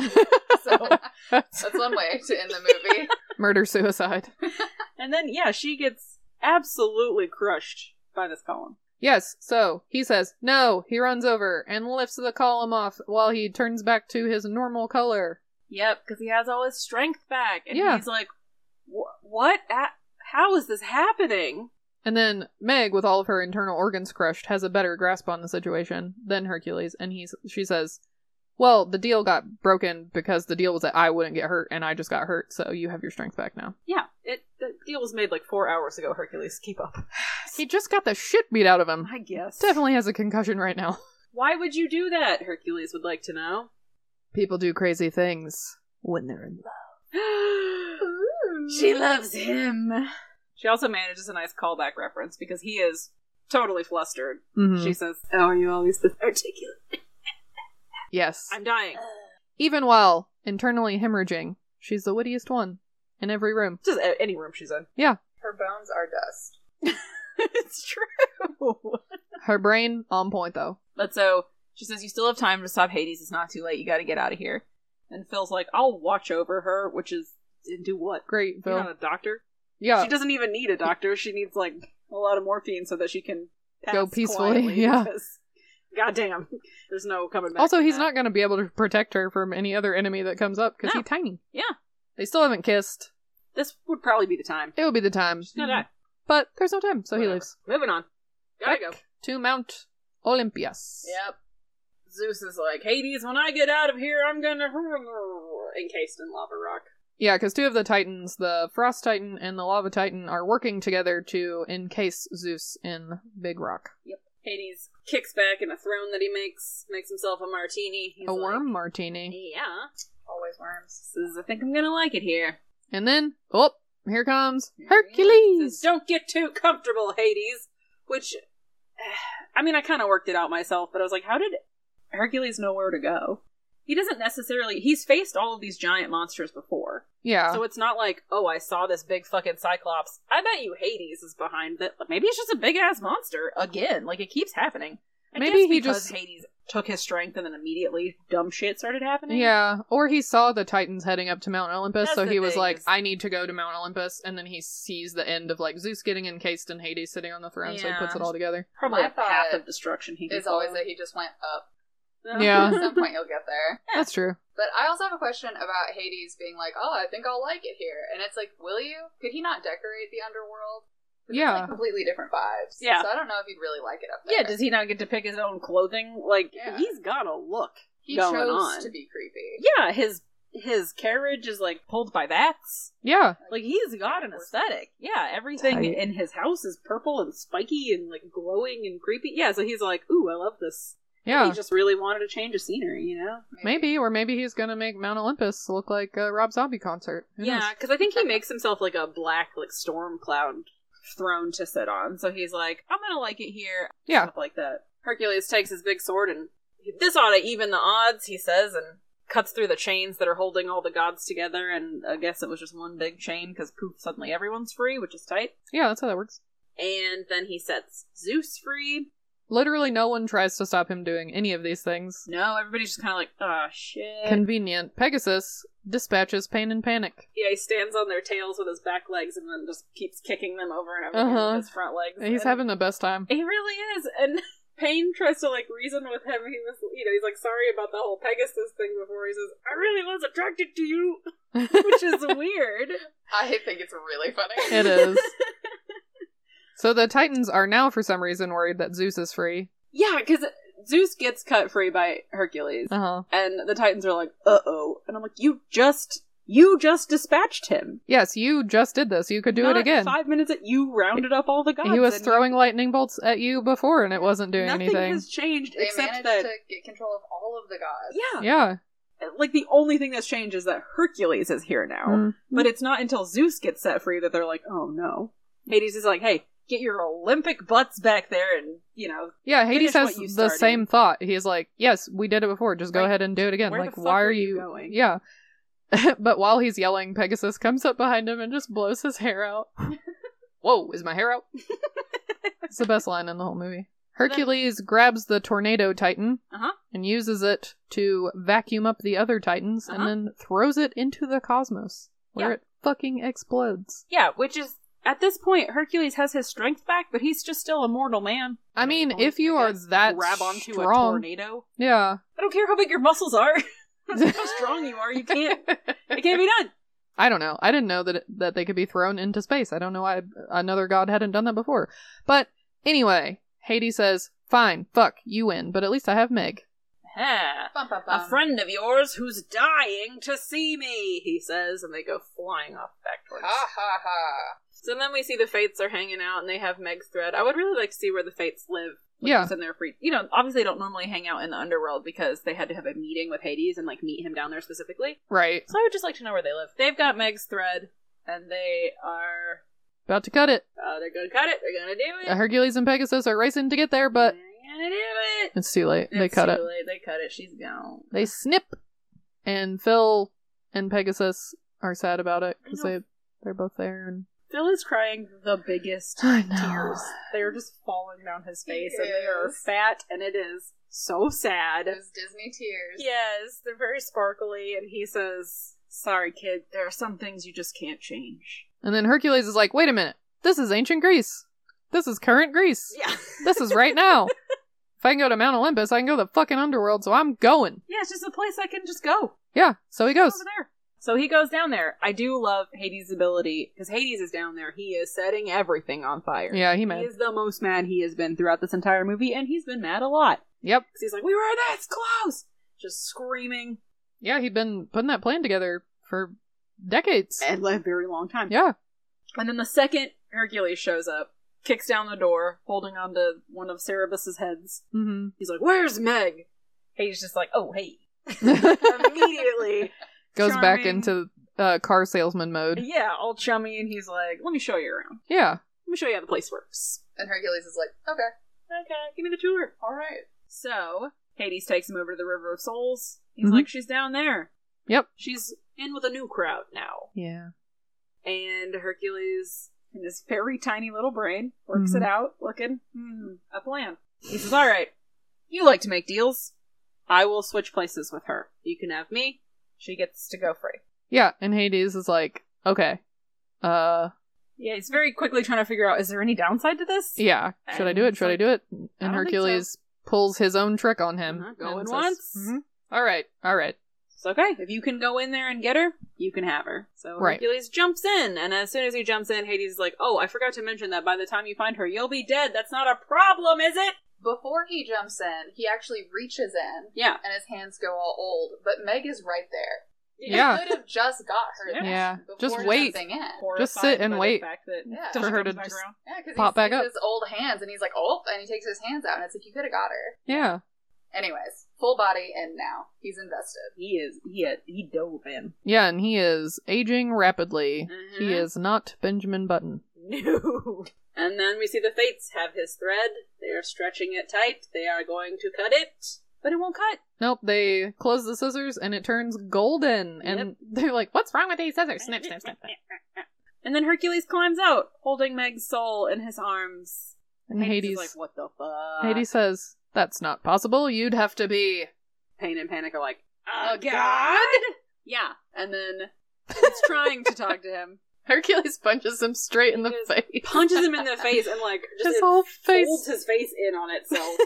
so [laughs] that's one way to end the [laughs] movie. Murder suicide. [laughs] and then, yeah, she gets absolutely crushed by this column. Yes, so he says no. He runs over and lifts the column off while he turns back to his normal color. Yep, because he has all his strength back. And Yeah. he's like, "Wh- what? A- how is this happening? And then Meg, with all of her internal organs crushed, has a better grasp on the situation than Hercules, and he's she says, "Well, the deal got broken because the deal was that I wouldn't get hurt, and I just got hurt, so you have your strength back now." Yeah, it the deal was made like four hours ago, Hercules. Keep up. He just got the shit beat out of him. I guess. Definitely has a concussion right now. [laughs] Why would you do that? Hercules would like to [gasps] know. People do crazy things when they're in love. she loves him. She also manages a nice callback reference because he is totally flustered. Mhm. She says, Oh, are you always this articulate? Uh, Yes. I'm dying. Even while internally hemorrhaging, she's the wittiest one in every room. Just a- any room she's in. [laughs] Yeah, Her bones are dust. it's true. her brain on point though. But so she says, You still have time to stop Hades. It's not too late. You got to get out of here. And Phil's like, I'll watch over her, which is do what? Great, You're Phil. not a doctor. Yeah, She doesn't even need a doctor. She needs like a lot of morphine so that she can pass Go peacefully, quietly yeah. Because, goddamn, there's no coming back. also from he's that. not going to be able to protect her from any other enemy that comes up because No. he's tiny. Yeah, They still haven't kissed. this would probably be the time. It will be the time, She's gonna die. but there's no time, so Whatever. he leaves Moving on. Gotta go. to Mount Olympias. Yep. Zeus is like, Hades, when I get out of here, I'm gonna [laughs] encased in lava rock. Yeah, because two of the Titans, the Frost Titan and the Lava Titan, are working together to encase Zeus in Big Rock. Hades kicks back in a throne that he makes, makes himself a martini. He's a like, worm martini. Yeah. Always worms. Says, I think I'm gonna like it here. And then, oh, here comes Here he is. Hercules! Says, Don't get too comfortable, Hades. Which, [sighs] I mean, I kind of worked it out myself, but I was like, how did Hercules know where to go? He doesn't necessarily. He's faced all of these giant monsters before. Yeah. So it's not like, oh, I saw this big fucking Cyclops. I bet you Hades is behind that. Maybe it's just a big ass monster again. Like it keeps happening. I Maybe guess he because just- Hades took his strength and then immediately dumb shit started happening. yeah, or he saw the Titans heading up to Mount Olympus, That's so the he was thing like, is- I need to go to Mount Olympus, and then he sees the end of like Zeus getting encased and Hades sitting on the throne, so he Yeah. puts it all together. probably My a path thought of destruction. He could It's always follow. that he just went up. [laughs] Yeah. [laughs] At some point, you'll get there. That's true. But I also have a question about Hades being like, "Oh, I think I'll like it here," and it's like, "Will you? Could he not decorate the underworld?" 'Cause it's, Yeah. like, completely different vibes. Yeah. so I don't know if he'd really like it up there. Yeah, does he not get to pick his own clothing? Like Yeah. he's got a look He going chose on. to be creepy. yeah, his his carriage is like pulled by bats. Yeah. Like he's got an aesthetic. Yeah, everything Tight. in his house is purple and spiky and like glowing and creepy. Yeah, so he's like, "Ooh, I love this." Yeah. He just really wanted to change of scenery, you know? Maybe, or maybe he's gonna make Mount Olympus look like a Rob Zombie concert. Who Yeah, knows? because I think [laughs] he makes himself like a black like storm cloud throne to sit on. So he's like, I'm gonna like it here. Yeah. stuff like that. Hercules takes his big sword and this ought to even the odds, he says, and cuts through the chains that are holding all the gods together. And I guess it was just one big chain because poof, suddenly everyone's free, which is tight. Yeah, that's how that works. And then he sets Zeus free. Literally, no one tries to stop him doing any of these things. No, everybody's just kind of like, oh shit. Convenient. Pegasus dispatches pain and panic. yeah, he stands on their tails with his back legs and then just keeps kicking them over and over again Uh-huh. with his front legs. He's And- having the best [laughs] time. He really is. And [laughs] Payne tries to like reason with him. He was, you know, he's like sorry about the whole Pegasus thing before he says, "I really was attracted to you," [laughs] [laughs] which is weird. I think it's really funny. [laughs] It is. so the Titans are now, for some reason, worried that Zeus is free. Yeah, because Zeus gets cut free by Hercules, Uh huh. and the Titans are like, "Uh oh," and I'm like, "You just, you just dispatched him." Yes, you just did this. You could do Not it again. Five minutes. At, you rounded up all the gods. he was and throwing lightning bolts at you before, and it wasn't doing nothing anything. has changed They except managed that. to get control of all of the gods. yeah, Yeah. like the only thing that's changed is that Hercules is here now. Mm. But it's not until Zeus gets set free that they're like, oh no. Hades is like, hey, get your Olympic butts back there and, you know, Yeah, Hades Finish what has you the started. same thought. He's like, "Yes, we did it before. Just go Right. ahead and do it again." Where the like, fuck why were are you you? going? Yeah. [laughs] but while he's yelling, Pegasus comes up behind him and just blows his hair [laughs] out. Whoa, is my hair out? it's the best line in the whole movie. Hercules grabs the tornado titan Uh-huh. and uses it to vacuum up the other titans, Uh-huh. and then throws it into the cosmos where Yeah. it fucking explodes. yeah, which is, at this point, Hercules has his strength back, but he's just still a mortal man. I mean, Only, if you I are guess, that grab onto a strong- tornado. Yeah, I don't care how big your muscles are. [laughs] I don't care how strong you are, [laughs] you can't, it can't be done. I don't know. I didn't know that it, that they could be thrown into space. I don't know why another god hadn't done that before. But anyway, Hades says, "Fine, fuck, you win, but at least I have Meg." Yeah. Bum, bum, A Um, bum. friend of yours who's dying to see me, he says, and they go flying off back towards Ah. Ha ha ha. So then we see the Fates are hanging out and they have Meg's thread. I would really like to see where the Fates live. like, Yeah. just in their free, you know, obviously they don't normally hang out in the underworld because they had to have a meeting with Hades and like meet him down there specifically. Right. So I would just like to know where they live. They've got Meg's thread, and they are About to cut it. uh, they're gonna cut it. They're gonna do it. Hercules and Pegasus are racing to get there, but they're gonna do it. it's too late. they It's cut too it. late. They cut it. She's gone. They snip, and Phil and Pegasus are sad about it because I know. they they're both there. And Phil is crying the biggest I know. tears. They're just falling down his He face, and they are is. fat, and it is so sad. Those Disney tears. Yes, they're very sparkly, and he says, Sorry, kid, there are some things you just can't change. and then Hercules is like, "Wait a minute. This is ancient Greece. This is current Greece. Yeah. [laughs] This is right now. if I can go to Mount Olympus, I can go to the fucking underworld, so I'm going. Yeah, it's just a place I can just go. Yeah, so he goes. Over there. So he goes down there. I do love Hades' ability, because Hades is down there. He is setting everything on fire. Yeah, he mad. He is the most mad he has been throughout this entire movie, and he's been mad a lot. Yep. 'Cause he's like, We were this close! Just screaming. Yeah, he'd been putting that plan together for decades. And a very long time. Yeah. And then the second Hercules shows up, kicks down the door, holding onto one of Cerberus's heads. Mm-hmm. He's like, "Where's Meg?" He's just like, "Oh, hey!" Immediately [laughs] Goes back Charming. into uh, car salesman mode. yeah, all chummy, and he's like, "Let me show you around. Yeah. Let me show you how the place works." And Hercules is like, okay, Okay, give me the tour. all right. So Hades takes him over to the River of Souls. He's Mhm. like, "She's down there. Yep. She's in with a new crowd now." Yeah. And Hercules, in his very tiny little brain, works it Mhm. out, looking, hmm, a plan. He says, All right, you like to make deals. I will switch places with her. You can have me. She gets to go free. Yeah. And Hades is like, okay, uh, Yeah, he's very quickly trying to figure out is there any downside to this? yeah, should I do it? Should I do it? And don't think Hercules pulls his own trick on him. Uh-huh, going and once. "Mhm. All right. All right. It's okay. If you can go in there and get her, you can have her. So Right. Hercules jumps in, and as soon as he jumps in, Hades is like, Oh, I forgot to mention that by the time you find her, you'll be dead. That's not a problem, is it? Before he jumps in, he actually reaches in, Yeah. and his hands go all old. But Meg is right there. Yeah. He could have just got her. there Yeah. before Just wait. jumping in. Just sit and [laughs] wait horrified by the fact that Yeah. till for she her comes to back just- around. Yeah, because Pop he back sees up. his old hands, and he's like, "Oh!" And he takes his hands out, and it's like, "You could have got her." Yeah. Anyways, full body, and now he's invested. He is. He had, he dove in. Yeah. And he is aging rapidly. He Mhm. is not Benjamin Button. No. And then we see the Fates have his thread. They are stretching it tight. They are going to cut it, but it won't cut. Nope, they close the scissors and it turns golden. And [laughs] they're like, what's wrong with these scissors? Snip, snip, snip. snip. And then Hercules climbs out, holding Meg's soul in his arms. And is Hades, like, "What the fuck?" Hades says, that's not possible. You'd have to be. Pain and Panic are like, "A "A god?" Yeah. And then he's trying to talk to [laughs] him. Hercules punches him straight in the He just face. Punches him in the face and like just [laughs] His whole face. folds his face in [laughs] on itself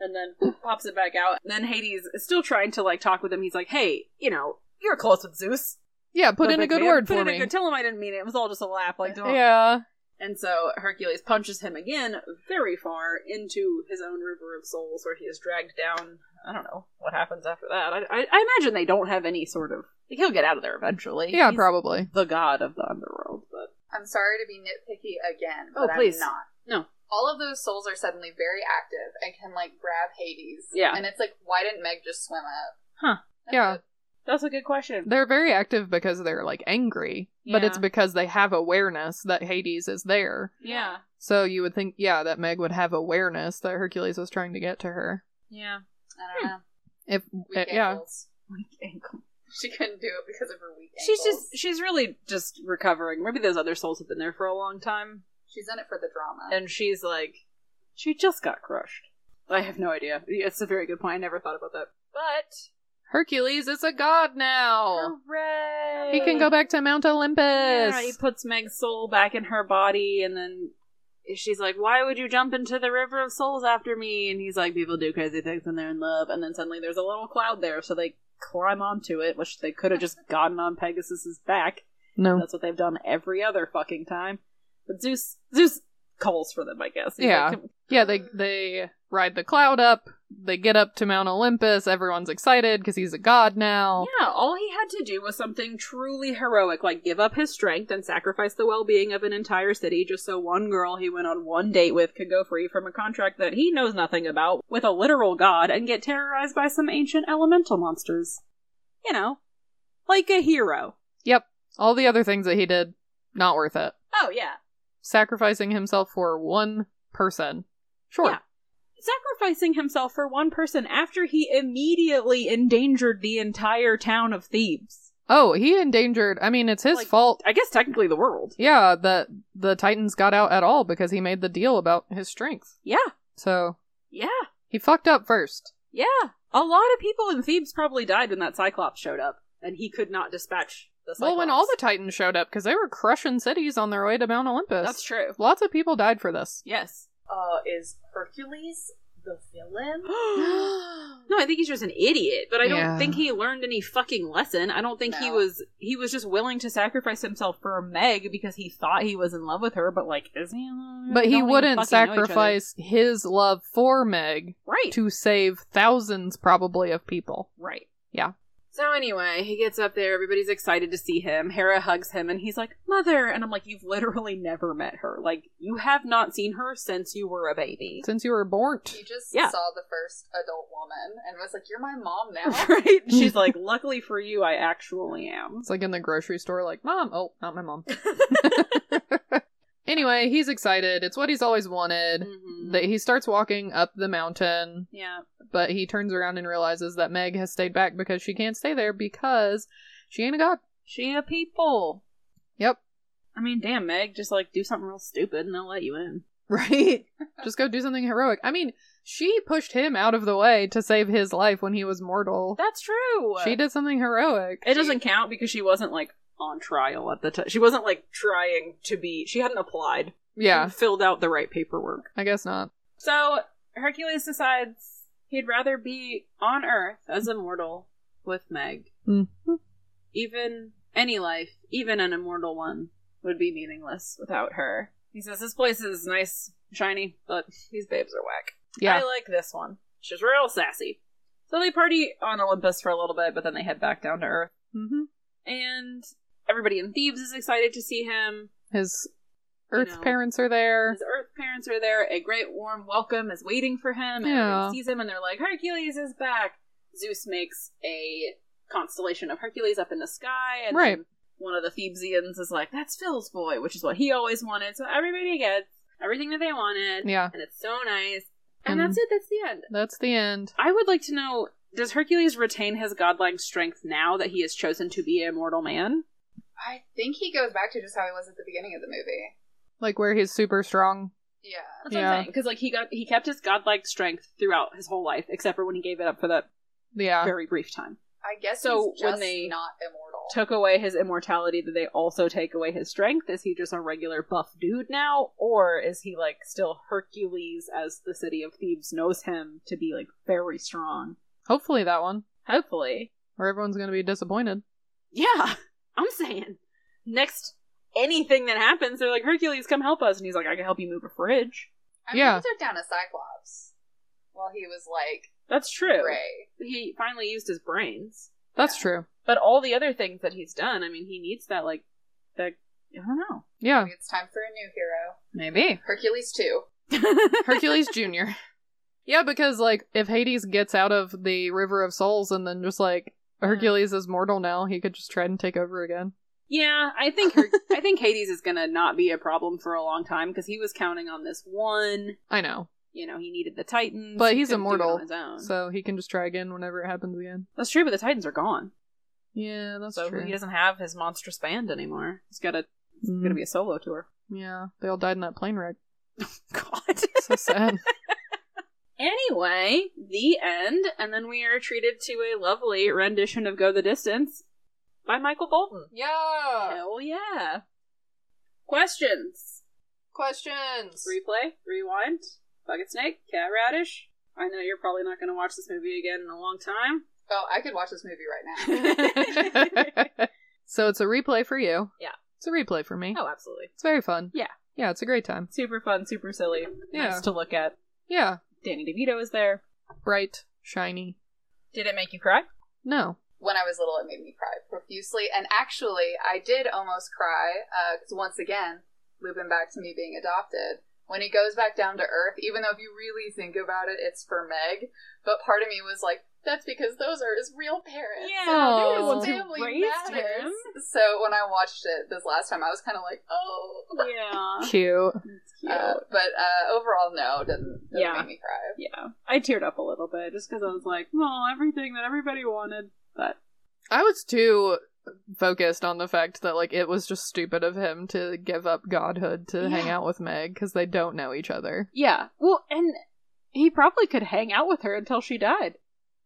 and then pops it back out. And then Hades is still trying to like talk with him. He's like, hey, you know, you're close with Zeus. yeah, put But in a like, good man, word put for in me. A good, tell him I didn't mean it. It was all just a laugh. Like, don't. yeah. And so Hercules punches him again very far into his own river of souls where he is dragged down. I don't know what happens after that. I, I, I imagine they don't have any sort of. He'll get out of there eventually. Yeah, He's probably. The god of the underworld, but. I'm sorry to be nitpicky again, Oh, but please. I'm not. No. All of those souls are suddenly very active and can like grab Hades. Yeah. And it's like, why didn't Meg just swim up? Huh. That's Yeah. it. That's a good question. They're very active because they're like angry, but it's Yeah. because they have awareness that Hades is there. yeah. So you would think, yeah, that Meg would have awareness that Hercules was trying to get to her. Yeah. [laughs] I Hmm. don't know. If Weak uh, yeah, ankles. [laughs] She couldn't do it because of her weak ankles. She's just she's really just recovering. Maybe those other souls have been there for a long time. she's in it for the drama. And she's like she just got crushed. I have no idea. Yeah, It's a very good point. I never thought about that. But Hercules is a god now. hooray! He can go back to Mount Olympus. Oh, Yeah, he puts Meg's soul back in her body and then she's like, Why would you jump into the river of souls after me? And he's like, People do crazy things when they're in love and then suddenly there's a little cloud there, so they climb onto it, which they could have just gotten on Pegasus's back. no. That's what they've done every other fucking time. But Zeus, Zeus calls for them, I guess. Yeah. like, "Come- Yeah, they they ride the cloud up. They get up to Mount Olympus. Everyone's excited because he's a god now. yeah. All he had to do was something truly heroic, like give up his strength and sacrifice the well-being of an entire city just so one girl he went on one date with could go free from a contract that he knows nothing about with a literal god and get terrorized by some ancient elemental monsters. You know, like a hero. Yep. All the other things that he did, not worth it. Oh yeah. Sacrificing himself for one person. Sure. Yeah. Sacrificing himself for one person after he immediately endangered the entire town of Thebes. Oh, he endangered. I mean, it's his Like- fault. I guess technically the world. Yeah, that the Titans got out at all because he made the deal about his strength. Yeah, So yeah, he fucked up first. yeah. A lot of people in Thebes probably died when that Cyclops showed up, and he could not dispatch the Cyclops. Well, when all the Titans showed up, because they were crushing cities on their way to Mount Olympus. that's true. Lots of people died for this. Yes. [gasps] uh, is Hercules the villain? [gasps] No, I think he's just an idiot, but I don't Yeah. think he learned any fucking lesson. I don't think he No. was he was just willing to sacrifice himself for Meg because he thought he was in love with her, but like is he? in love with her? But They he Mm, don't even wouldn't fucking know each other. sacrifice his love for Meg Right. to save thousands, probably, of people. Right. Yeah. So anyway, he gets up there. Everybody's excited to see him. Hera hugs him, and he's like, "Mother," and I'm like, "You've literally never met her. Like, you have not seen her since you were a baby." Since you were born. He just Yeah. saw the first adult woman and was like, "You're my mom now." [laughs] [laughs] [laughs] right? She's like, "Luckily for you, I actually am." It's like in the grocery store, like, Mom, oh, not my [laughs] mom. [laughs] anyway, he's excited. It's what he's always wanted. Mhm. They- He starts walking up the mountain, yeah, but he turns around and realizes that Meg has stayed back because she can't stay there because she ain't a god. she a people. Yep. [laughs] I mean, damn, Meg, just like do something real stupid, and they'll let you in. Right? Just go do something heroic. I mean, she pushed him out of the way to save his life when he was mortal. That's true. She did something heroic. It doesn't count because she wasn't like on trial at the time. She wasn't like trying to be. She hadn't applied. Yeah, She filled out the right paperwork. I guess not. So Hercules decides he'd rather be on Earth as a mortal with Meg. Mhm. Even any life, even an immortal one, would be meaningless without her. He says this place is nice, shiny, but these babes are whack. Yeah. I like this one. She's real sassy. So they party on Olympus for a little bit, but then they head back down to Earth. hmm And everybody in Thebes is excited to see him. His Earth know. parents are there. His Earth parents are there. A great warm welcome is waiting for him. Yeah. Everyone sees him and they're like, Hercules is back. Zeus makes a constellation of Hercules up in the sky. And Right. then one of the Thebesians is like, that's Phil's boy, which is what he always wanted. So everybody gets everything that they wanted. Yeah. Mm-hmm. And it's so nice. And- And that's it. That's the end. That's the end. I would like to know does Hercules retain his godlike strength now that he has chosen to be a mortal man? I think he goes back to just how he was at the beginning of the movie. Like where he's super strong. Yeah. That's what Yeah. I'm saying. Because like he got he kept his godlike strength throughout his whole life, except for when he gave it up for that Yeah. very brief time. I guess So so. when just they not immortal, Took away his immortality, did they also take away his strength? Is he just a regular buff dude now? Or is he like still Hercules as the city of Thebes knows him to be like very strong? Hopefully that one. Hopefully. Or everyone's gonna be disappointed. Yeah. [laughs] I'm saying. Next anything that happens, they're like, Hercules, come help us and he's like, I can help you move a fridge. I mean, Yeah. he took down a Cyclops while he was like That's true. gray. He finally used his brains. That's Yeah. true. But all the other things that he's done, I mean, he needs that, like, that, I don't know. Yeah. Maybe it's time for a new hero. [laughs] Maybe. Hercules too. Hercules Jr. Yeah, because like if Hades gets out of the River of Souls and then just like Hercules is mortal now, he could just try and take over again. Yeah, I think her, I think Hades is gonna not be a problem for a long time because he was counting on this one. I know. You know, he needed the Titans, But He he's couldn't do it immortal, on his own. So he can just try again whenever it happens again. that's true. But the Titans are gone, Yeah, that's so true. he doesn't have his monstrous band anymore. He's got a it's Mm. gonna be a solo tour. [laughs] Yeah, they all died in that plane wreck. God. So sad. anyway, the end, and then we are treated to a lovely rendition of "Go the Distance" by Michael Bolton. [laughs] yeah. Hell yeah. Questions. Questions. Replay, rewind, bucket snake, cat radish. I know you're probably not going to watch this movie again in a long time. Oh, I could watch this movie right [laughs] now. [laughs] [laughs] so it's a replay for you. Yeah. It's a replay for me. oh, absolutely. It's very fun. Yeah. Yeah, it's a great time. Super fun, super silly. Yeah. Nice to look at. Yeah. Danny DeVito is there. Bright, shiny. Did it make you cry? No. when I was little, it made me cry profusely. And actually, I did almost cry because once again, looping back to me being adopted, when he goes back down to Earth, even though if you really think about it, it's for Meg. But part of me was like, that's because those are his real parents. Yeah, they're the His ones who family raised matters. him. So when I watched it this last time, I was kind of like, oh. [laughs] Yeah. Cute. Uh, but uh, overall, no, didn't, didn't Yeah. make me cry. yeah. I teared up a little bit just because I was like, well, everything that everybody wanted. But I was too focused on the fact that like it was just stupid of him to give up godhood to hang Yeah. out with Meg because they don't know each other. yeah. Well, and he probably could hang out with her until she died.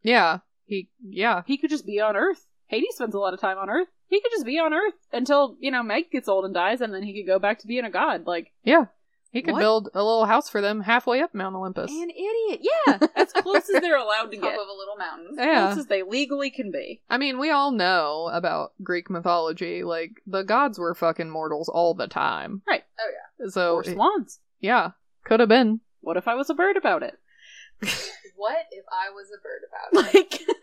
Yeah. He. Yeah. He could just be on Earth. Hades spends a lot of time on Earth. He could just be on Earth until, you know, Meg gets old and dies, and then he could go back to being a god. Like, Yeah. He could What? build a little house for them halfway up Mount Olympus. an idiot. Yeah. As close as they're allowed [laughs] to Top get. of a little mountain. yeah. Close as they legally can be. I mean, we all know about Greek mythology. Like the gods were fucking mortals all the time. Right. Oh, yeah. So or swans. yeah, could have been. [laughs] What if I was a bird about it? [laughs] What if I was a bird about it? [laughs] Like,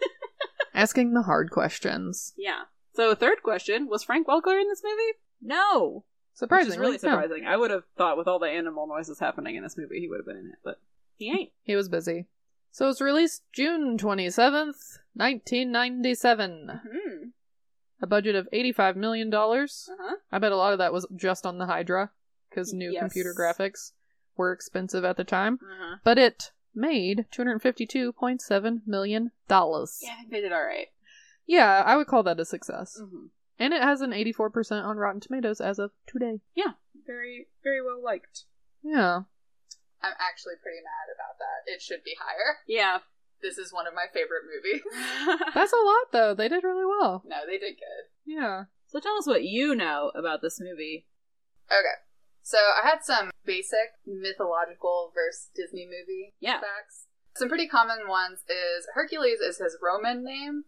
Asking the hard questions. Yeah. So, third question was Frank Welker in this movie? No. Which Surprising. is really surprising. I would have thought with all the animal noises happening in this movie, he would have been in it, but he ain't. He was busy. So it's released June 27th, 1997. [laughs] Hmm. A budget of $85 million. Uh huh. I bet a lot of that was just on the Hydra, because new Yes. computer graphics were expensive at the time. Uh huh. But it made $252.7 million. Yeah, I think they did all right. Yeah, I would call that a success. Mm-hmm. And it has an 84% on Rotten Tomatoes as of today. Yeah. Very, very well liked. Yeah. I'm actually pretty mad about that. It should be higher. Yeah. This is one of my favorite [laughs] movies. That's a lot, though. They did really well. no, they did good. Yeah. so tell us what you know about this movie. Okay. So I had some basic mythological versus Disney movie Yeah. facts. Some pretty common ones is Hercules is his Roman name,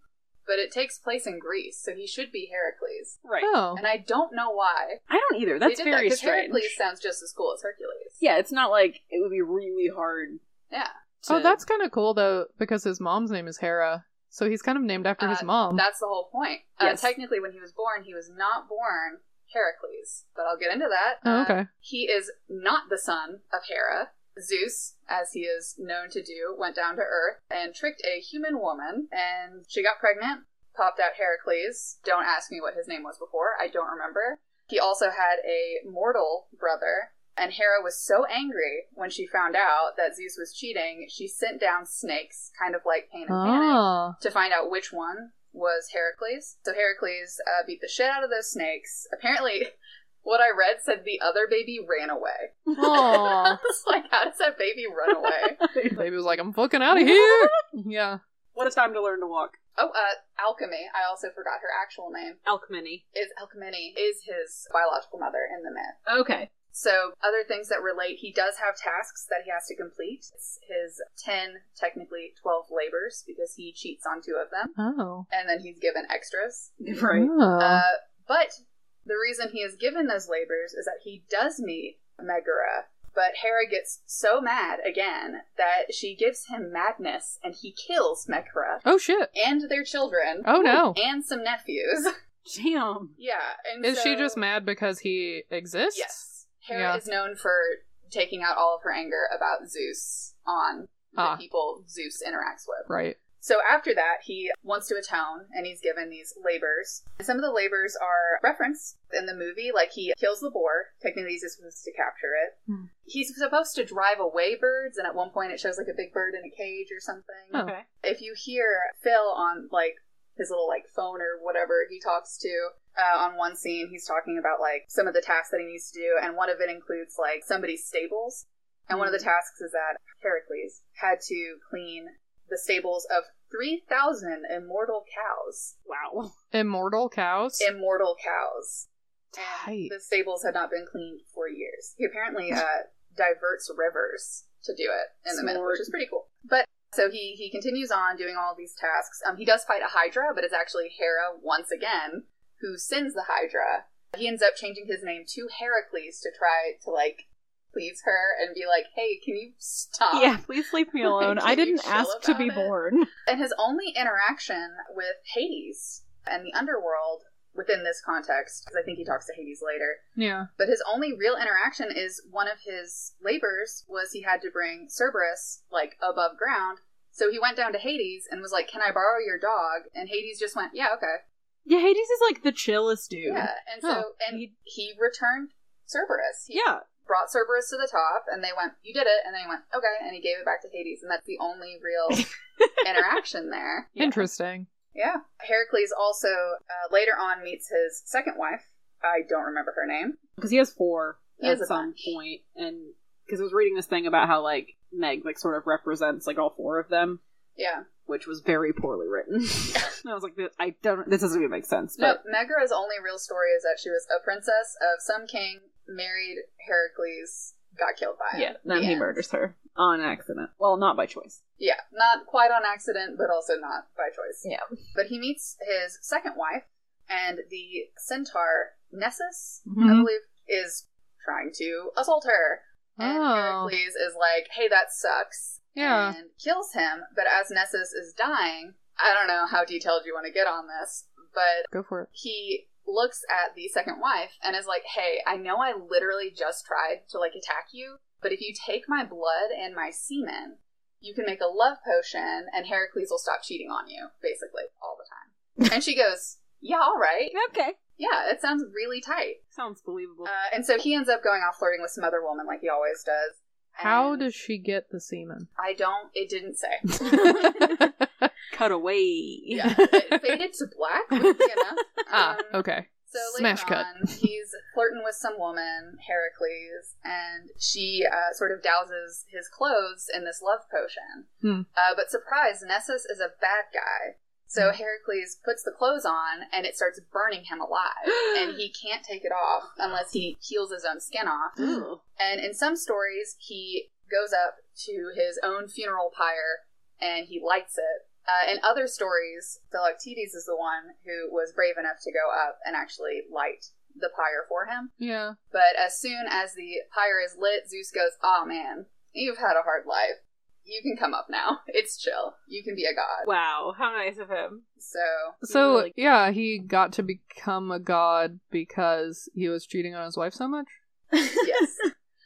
but it takes place in Greece, so he should be Heracles. Right. Oh. And I don't know why. I don't either. They That's did very that, 'cause strange. Heracles sounds just as cool as Hercules. Yeah, it's not like it would be really hard. Yeah. To... Oh, [laughs] that's kind of cool though, because his mom's name is Hera, so he's kind of named after his Uh, mom. That's the whole point. Yes. Uh, technically, when he was born, he was not born Heracles, but I'll get into that. Oh, Uh, okay. he is not the son of Hera. Zeus, as he is known to do, went down to Earth and tricked a human woman, and she got pregnant, popped out Heracles. Don't ask me what his name was before, I don't remember. He also had a mortal brother, and Hera was so angry when she found out that Zeus was cheating, she sent down snakes, kind of like Pain and Panic Ah, to find out which one was Heracles. So Heracles uh, beat the shit out of those snakes. Apparently, [laughs] what I read said the other baby ran away. [laughs] I [laughs] Aw. was like, how does that baby run away? baby was like, "I'm fucking out of [laughs] here." yeah. What a time to learn to walk. oh, uh, Alchemy. I also forgot her actual name. Alchemy. Is Alchemy is his biological mother in the myth. Okay. So other things that relate, he does have tasks that he has to complete. It's his ten, technically twelve labors because he cheats on two of them, Oh. and then he's given extras. Right. Oh. Uh, but the reason he is given those labors is that he does meet Megara, but Hera gets so mad again that she gives him madness and he kills Megara oh shit. and their children. Oh, no. [laughs] And some nephews. [laughs] Damn. yeah. And Is she so- just mad because he exists? Yes. Hera Yeah. is known for taking out all of her anger about Zeus on the Ah. people Zeus interacts with. Right. So after that, he wants to atone and he's given these labors. And some of the labors are referenced in the movie, like he kills the boar. Technically, he's just supposed to capture it. Hmm. He's supposed to drive away birds, and at one point, it shows like a big bird in a cage or something. Oh. Okay. If you hear Phil on like his little like phone or whatever he talks to, uh, on one scene, he's talking about like some of the tasks that he needs to do, and one of it includes like somebody's stables. And one of the tasks is that Heracles had to clean the stables of 3,000 immortal cows. Wow. Immortal cows. Immortal cows. Tight. The stables had not been cleaned for years. He apparently uh, diverts rivers to do it in the myth, Smart. which is pretty cool. But so he he continues on doing all these tasks. Um, he does fight a Hydra, but it's actually Hera once again who sends the Hydra. He ends up changing his name to Heracles to try to like please her and be like, "Hey, can you [laughs] stop?" Yeah, please leave [laughs] me alone. Can I you didn't chill ask to about be it? born. And his only interaction with Hades and the underworld within this context, because I think he talks to Hades later, Yeah. but his only real interaction is one of his labors was he had to bring Cerberus like above ground. So he went down to Hades and was like, "Can I borrow your dog?" And Hades just went, "Yeah, okay." Yeah, Hades is like the chillest dude. Yeah. And so Huh. and he, he returned Cerberus. He Yeah. brought Cerberus to the top and they went, "You did it." And then he went, "Okay." And he gave it back to Hades and that's the only real interaction there. Interesting. Yeah. Heracles also uh, later on meets his second wife. I don't remember her name. Because he has four He at has a some bunch. point, and because I was reading this thing about how like Meg like sort of represents like all four of them, Yeah. which was very poorly [laughs] written. and I was like, "Th- I don't. This doesn't even make sense. But No, Megara's only real story is that she was a princess of some king, married Heracles, got killed by him. yeah, then The he end. murders her on accident. Well, not by choice. Yeah, not quite on accident, but also not by choice. Yeah. But he meets his second wife, and the centaur Nessus, I Mhm. believe, is trying to assault her. And Oh. Heracles is like, hey, that sucks. Yeah. And kills him, but as Nessus is dying, I don't know how detailed you want to get on this, but Go for it. he looks at the second wife and is like, "Hey, I know I literally just tried to like attack you, but if you take my blood and my semen, you can make a love potion, and Heracles will stop cheating on you, basically all the [laughs] time." and she goes, "Yeah, all right. Okay. Yeah, it sounds really tight." Sounds believable. Uh, and so he ends up going off flirting with some other woman, like he always does. How And does she get the semen? I don't? It [laughs] didn't say. Cut away. [laughs] yeah, it faded to [laughs] black. weirdly enough. ah, Um, okay. So later Smash cut. on, he's flirting with some woman, Heracles, and she uh, sort of douses his clothes in this love potion. Hmm. Uh, but surprise, Nessus is a bad guy. So Hmm. Heracles puts the clothes on, and it starts burning him alive, and he can't take it off unless he peels his own skin off. And in some stories, he goes up to his own funeral pyre and he lights it. Uh, in other stories, Philoctetes is the one who was brave enough to go up and actually light the pyre for him. Yeah. But as soon as the pyre is lit, Zeus goes, "Ah man, you've had a hard life. You can come up now. It's chill. You can be a god." Wow, how nice of him. So So really- yeah, he got to become a god because he was cheating on his wife so much. yes,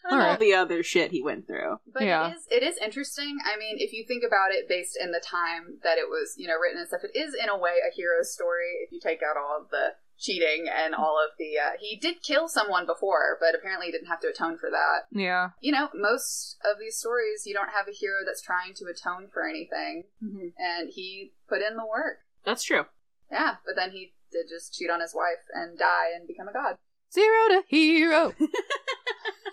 And All all, right. the other shit he went through. But Yeah. it is it is interesting. I mean, if you think about it based in the time that it was, you know, written and stuff, it is in a way a hero's story if you take out all of the cheating and all of the uh, he did kill someone before, but apparently he didn't have to atone for that. Yeah. You know, most of these stories you don't have a hero that's trying to atone for anything Mm-hmm. and he put in the work. That's true. Yeah, but then he did just cheat on his wife and die and become a god. Zero to hero.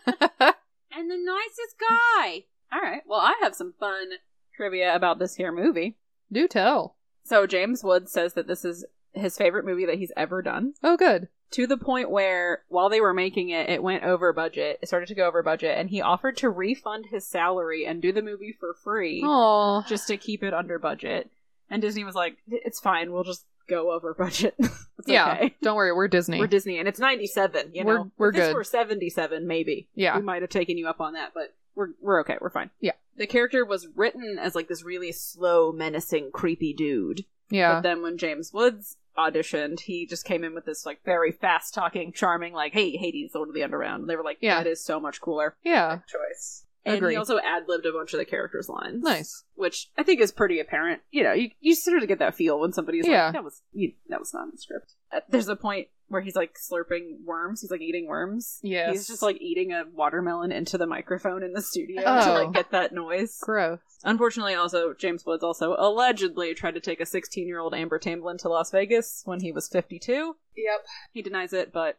and the nicest guy. All right. Well, I have some fun trivia about this here movie. Do tell. So James Woods says that this is his favorite movie that he's ever done. Oh, good. To the point where, while they were making it, it went over budget. It started to go over budget, and he offered to refund his salary and do the movie for free Oh. Aw. just to keep it under budget. And Disney was like, "It's fine. We'll just go over budget. [laughs] it's yeah. okay." Don't worry, we're Disney. We're Disney, and it's '97. You know, We're- we're if this good. We're '77, maybe. Yeah. we might have taken you up on that, but we're we're okay. We're fine. Yeah. the character was written as like this really slow, menacing, creepy dude. But yeah. then when James Woods auditioned, he just came in with this like very fast talking, charming, like, "Hey, Hades, Lord of the Underground." And they were like, Yeah. that is so much cooler." yeah. Choice. And Agree. he also ad libbed a bunch of the characters' lines. Nice. Which I think is pretty apparent. You know, you, you sort of get that feel when somebody's Yeah. like, that was you, that was not in the script. Uh, There's a point where he's like slurping worms. He's like eating worms. Yes. He's just like eating a watermelon into the microphone in the studio to Oh. like get that noise. Gross. Unfortunately, also James Woods also allegedly tried to take a 16 year old Amber Tamblyn to Las Vegas when he was 52. Yep. He denies it, but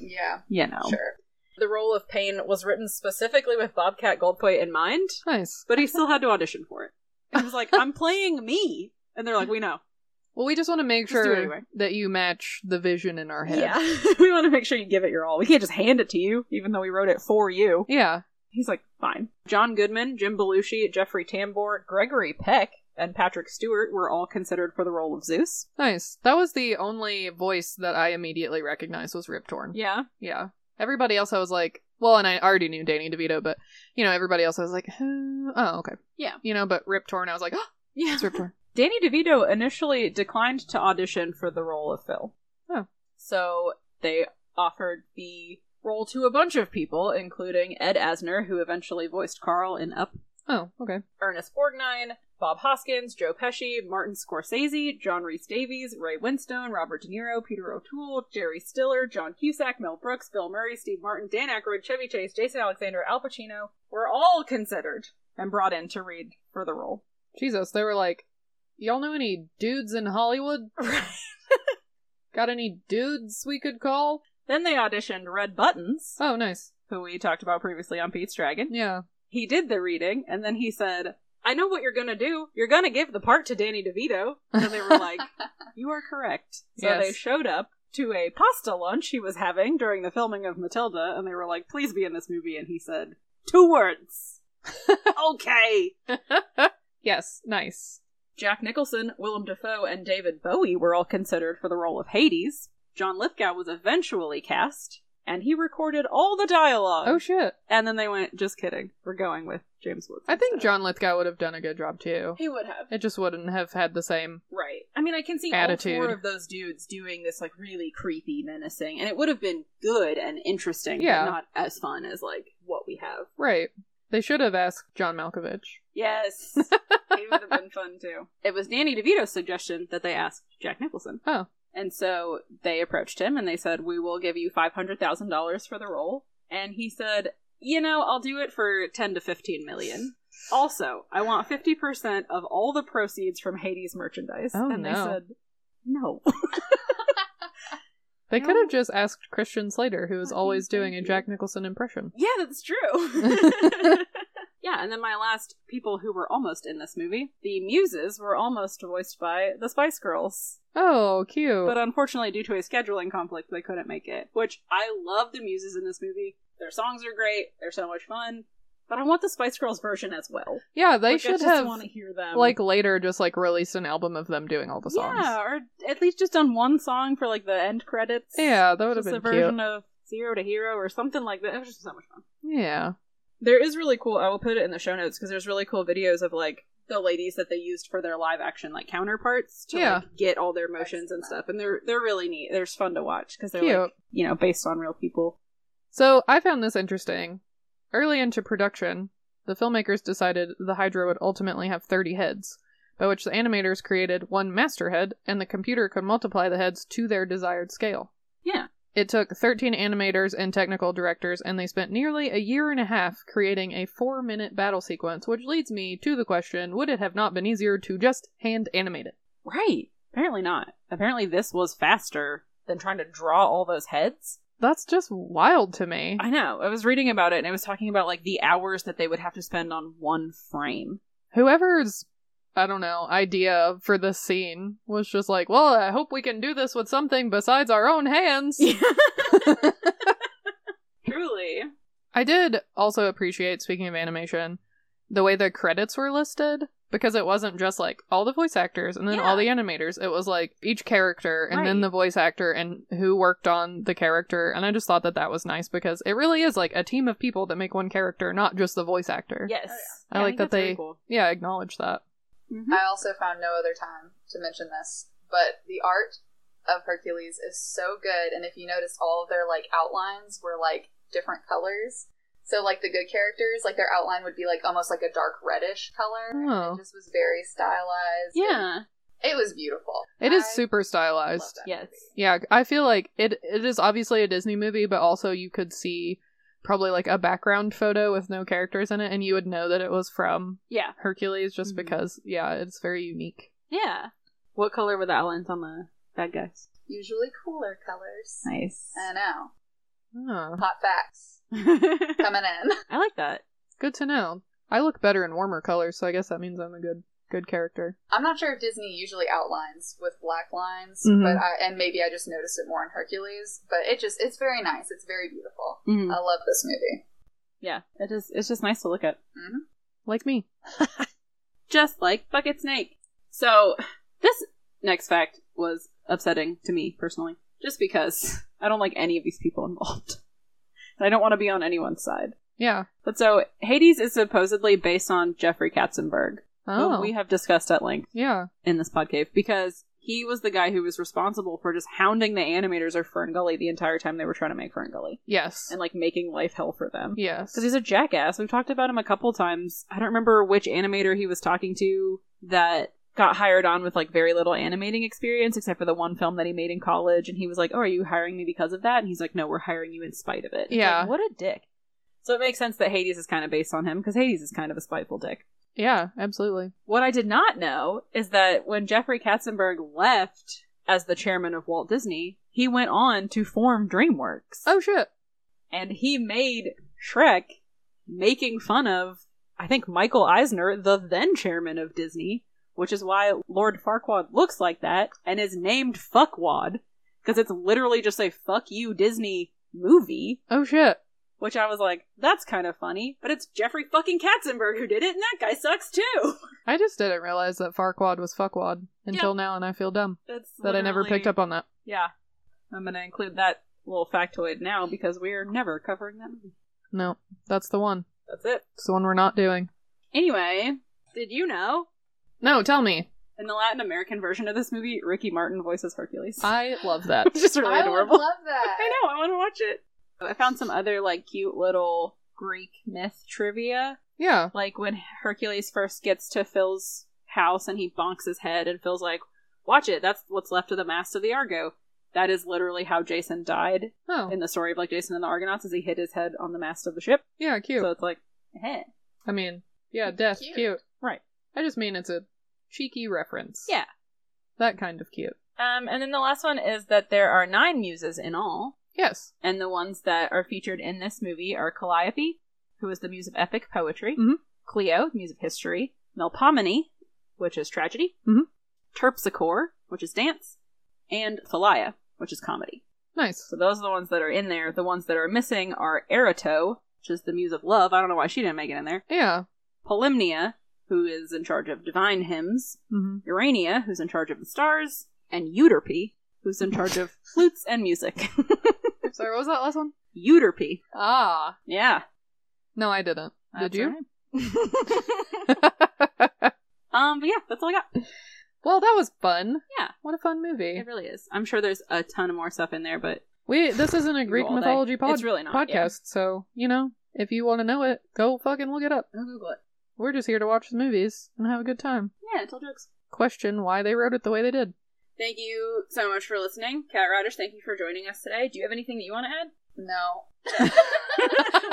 Yeah. you know, Sure. the role of Payne was written specifically with Bobcat Goldthwait in mind, Nice. but he still had to audition for it. And he was like, "I'm playing me," and they're like, "We know." Well, we just want to make Just do sure it anyway. that you match the vision in our head. Yeah, [laughs] we want to make sure you give it your all. We can't just hand it to you, even though we wrote it for you. Yeah. He's like, fine. John Goodman, Jim Belushi, Jeffrey Tambor, Gregory Peck, and Patrick Stewart were all considered for the role of Zeus. Nice. That was the only voice that I immediately recognized was Rip Torn. Yeah. Yeah. Everybody else, I was like, well, and I already knew Danny DeVito, but you know, everybody else, I was like, "Who- oh, okay, Yeah. you know, but Rip Torn, I was like, oh, Yeah. [laughs] it's Rip Torn. Danny DeVito initially declined to audition for the role of Phil. Oh. So they offered the role to a bunch of people, including Ed Asner, who eventually voiced Carl in Up, Oh, okay. Ernest Borgnine, Bob Hoskins, Joe Pesci, Martin Scorsese, John Reese Davies, Ray Winstone, Robert De Niro, Peter O'Toole, Jerry Stiller, John Cusack, Mel Brooks, Bill Murray, Steve Martin, Dan Aykroyd, Chevy Chase, Jason Alexander, Al Pacino were all considered and brought in to read for the role. Jesus, they were like, y'all know any dudes in Hollywood? Got any dudes we could call? Then they auditioned Red Buttons, Oh, nice. who we talked about previously on Pete's Dragon. Yeah. He did the reading, and then he said, I know what you're gonna do. You're gonna give the part to Danny DeVito. And they were like, You are correct. So Yes. they showed up to a pasta lunch he was having during the filming of Matilda, and they were like, Please be in this movie. And he said, Two words. okay. yes, nice. Jack Nicholson, Willem Dafoe, and David Bowie were all considered for the role of Hades. John Lithgow was eventually cast. and he recorded all the dialogue. Oh shit! and then they went, just kidding. We're going with James Woods. I think instead." John Lithgow would have done a good job too. He would have. It just wouldn't have had the same. Right. I mean, I can see Attitude. all four of those dudes doing this like really creepy, menacing, and it would have been good and interesting, Yeah. but not as fun as like what we have. Right. They should have asked John Malkovich. [laughs] Yes, it would have been fun too. It was Danny DeVito's suggestion that they asked Jack Nicholson, Oh, and so they approached him and they said, "We will give you five hundred thousand dollars for the role," and he said, "You know, I'll do it for ten to fifteen million. Also, I want fifty percent of all the proceeds from Hades merchandise." Oh, and they no. said, "No." [laughs] they No. could have just asked Christian Slater, who is Fucking always doing a thank you. Jack Nicholson impression. Yeah, [laughs] that's true. [laughs] yeah, and then my last people who were almost in this movie, the Muses, were almost voiced by the Spice Girls. Oh, cute. But uh, unfortunately, due to a scheduling conflict, they couldn't make it. Which I love the Muses in this movie. Their songs are great, they're so much fun. But I want the Spice Girls version as well. yeah, they Like, I should just have want to hear them. like later just like released an album of them doing all the songs. Yeah, or at least just done one song for like the end credits. Yeah, that would have Just been a cute. version of Zero to Hero or something like that. It was just so much fun. yeah. There is really cool. I will put it in the show notes because there's really cool videos of like the ladies that they used for their live action like counterparts to Yeah. like, get all their motions and stuff, and they're they're really neat. They're just fun to watch because they're Cute. like you know based on real people. So I found this interesting. Early into production, the filmmakers decided the Hydra would ultimately have 30 heads, by which the animators created one master head, and the computer could multiply the heads to their desired scale. Yeah, It took 13 animators and technical directors, and they spent nearly a year and a half creating a four minute battle sequence, which leads me to the question would it have not been easier to just hand animate it? right. Apparently not. Apparently this was faster than trying to draw all those heads. That's just wild to me. I know. I was reading about it and it was talking about like the hours that they would have to spend on one [laughs] frame. whoever's I don't know idea for this scene was just like, well, I hope we can do this with something besides our own hands. Truly. I did also appreciate speaking of animation, the way the credits were listed because it wasn't just like all the voice actors and then all the Yeah. animators. It was like each character and then Right. the voice actor and who worked on the character. And I just thought that that was nice because it really is like a team of people that make one character, not just the voice actor. Yes. I like that they yeah acknowledge that. Mm-hmm. Mm-hmm. I also found no other time to mention this, but the art of Hercules is so good, and if you notice, all of their like outlines were like different colors. So like the good characters, like their outline would be like almost like a dark reddish color. and Oh. It just was very stylized. Yeah. It was beautiful. It is I super love stylized. that Yes. movie. Yeah, I feel like it it is obviously a Disney movie, but also you could see probably like a background photo with no characters in it and you would know that it was from Yeah. Hercules just Mhm. because yeah, it's very unique. Yeah. What color were the outlines on the bad guys? Usually cooler colors. Nice. [laughs] I know. Oh, Hot facts I coming in. like that. good to know. I look better in warmer colors, so I guess that means I'm a good good character. I'm not sure if Disney usually outlines with black lines, Mm-hmm. Mhm. but I, and maybe I just noticed it more in Hercules. But it just it's very nice. It's very beautiful. Mm-hmm. I love this movie. Yeah, it is. It's just nice to look at. hmm Like me. Just like Bucket Snake. So this next fact was upsetting to me personally, just because I don't like any of these people involved, [laughs] and I don't want to be on anyone's side. Yeah. But so Hades is supposedly based on Jeffrey Katzenberg, Oh. who we have discussed at length. yeah. in this podcave because he was the guy who was responsible for just hounding the animators of Ferngully the entire time they were trying to make Ferngully Yes. and like um, making life hell for them. yes. Because he's a jackass. We've talked about him a couple times. I don't remember which animator he was talking to that got hired on with like very little animating experience except for the one film that he made in college and he was like, "Oh, are you hiring me because of that?" And he's like, "No, we're hiring you in spite of it." It's like, Yeah. what a dick. So it makes sense that Hades is kind of based on him because Hades is kind of a spiteful dick. yeah, absolutely. What I did not know is that when Jeffrey Katzenberg left as the chairman of Walt Disney, he went on to form DreamWorks. Oh shit. And he made Shrek making fun of, I think, Michael Eisner, the then chairman of Disney, which is why Lord Farquaad looks like that and is named Fuckwad, because it's literally just a fuck you Disney movie Oh shit. which I was like, that's kind of funny, but it's Jeffrey fucking Katzenberg who did it, and that guy sucks too. [laughs] I just didn't realize that Farquad was fuckwad until now and I feel dumb That's that I never picked literally- up on that. Yeah, I'm gonna include that little factoid now because we are never covering that movie. No, that's the one. That's it. It's the one we're not doing. Anyway, did you know No, tell me. in the Latin American version of this movie, Ricky Martin voices Hercules? [laughs] I love that. It's just really I would adorable. love [laughs] that. I know. I want to watch it. I found some other like cute little Greek myth trivia, Yeah. like when Hercules first gets to Phil's house and he bonks his head, and Phil's like, "Watch it. That's what's left of the mast of the Argo." That is literally how Jason died Oh, in the story of like Jason and the Argonauts, is he hit his head on the mast of the ship. yeah, So cute. it's like, eh. hey, I mean, yeah, death, Cute. cute. right, I just mean it's a cheeky reference. yeah. That kind of cute. Um, and then the last one is that there are nine muses in all, Yes. and the ones that are featured in this movie are Calliope, who is the muse of epic poetry, Mhm. Cleo, the muse of history, Melpomene, which is tragedy, Mhm. Terpsichore, which is dance, and Thalia, which is comedy. Nice. So those are the ones that are in there. The ones that are missing are Erato, which is the muse of love. I don't know why she didn't make it in there. Yeah. Polymnia, who is in charge of divine hymns, [laughs] Mm-hmm. Urania, who's in charge of the stars, and Euterpe, who's in charge of flutes and music. [laughs] Sorry, what was that last one? Euterpe. Ah. Yeah. No, I didn't. Did you? [laughs] um, but yeah, that's all I got. [laughs] well, that was fun. Yeah. What a fun movie. It really is. I'm sure there's a ton of more stuff in there, but We this isn't [laughs] a Greek all day. mythology pod- It's really not, podcast, yeah. so you know, if you want to know it, go fucking look it up. Google it. We're just here to watch the movies and have a good time. Yeah, tell jokes. Question why they wrote it the way they did. Thank you so much for listening. Kat Radish, thank you for joining us today. Do you have anything that you want to add? No.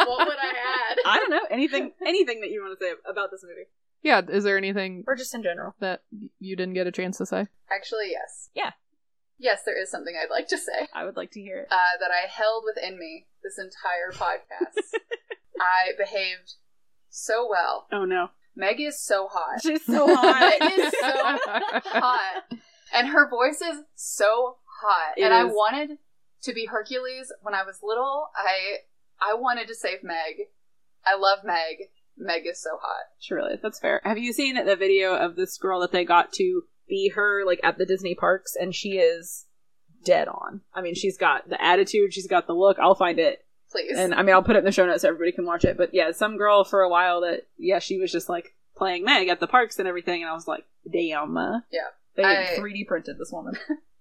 what would [laughs] I add? I don't know. Anything anything that you want to say about this movie. Yeah, is there anything Or just in general. that you didn't get a chance to say? Actually, yes. Yeah. Yes, there is something I'd like to say I would like to hear it. uh, that I held within me this entire podcast. [laughs] I behaved so well. Oh no. Meg is so hot. She's so [laughs] hot. Meg is so hot. And her voice is so hot. It and I is. wanted to be Hercules when I was little. I I wanted to save Meg. I love Meg. Meg is so hot. Surely, that's fair. Have you seen the video of this girl that they got to be her like at the Disney parks, and she is dead on. I mean, she's got the attitude, she's got the look. I'll find it, Please. and I mean, I'll put it in the show notes so everybody can watch it. But yeah, some girl for a while that yeah, she was just like playing Meg at the parks and everything, and I was like, damn, uh, Yeah. they I- 3D printed this woman.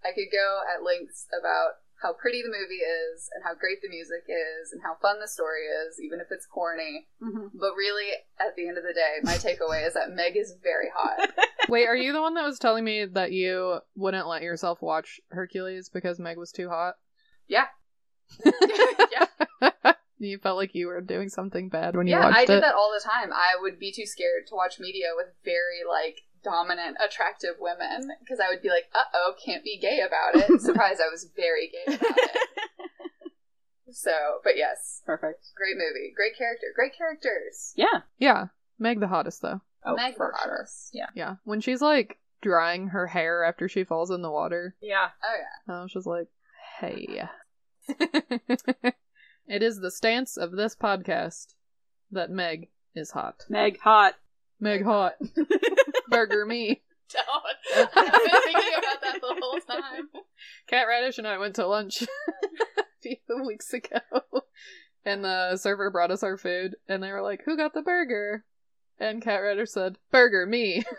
I could go at lengths about how pretty the movie is and how great the music is and how fun the story is, even if it's corny. But really, at the end of the day, my takeaway is that Meg is very [laughs] hot. [laughs] Wait, are you the one that was telling me that you wouldn't let yourself watch Hercules because Meg was too hot? [laughs] Yeah. yeah. you felt like you were doing something bad when you Yeah, watched I it. did that all the time. I would be too scared to watch media with very, like, dominant, attractive women because I would be like, uh oh, can't be gay about [laughs] it. Surprise, I was very gay about it. So, but yes, Perfect. great movie, great character, great characters. Yeah. Yeah, Meg the hottest though. Oh, Meg for the sure. hottest. Yeah. Yeah, when she's like drying her hair after she falls in the water, Yeah. Oh, yeah. I was just like, [laughs] hey. it is the stance of this podcast that Meg is hot. Meg hot. Meg [laughs] hot. Burger me. don't. [laughs] I've been thinking about that the whole time. Cat Radish and I went to lunch [laughs] a few weeks ago, and the server brought us our food, and they were like, "Who got the burger?" And Cat Radish said, "Burger me." [laughs]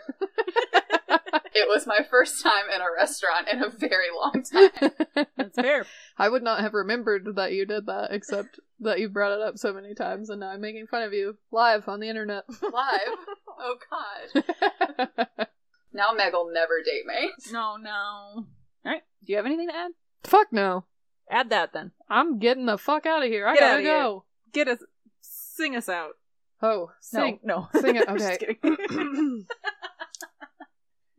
It was my first time in a restaurant in a very long [laughs] time. That's fair. I would not have remembered that you did that, except that you brought it up so many times, and now I'm making fun of you live on the internet. [laughs] Live. Oh god. Now Meg will never date me. No, no. All right. Do you have anything to add? Fuck no. Add that then. I'm getting the fuck out of here. I Get gotta outta here. go. Get us, sing us out. Oh, sing. [laughs] No, Sing it. Just Okay. [clears throat] kidding.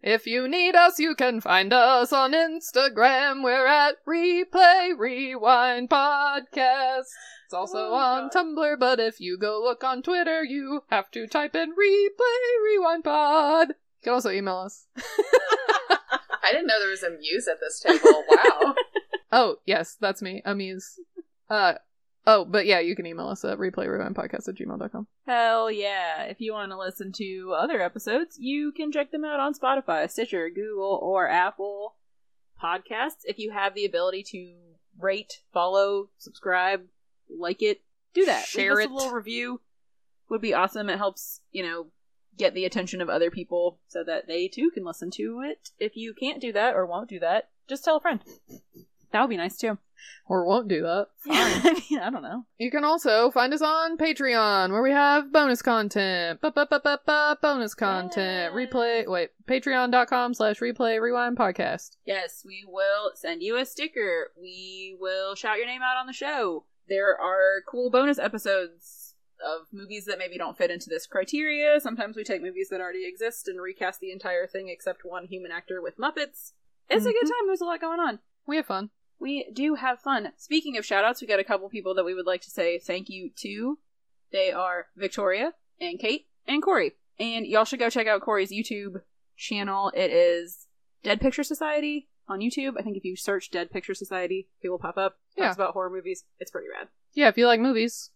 If you need us, you can find us on Instagram. We're at Replay Rewind Podcast. It's also Oh, on God. Tumblr, but if you go look on Twitter, you have to type in Replay Rewind Pod. You can also email us. I didn't know there was a muse at this table. [laughs] Wow. Oh, yes, that's me. Amuse. Uh, oh, but yeah, you can email us at replayrewindpodcast at gmail.com. Hell yeah. If you want to listen to other episodes, you can check them out on Spotify, Stitcher, Google, or Apple Podcasts. If you have the ability to rate, follow, subscribe, like it, do that. Leave Share us it. a little review. would be awesome. It helps, you know, get the attention of other people so that they too can listen to it. If you can't do that or won't do that, just tell a friend. That would be nice too. Or won't do that. [laughs] I mean, I don't know. You can also find us on Patreon, where we have bonus content. Ba-ba-ba-ba-ba, bonus content. Yay. Replay. Wait, patreon.com slash replay rewind podcast. Yes, we will send you a sticker. We will shout your name out on the show. There are cool bonus episodes of movies that maybe don't fit into this criteria. Sometimes we take movies that already exist and recast the entire thing except one human actor with Muppets. It's a good time. There's a lot going on. We have fun. We do have fun. Speaking of shout outs, we got a couple people that we would like to say thank you to. They are Victoria and Kate and Corey. And y'all should go check out Corey's YouTube channel. It is Dead Picture Society on YouTube. I think if you search Dead Picture Society, it will pop up. Talks Yeah. about horror movies. It's pretty rad. Yeah, if you like movies,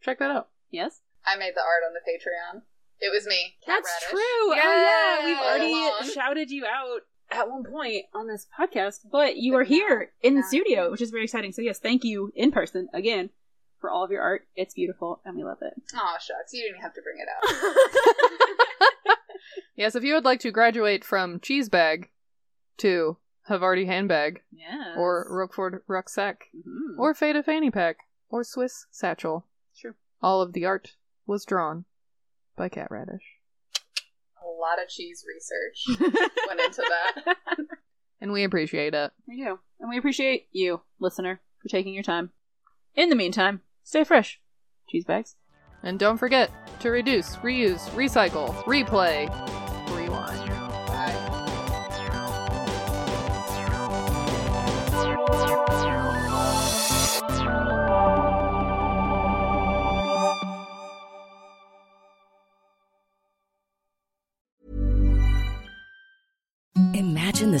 check that out. Yes? I made the art on the Patreon. It was me. Kat That's Radish. true. Yeah. Oh yeah, we've All already along. shouted you out at one point on this podcast, but you But are now- here in the now- studio, which is very exciting. So yes, thank you in person again for all of your art. It's beautiful and we love it. Aw, shucks. You didn't have to bring it up. [laughs] Yes, if you would like to graduate from cheese bag to Havarti handbag, Yeah. or Roquefort rucksack, Mhm. or Feta fanny pack, or Swiss satchel, Sure. all of the art was drawn by Cat Radish. A lot of cheese research [laughs] went into that. And we appreciate it. we do, and we appreciate you, listener, for taking your time. In the meantime, stay fresh, cheese bags. And don't forget to reduce, reuse, recycle, replay, rewind. Bye. Imagine the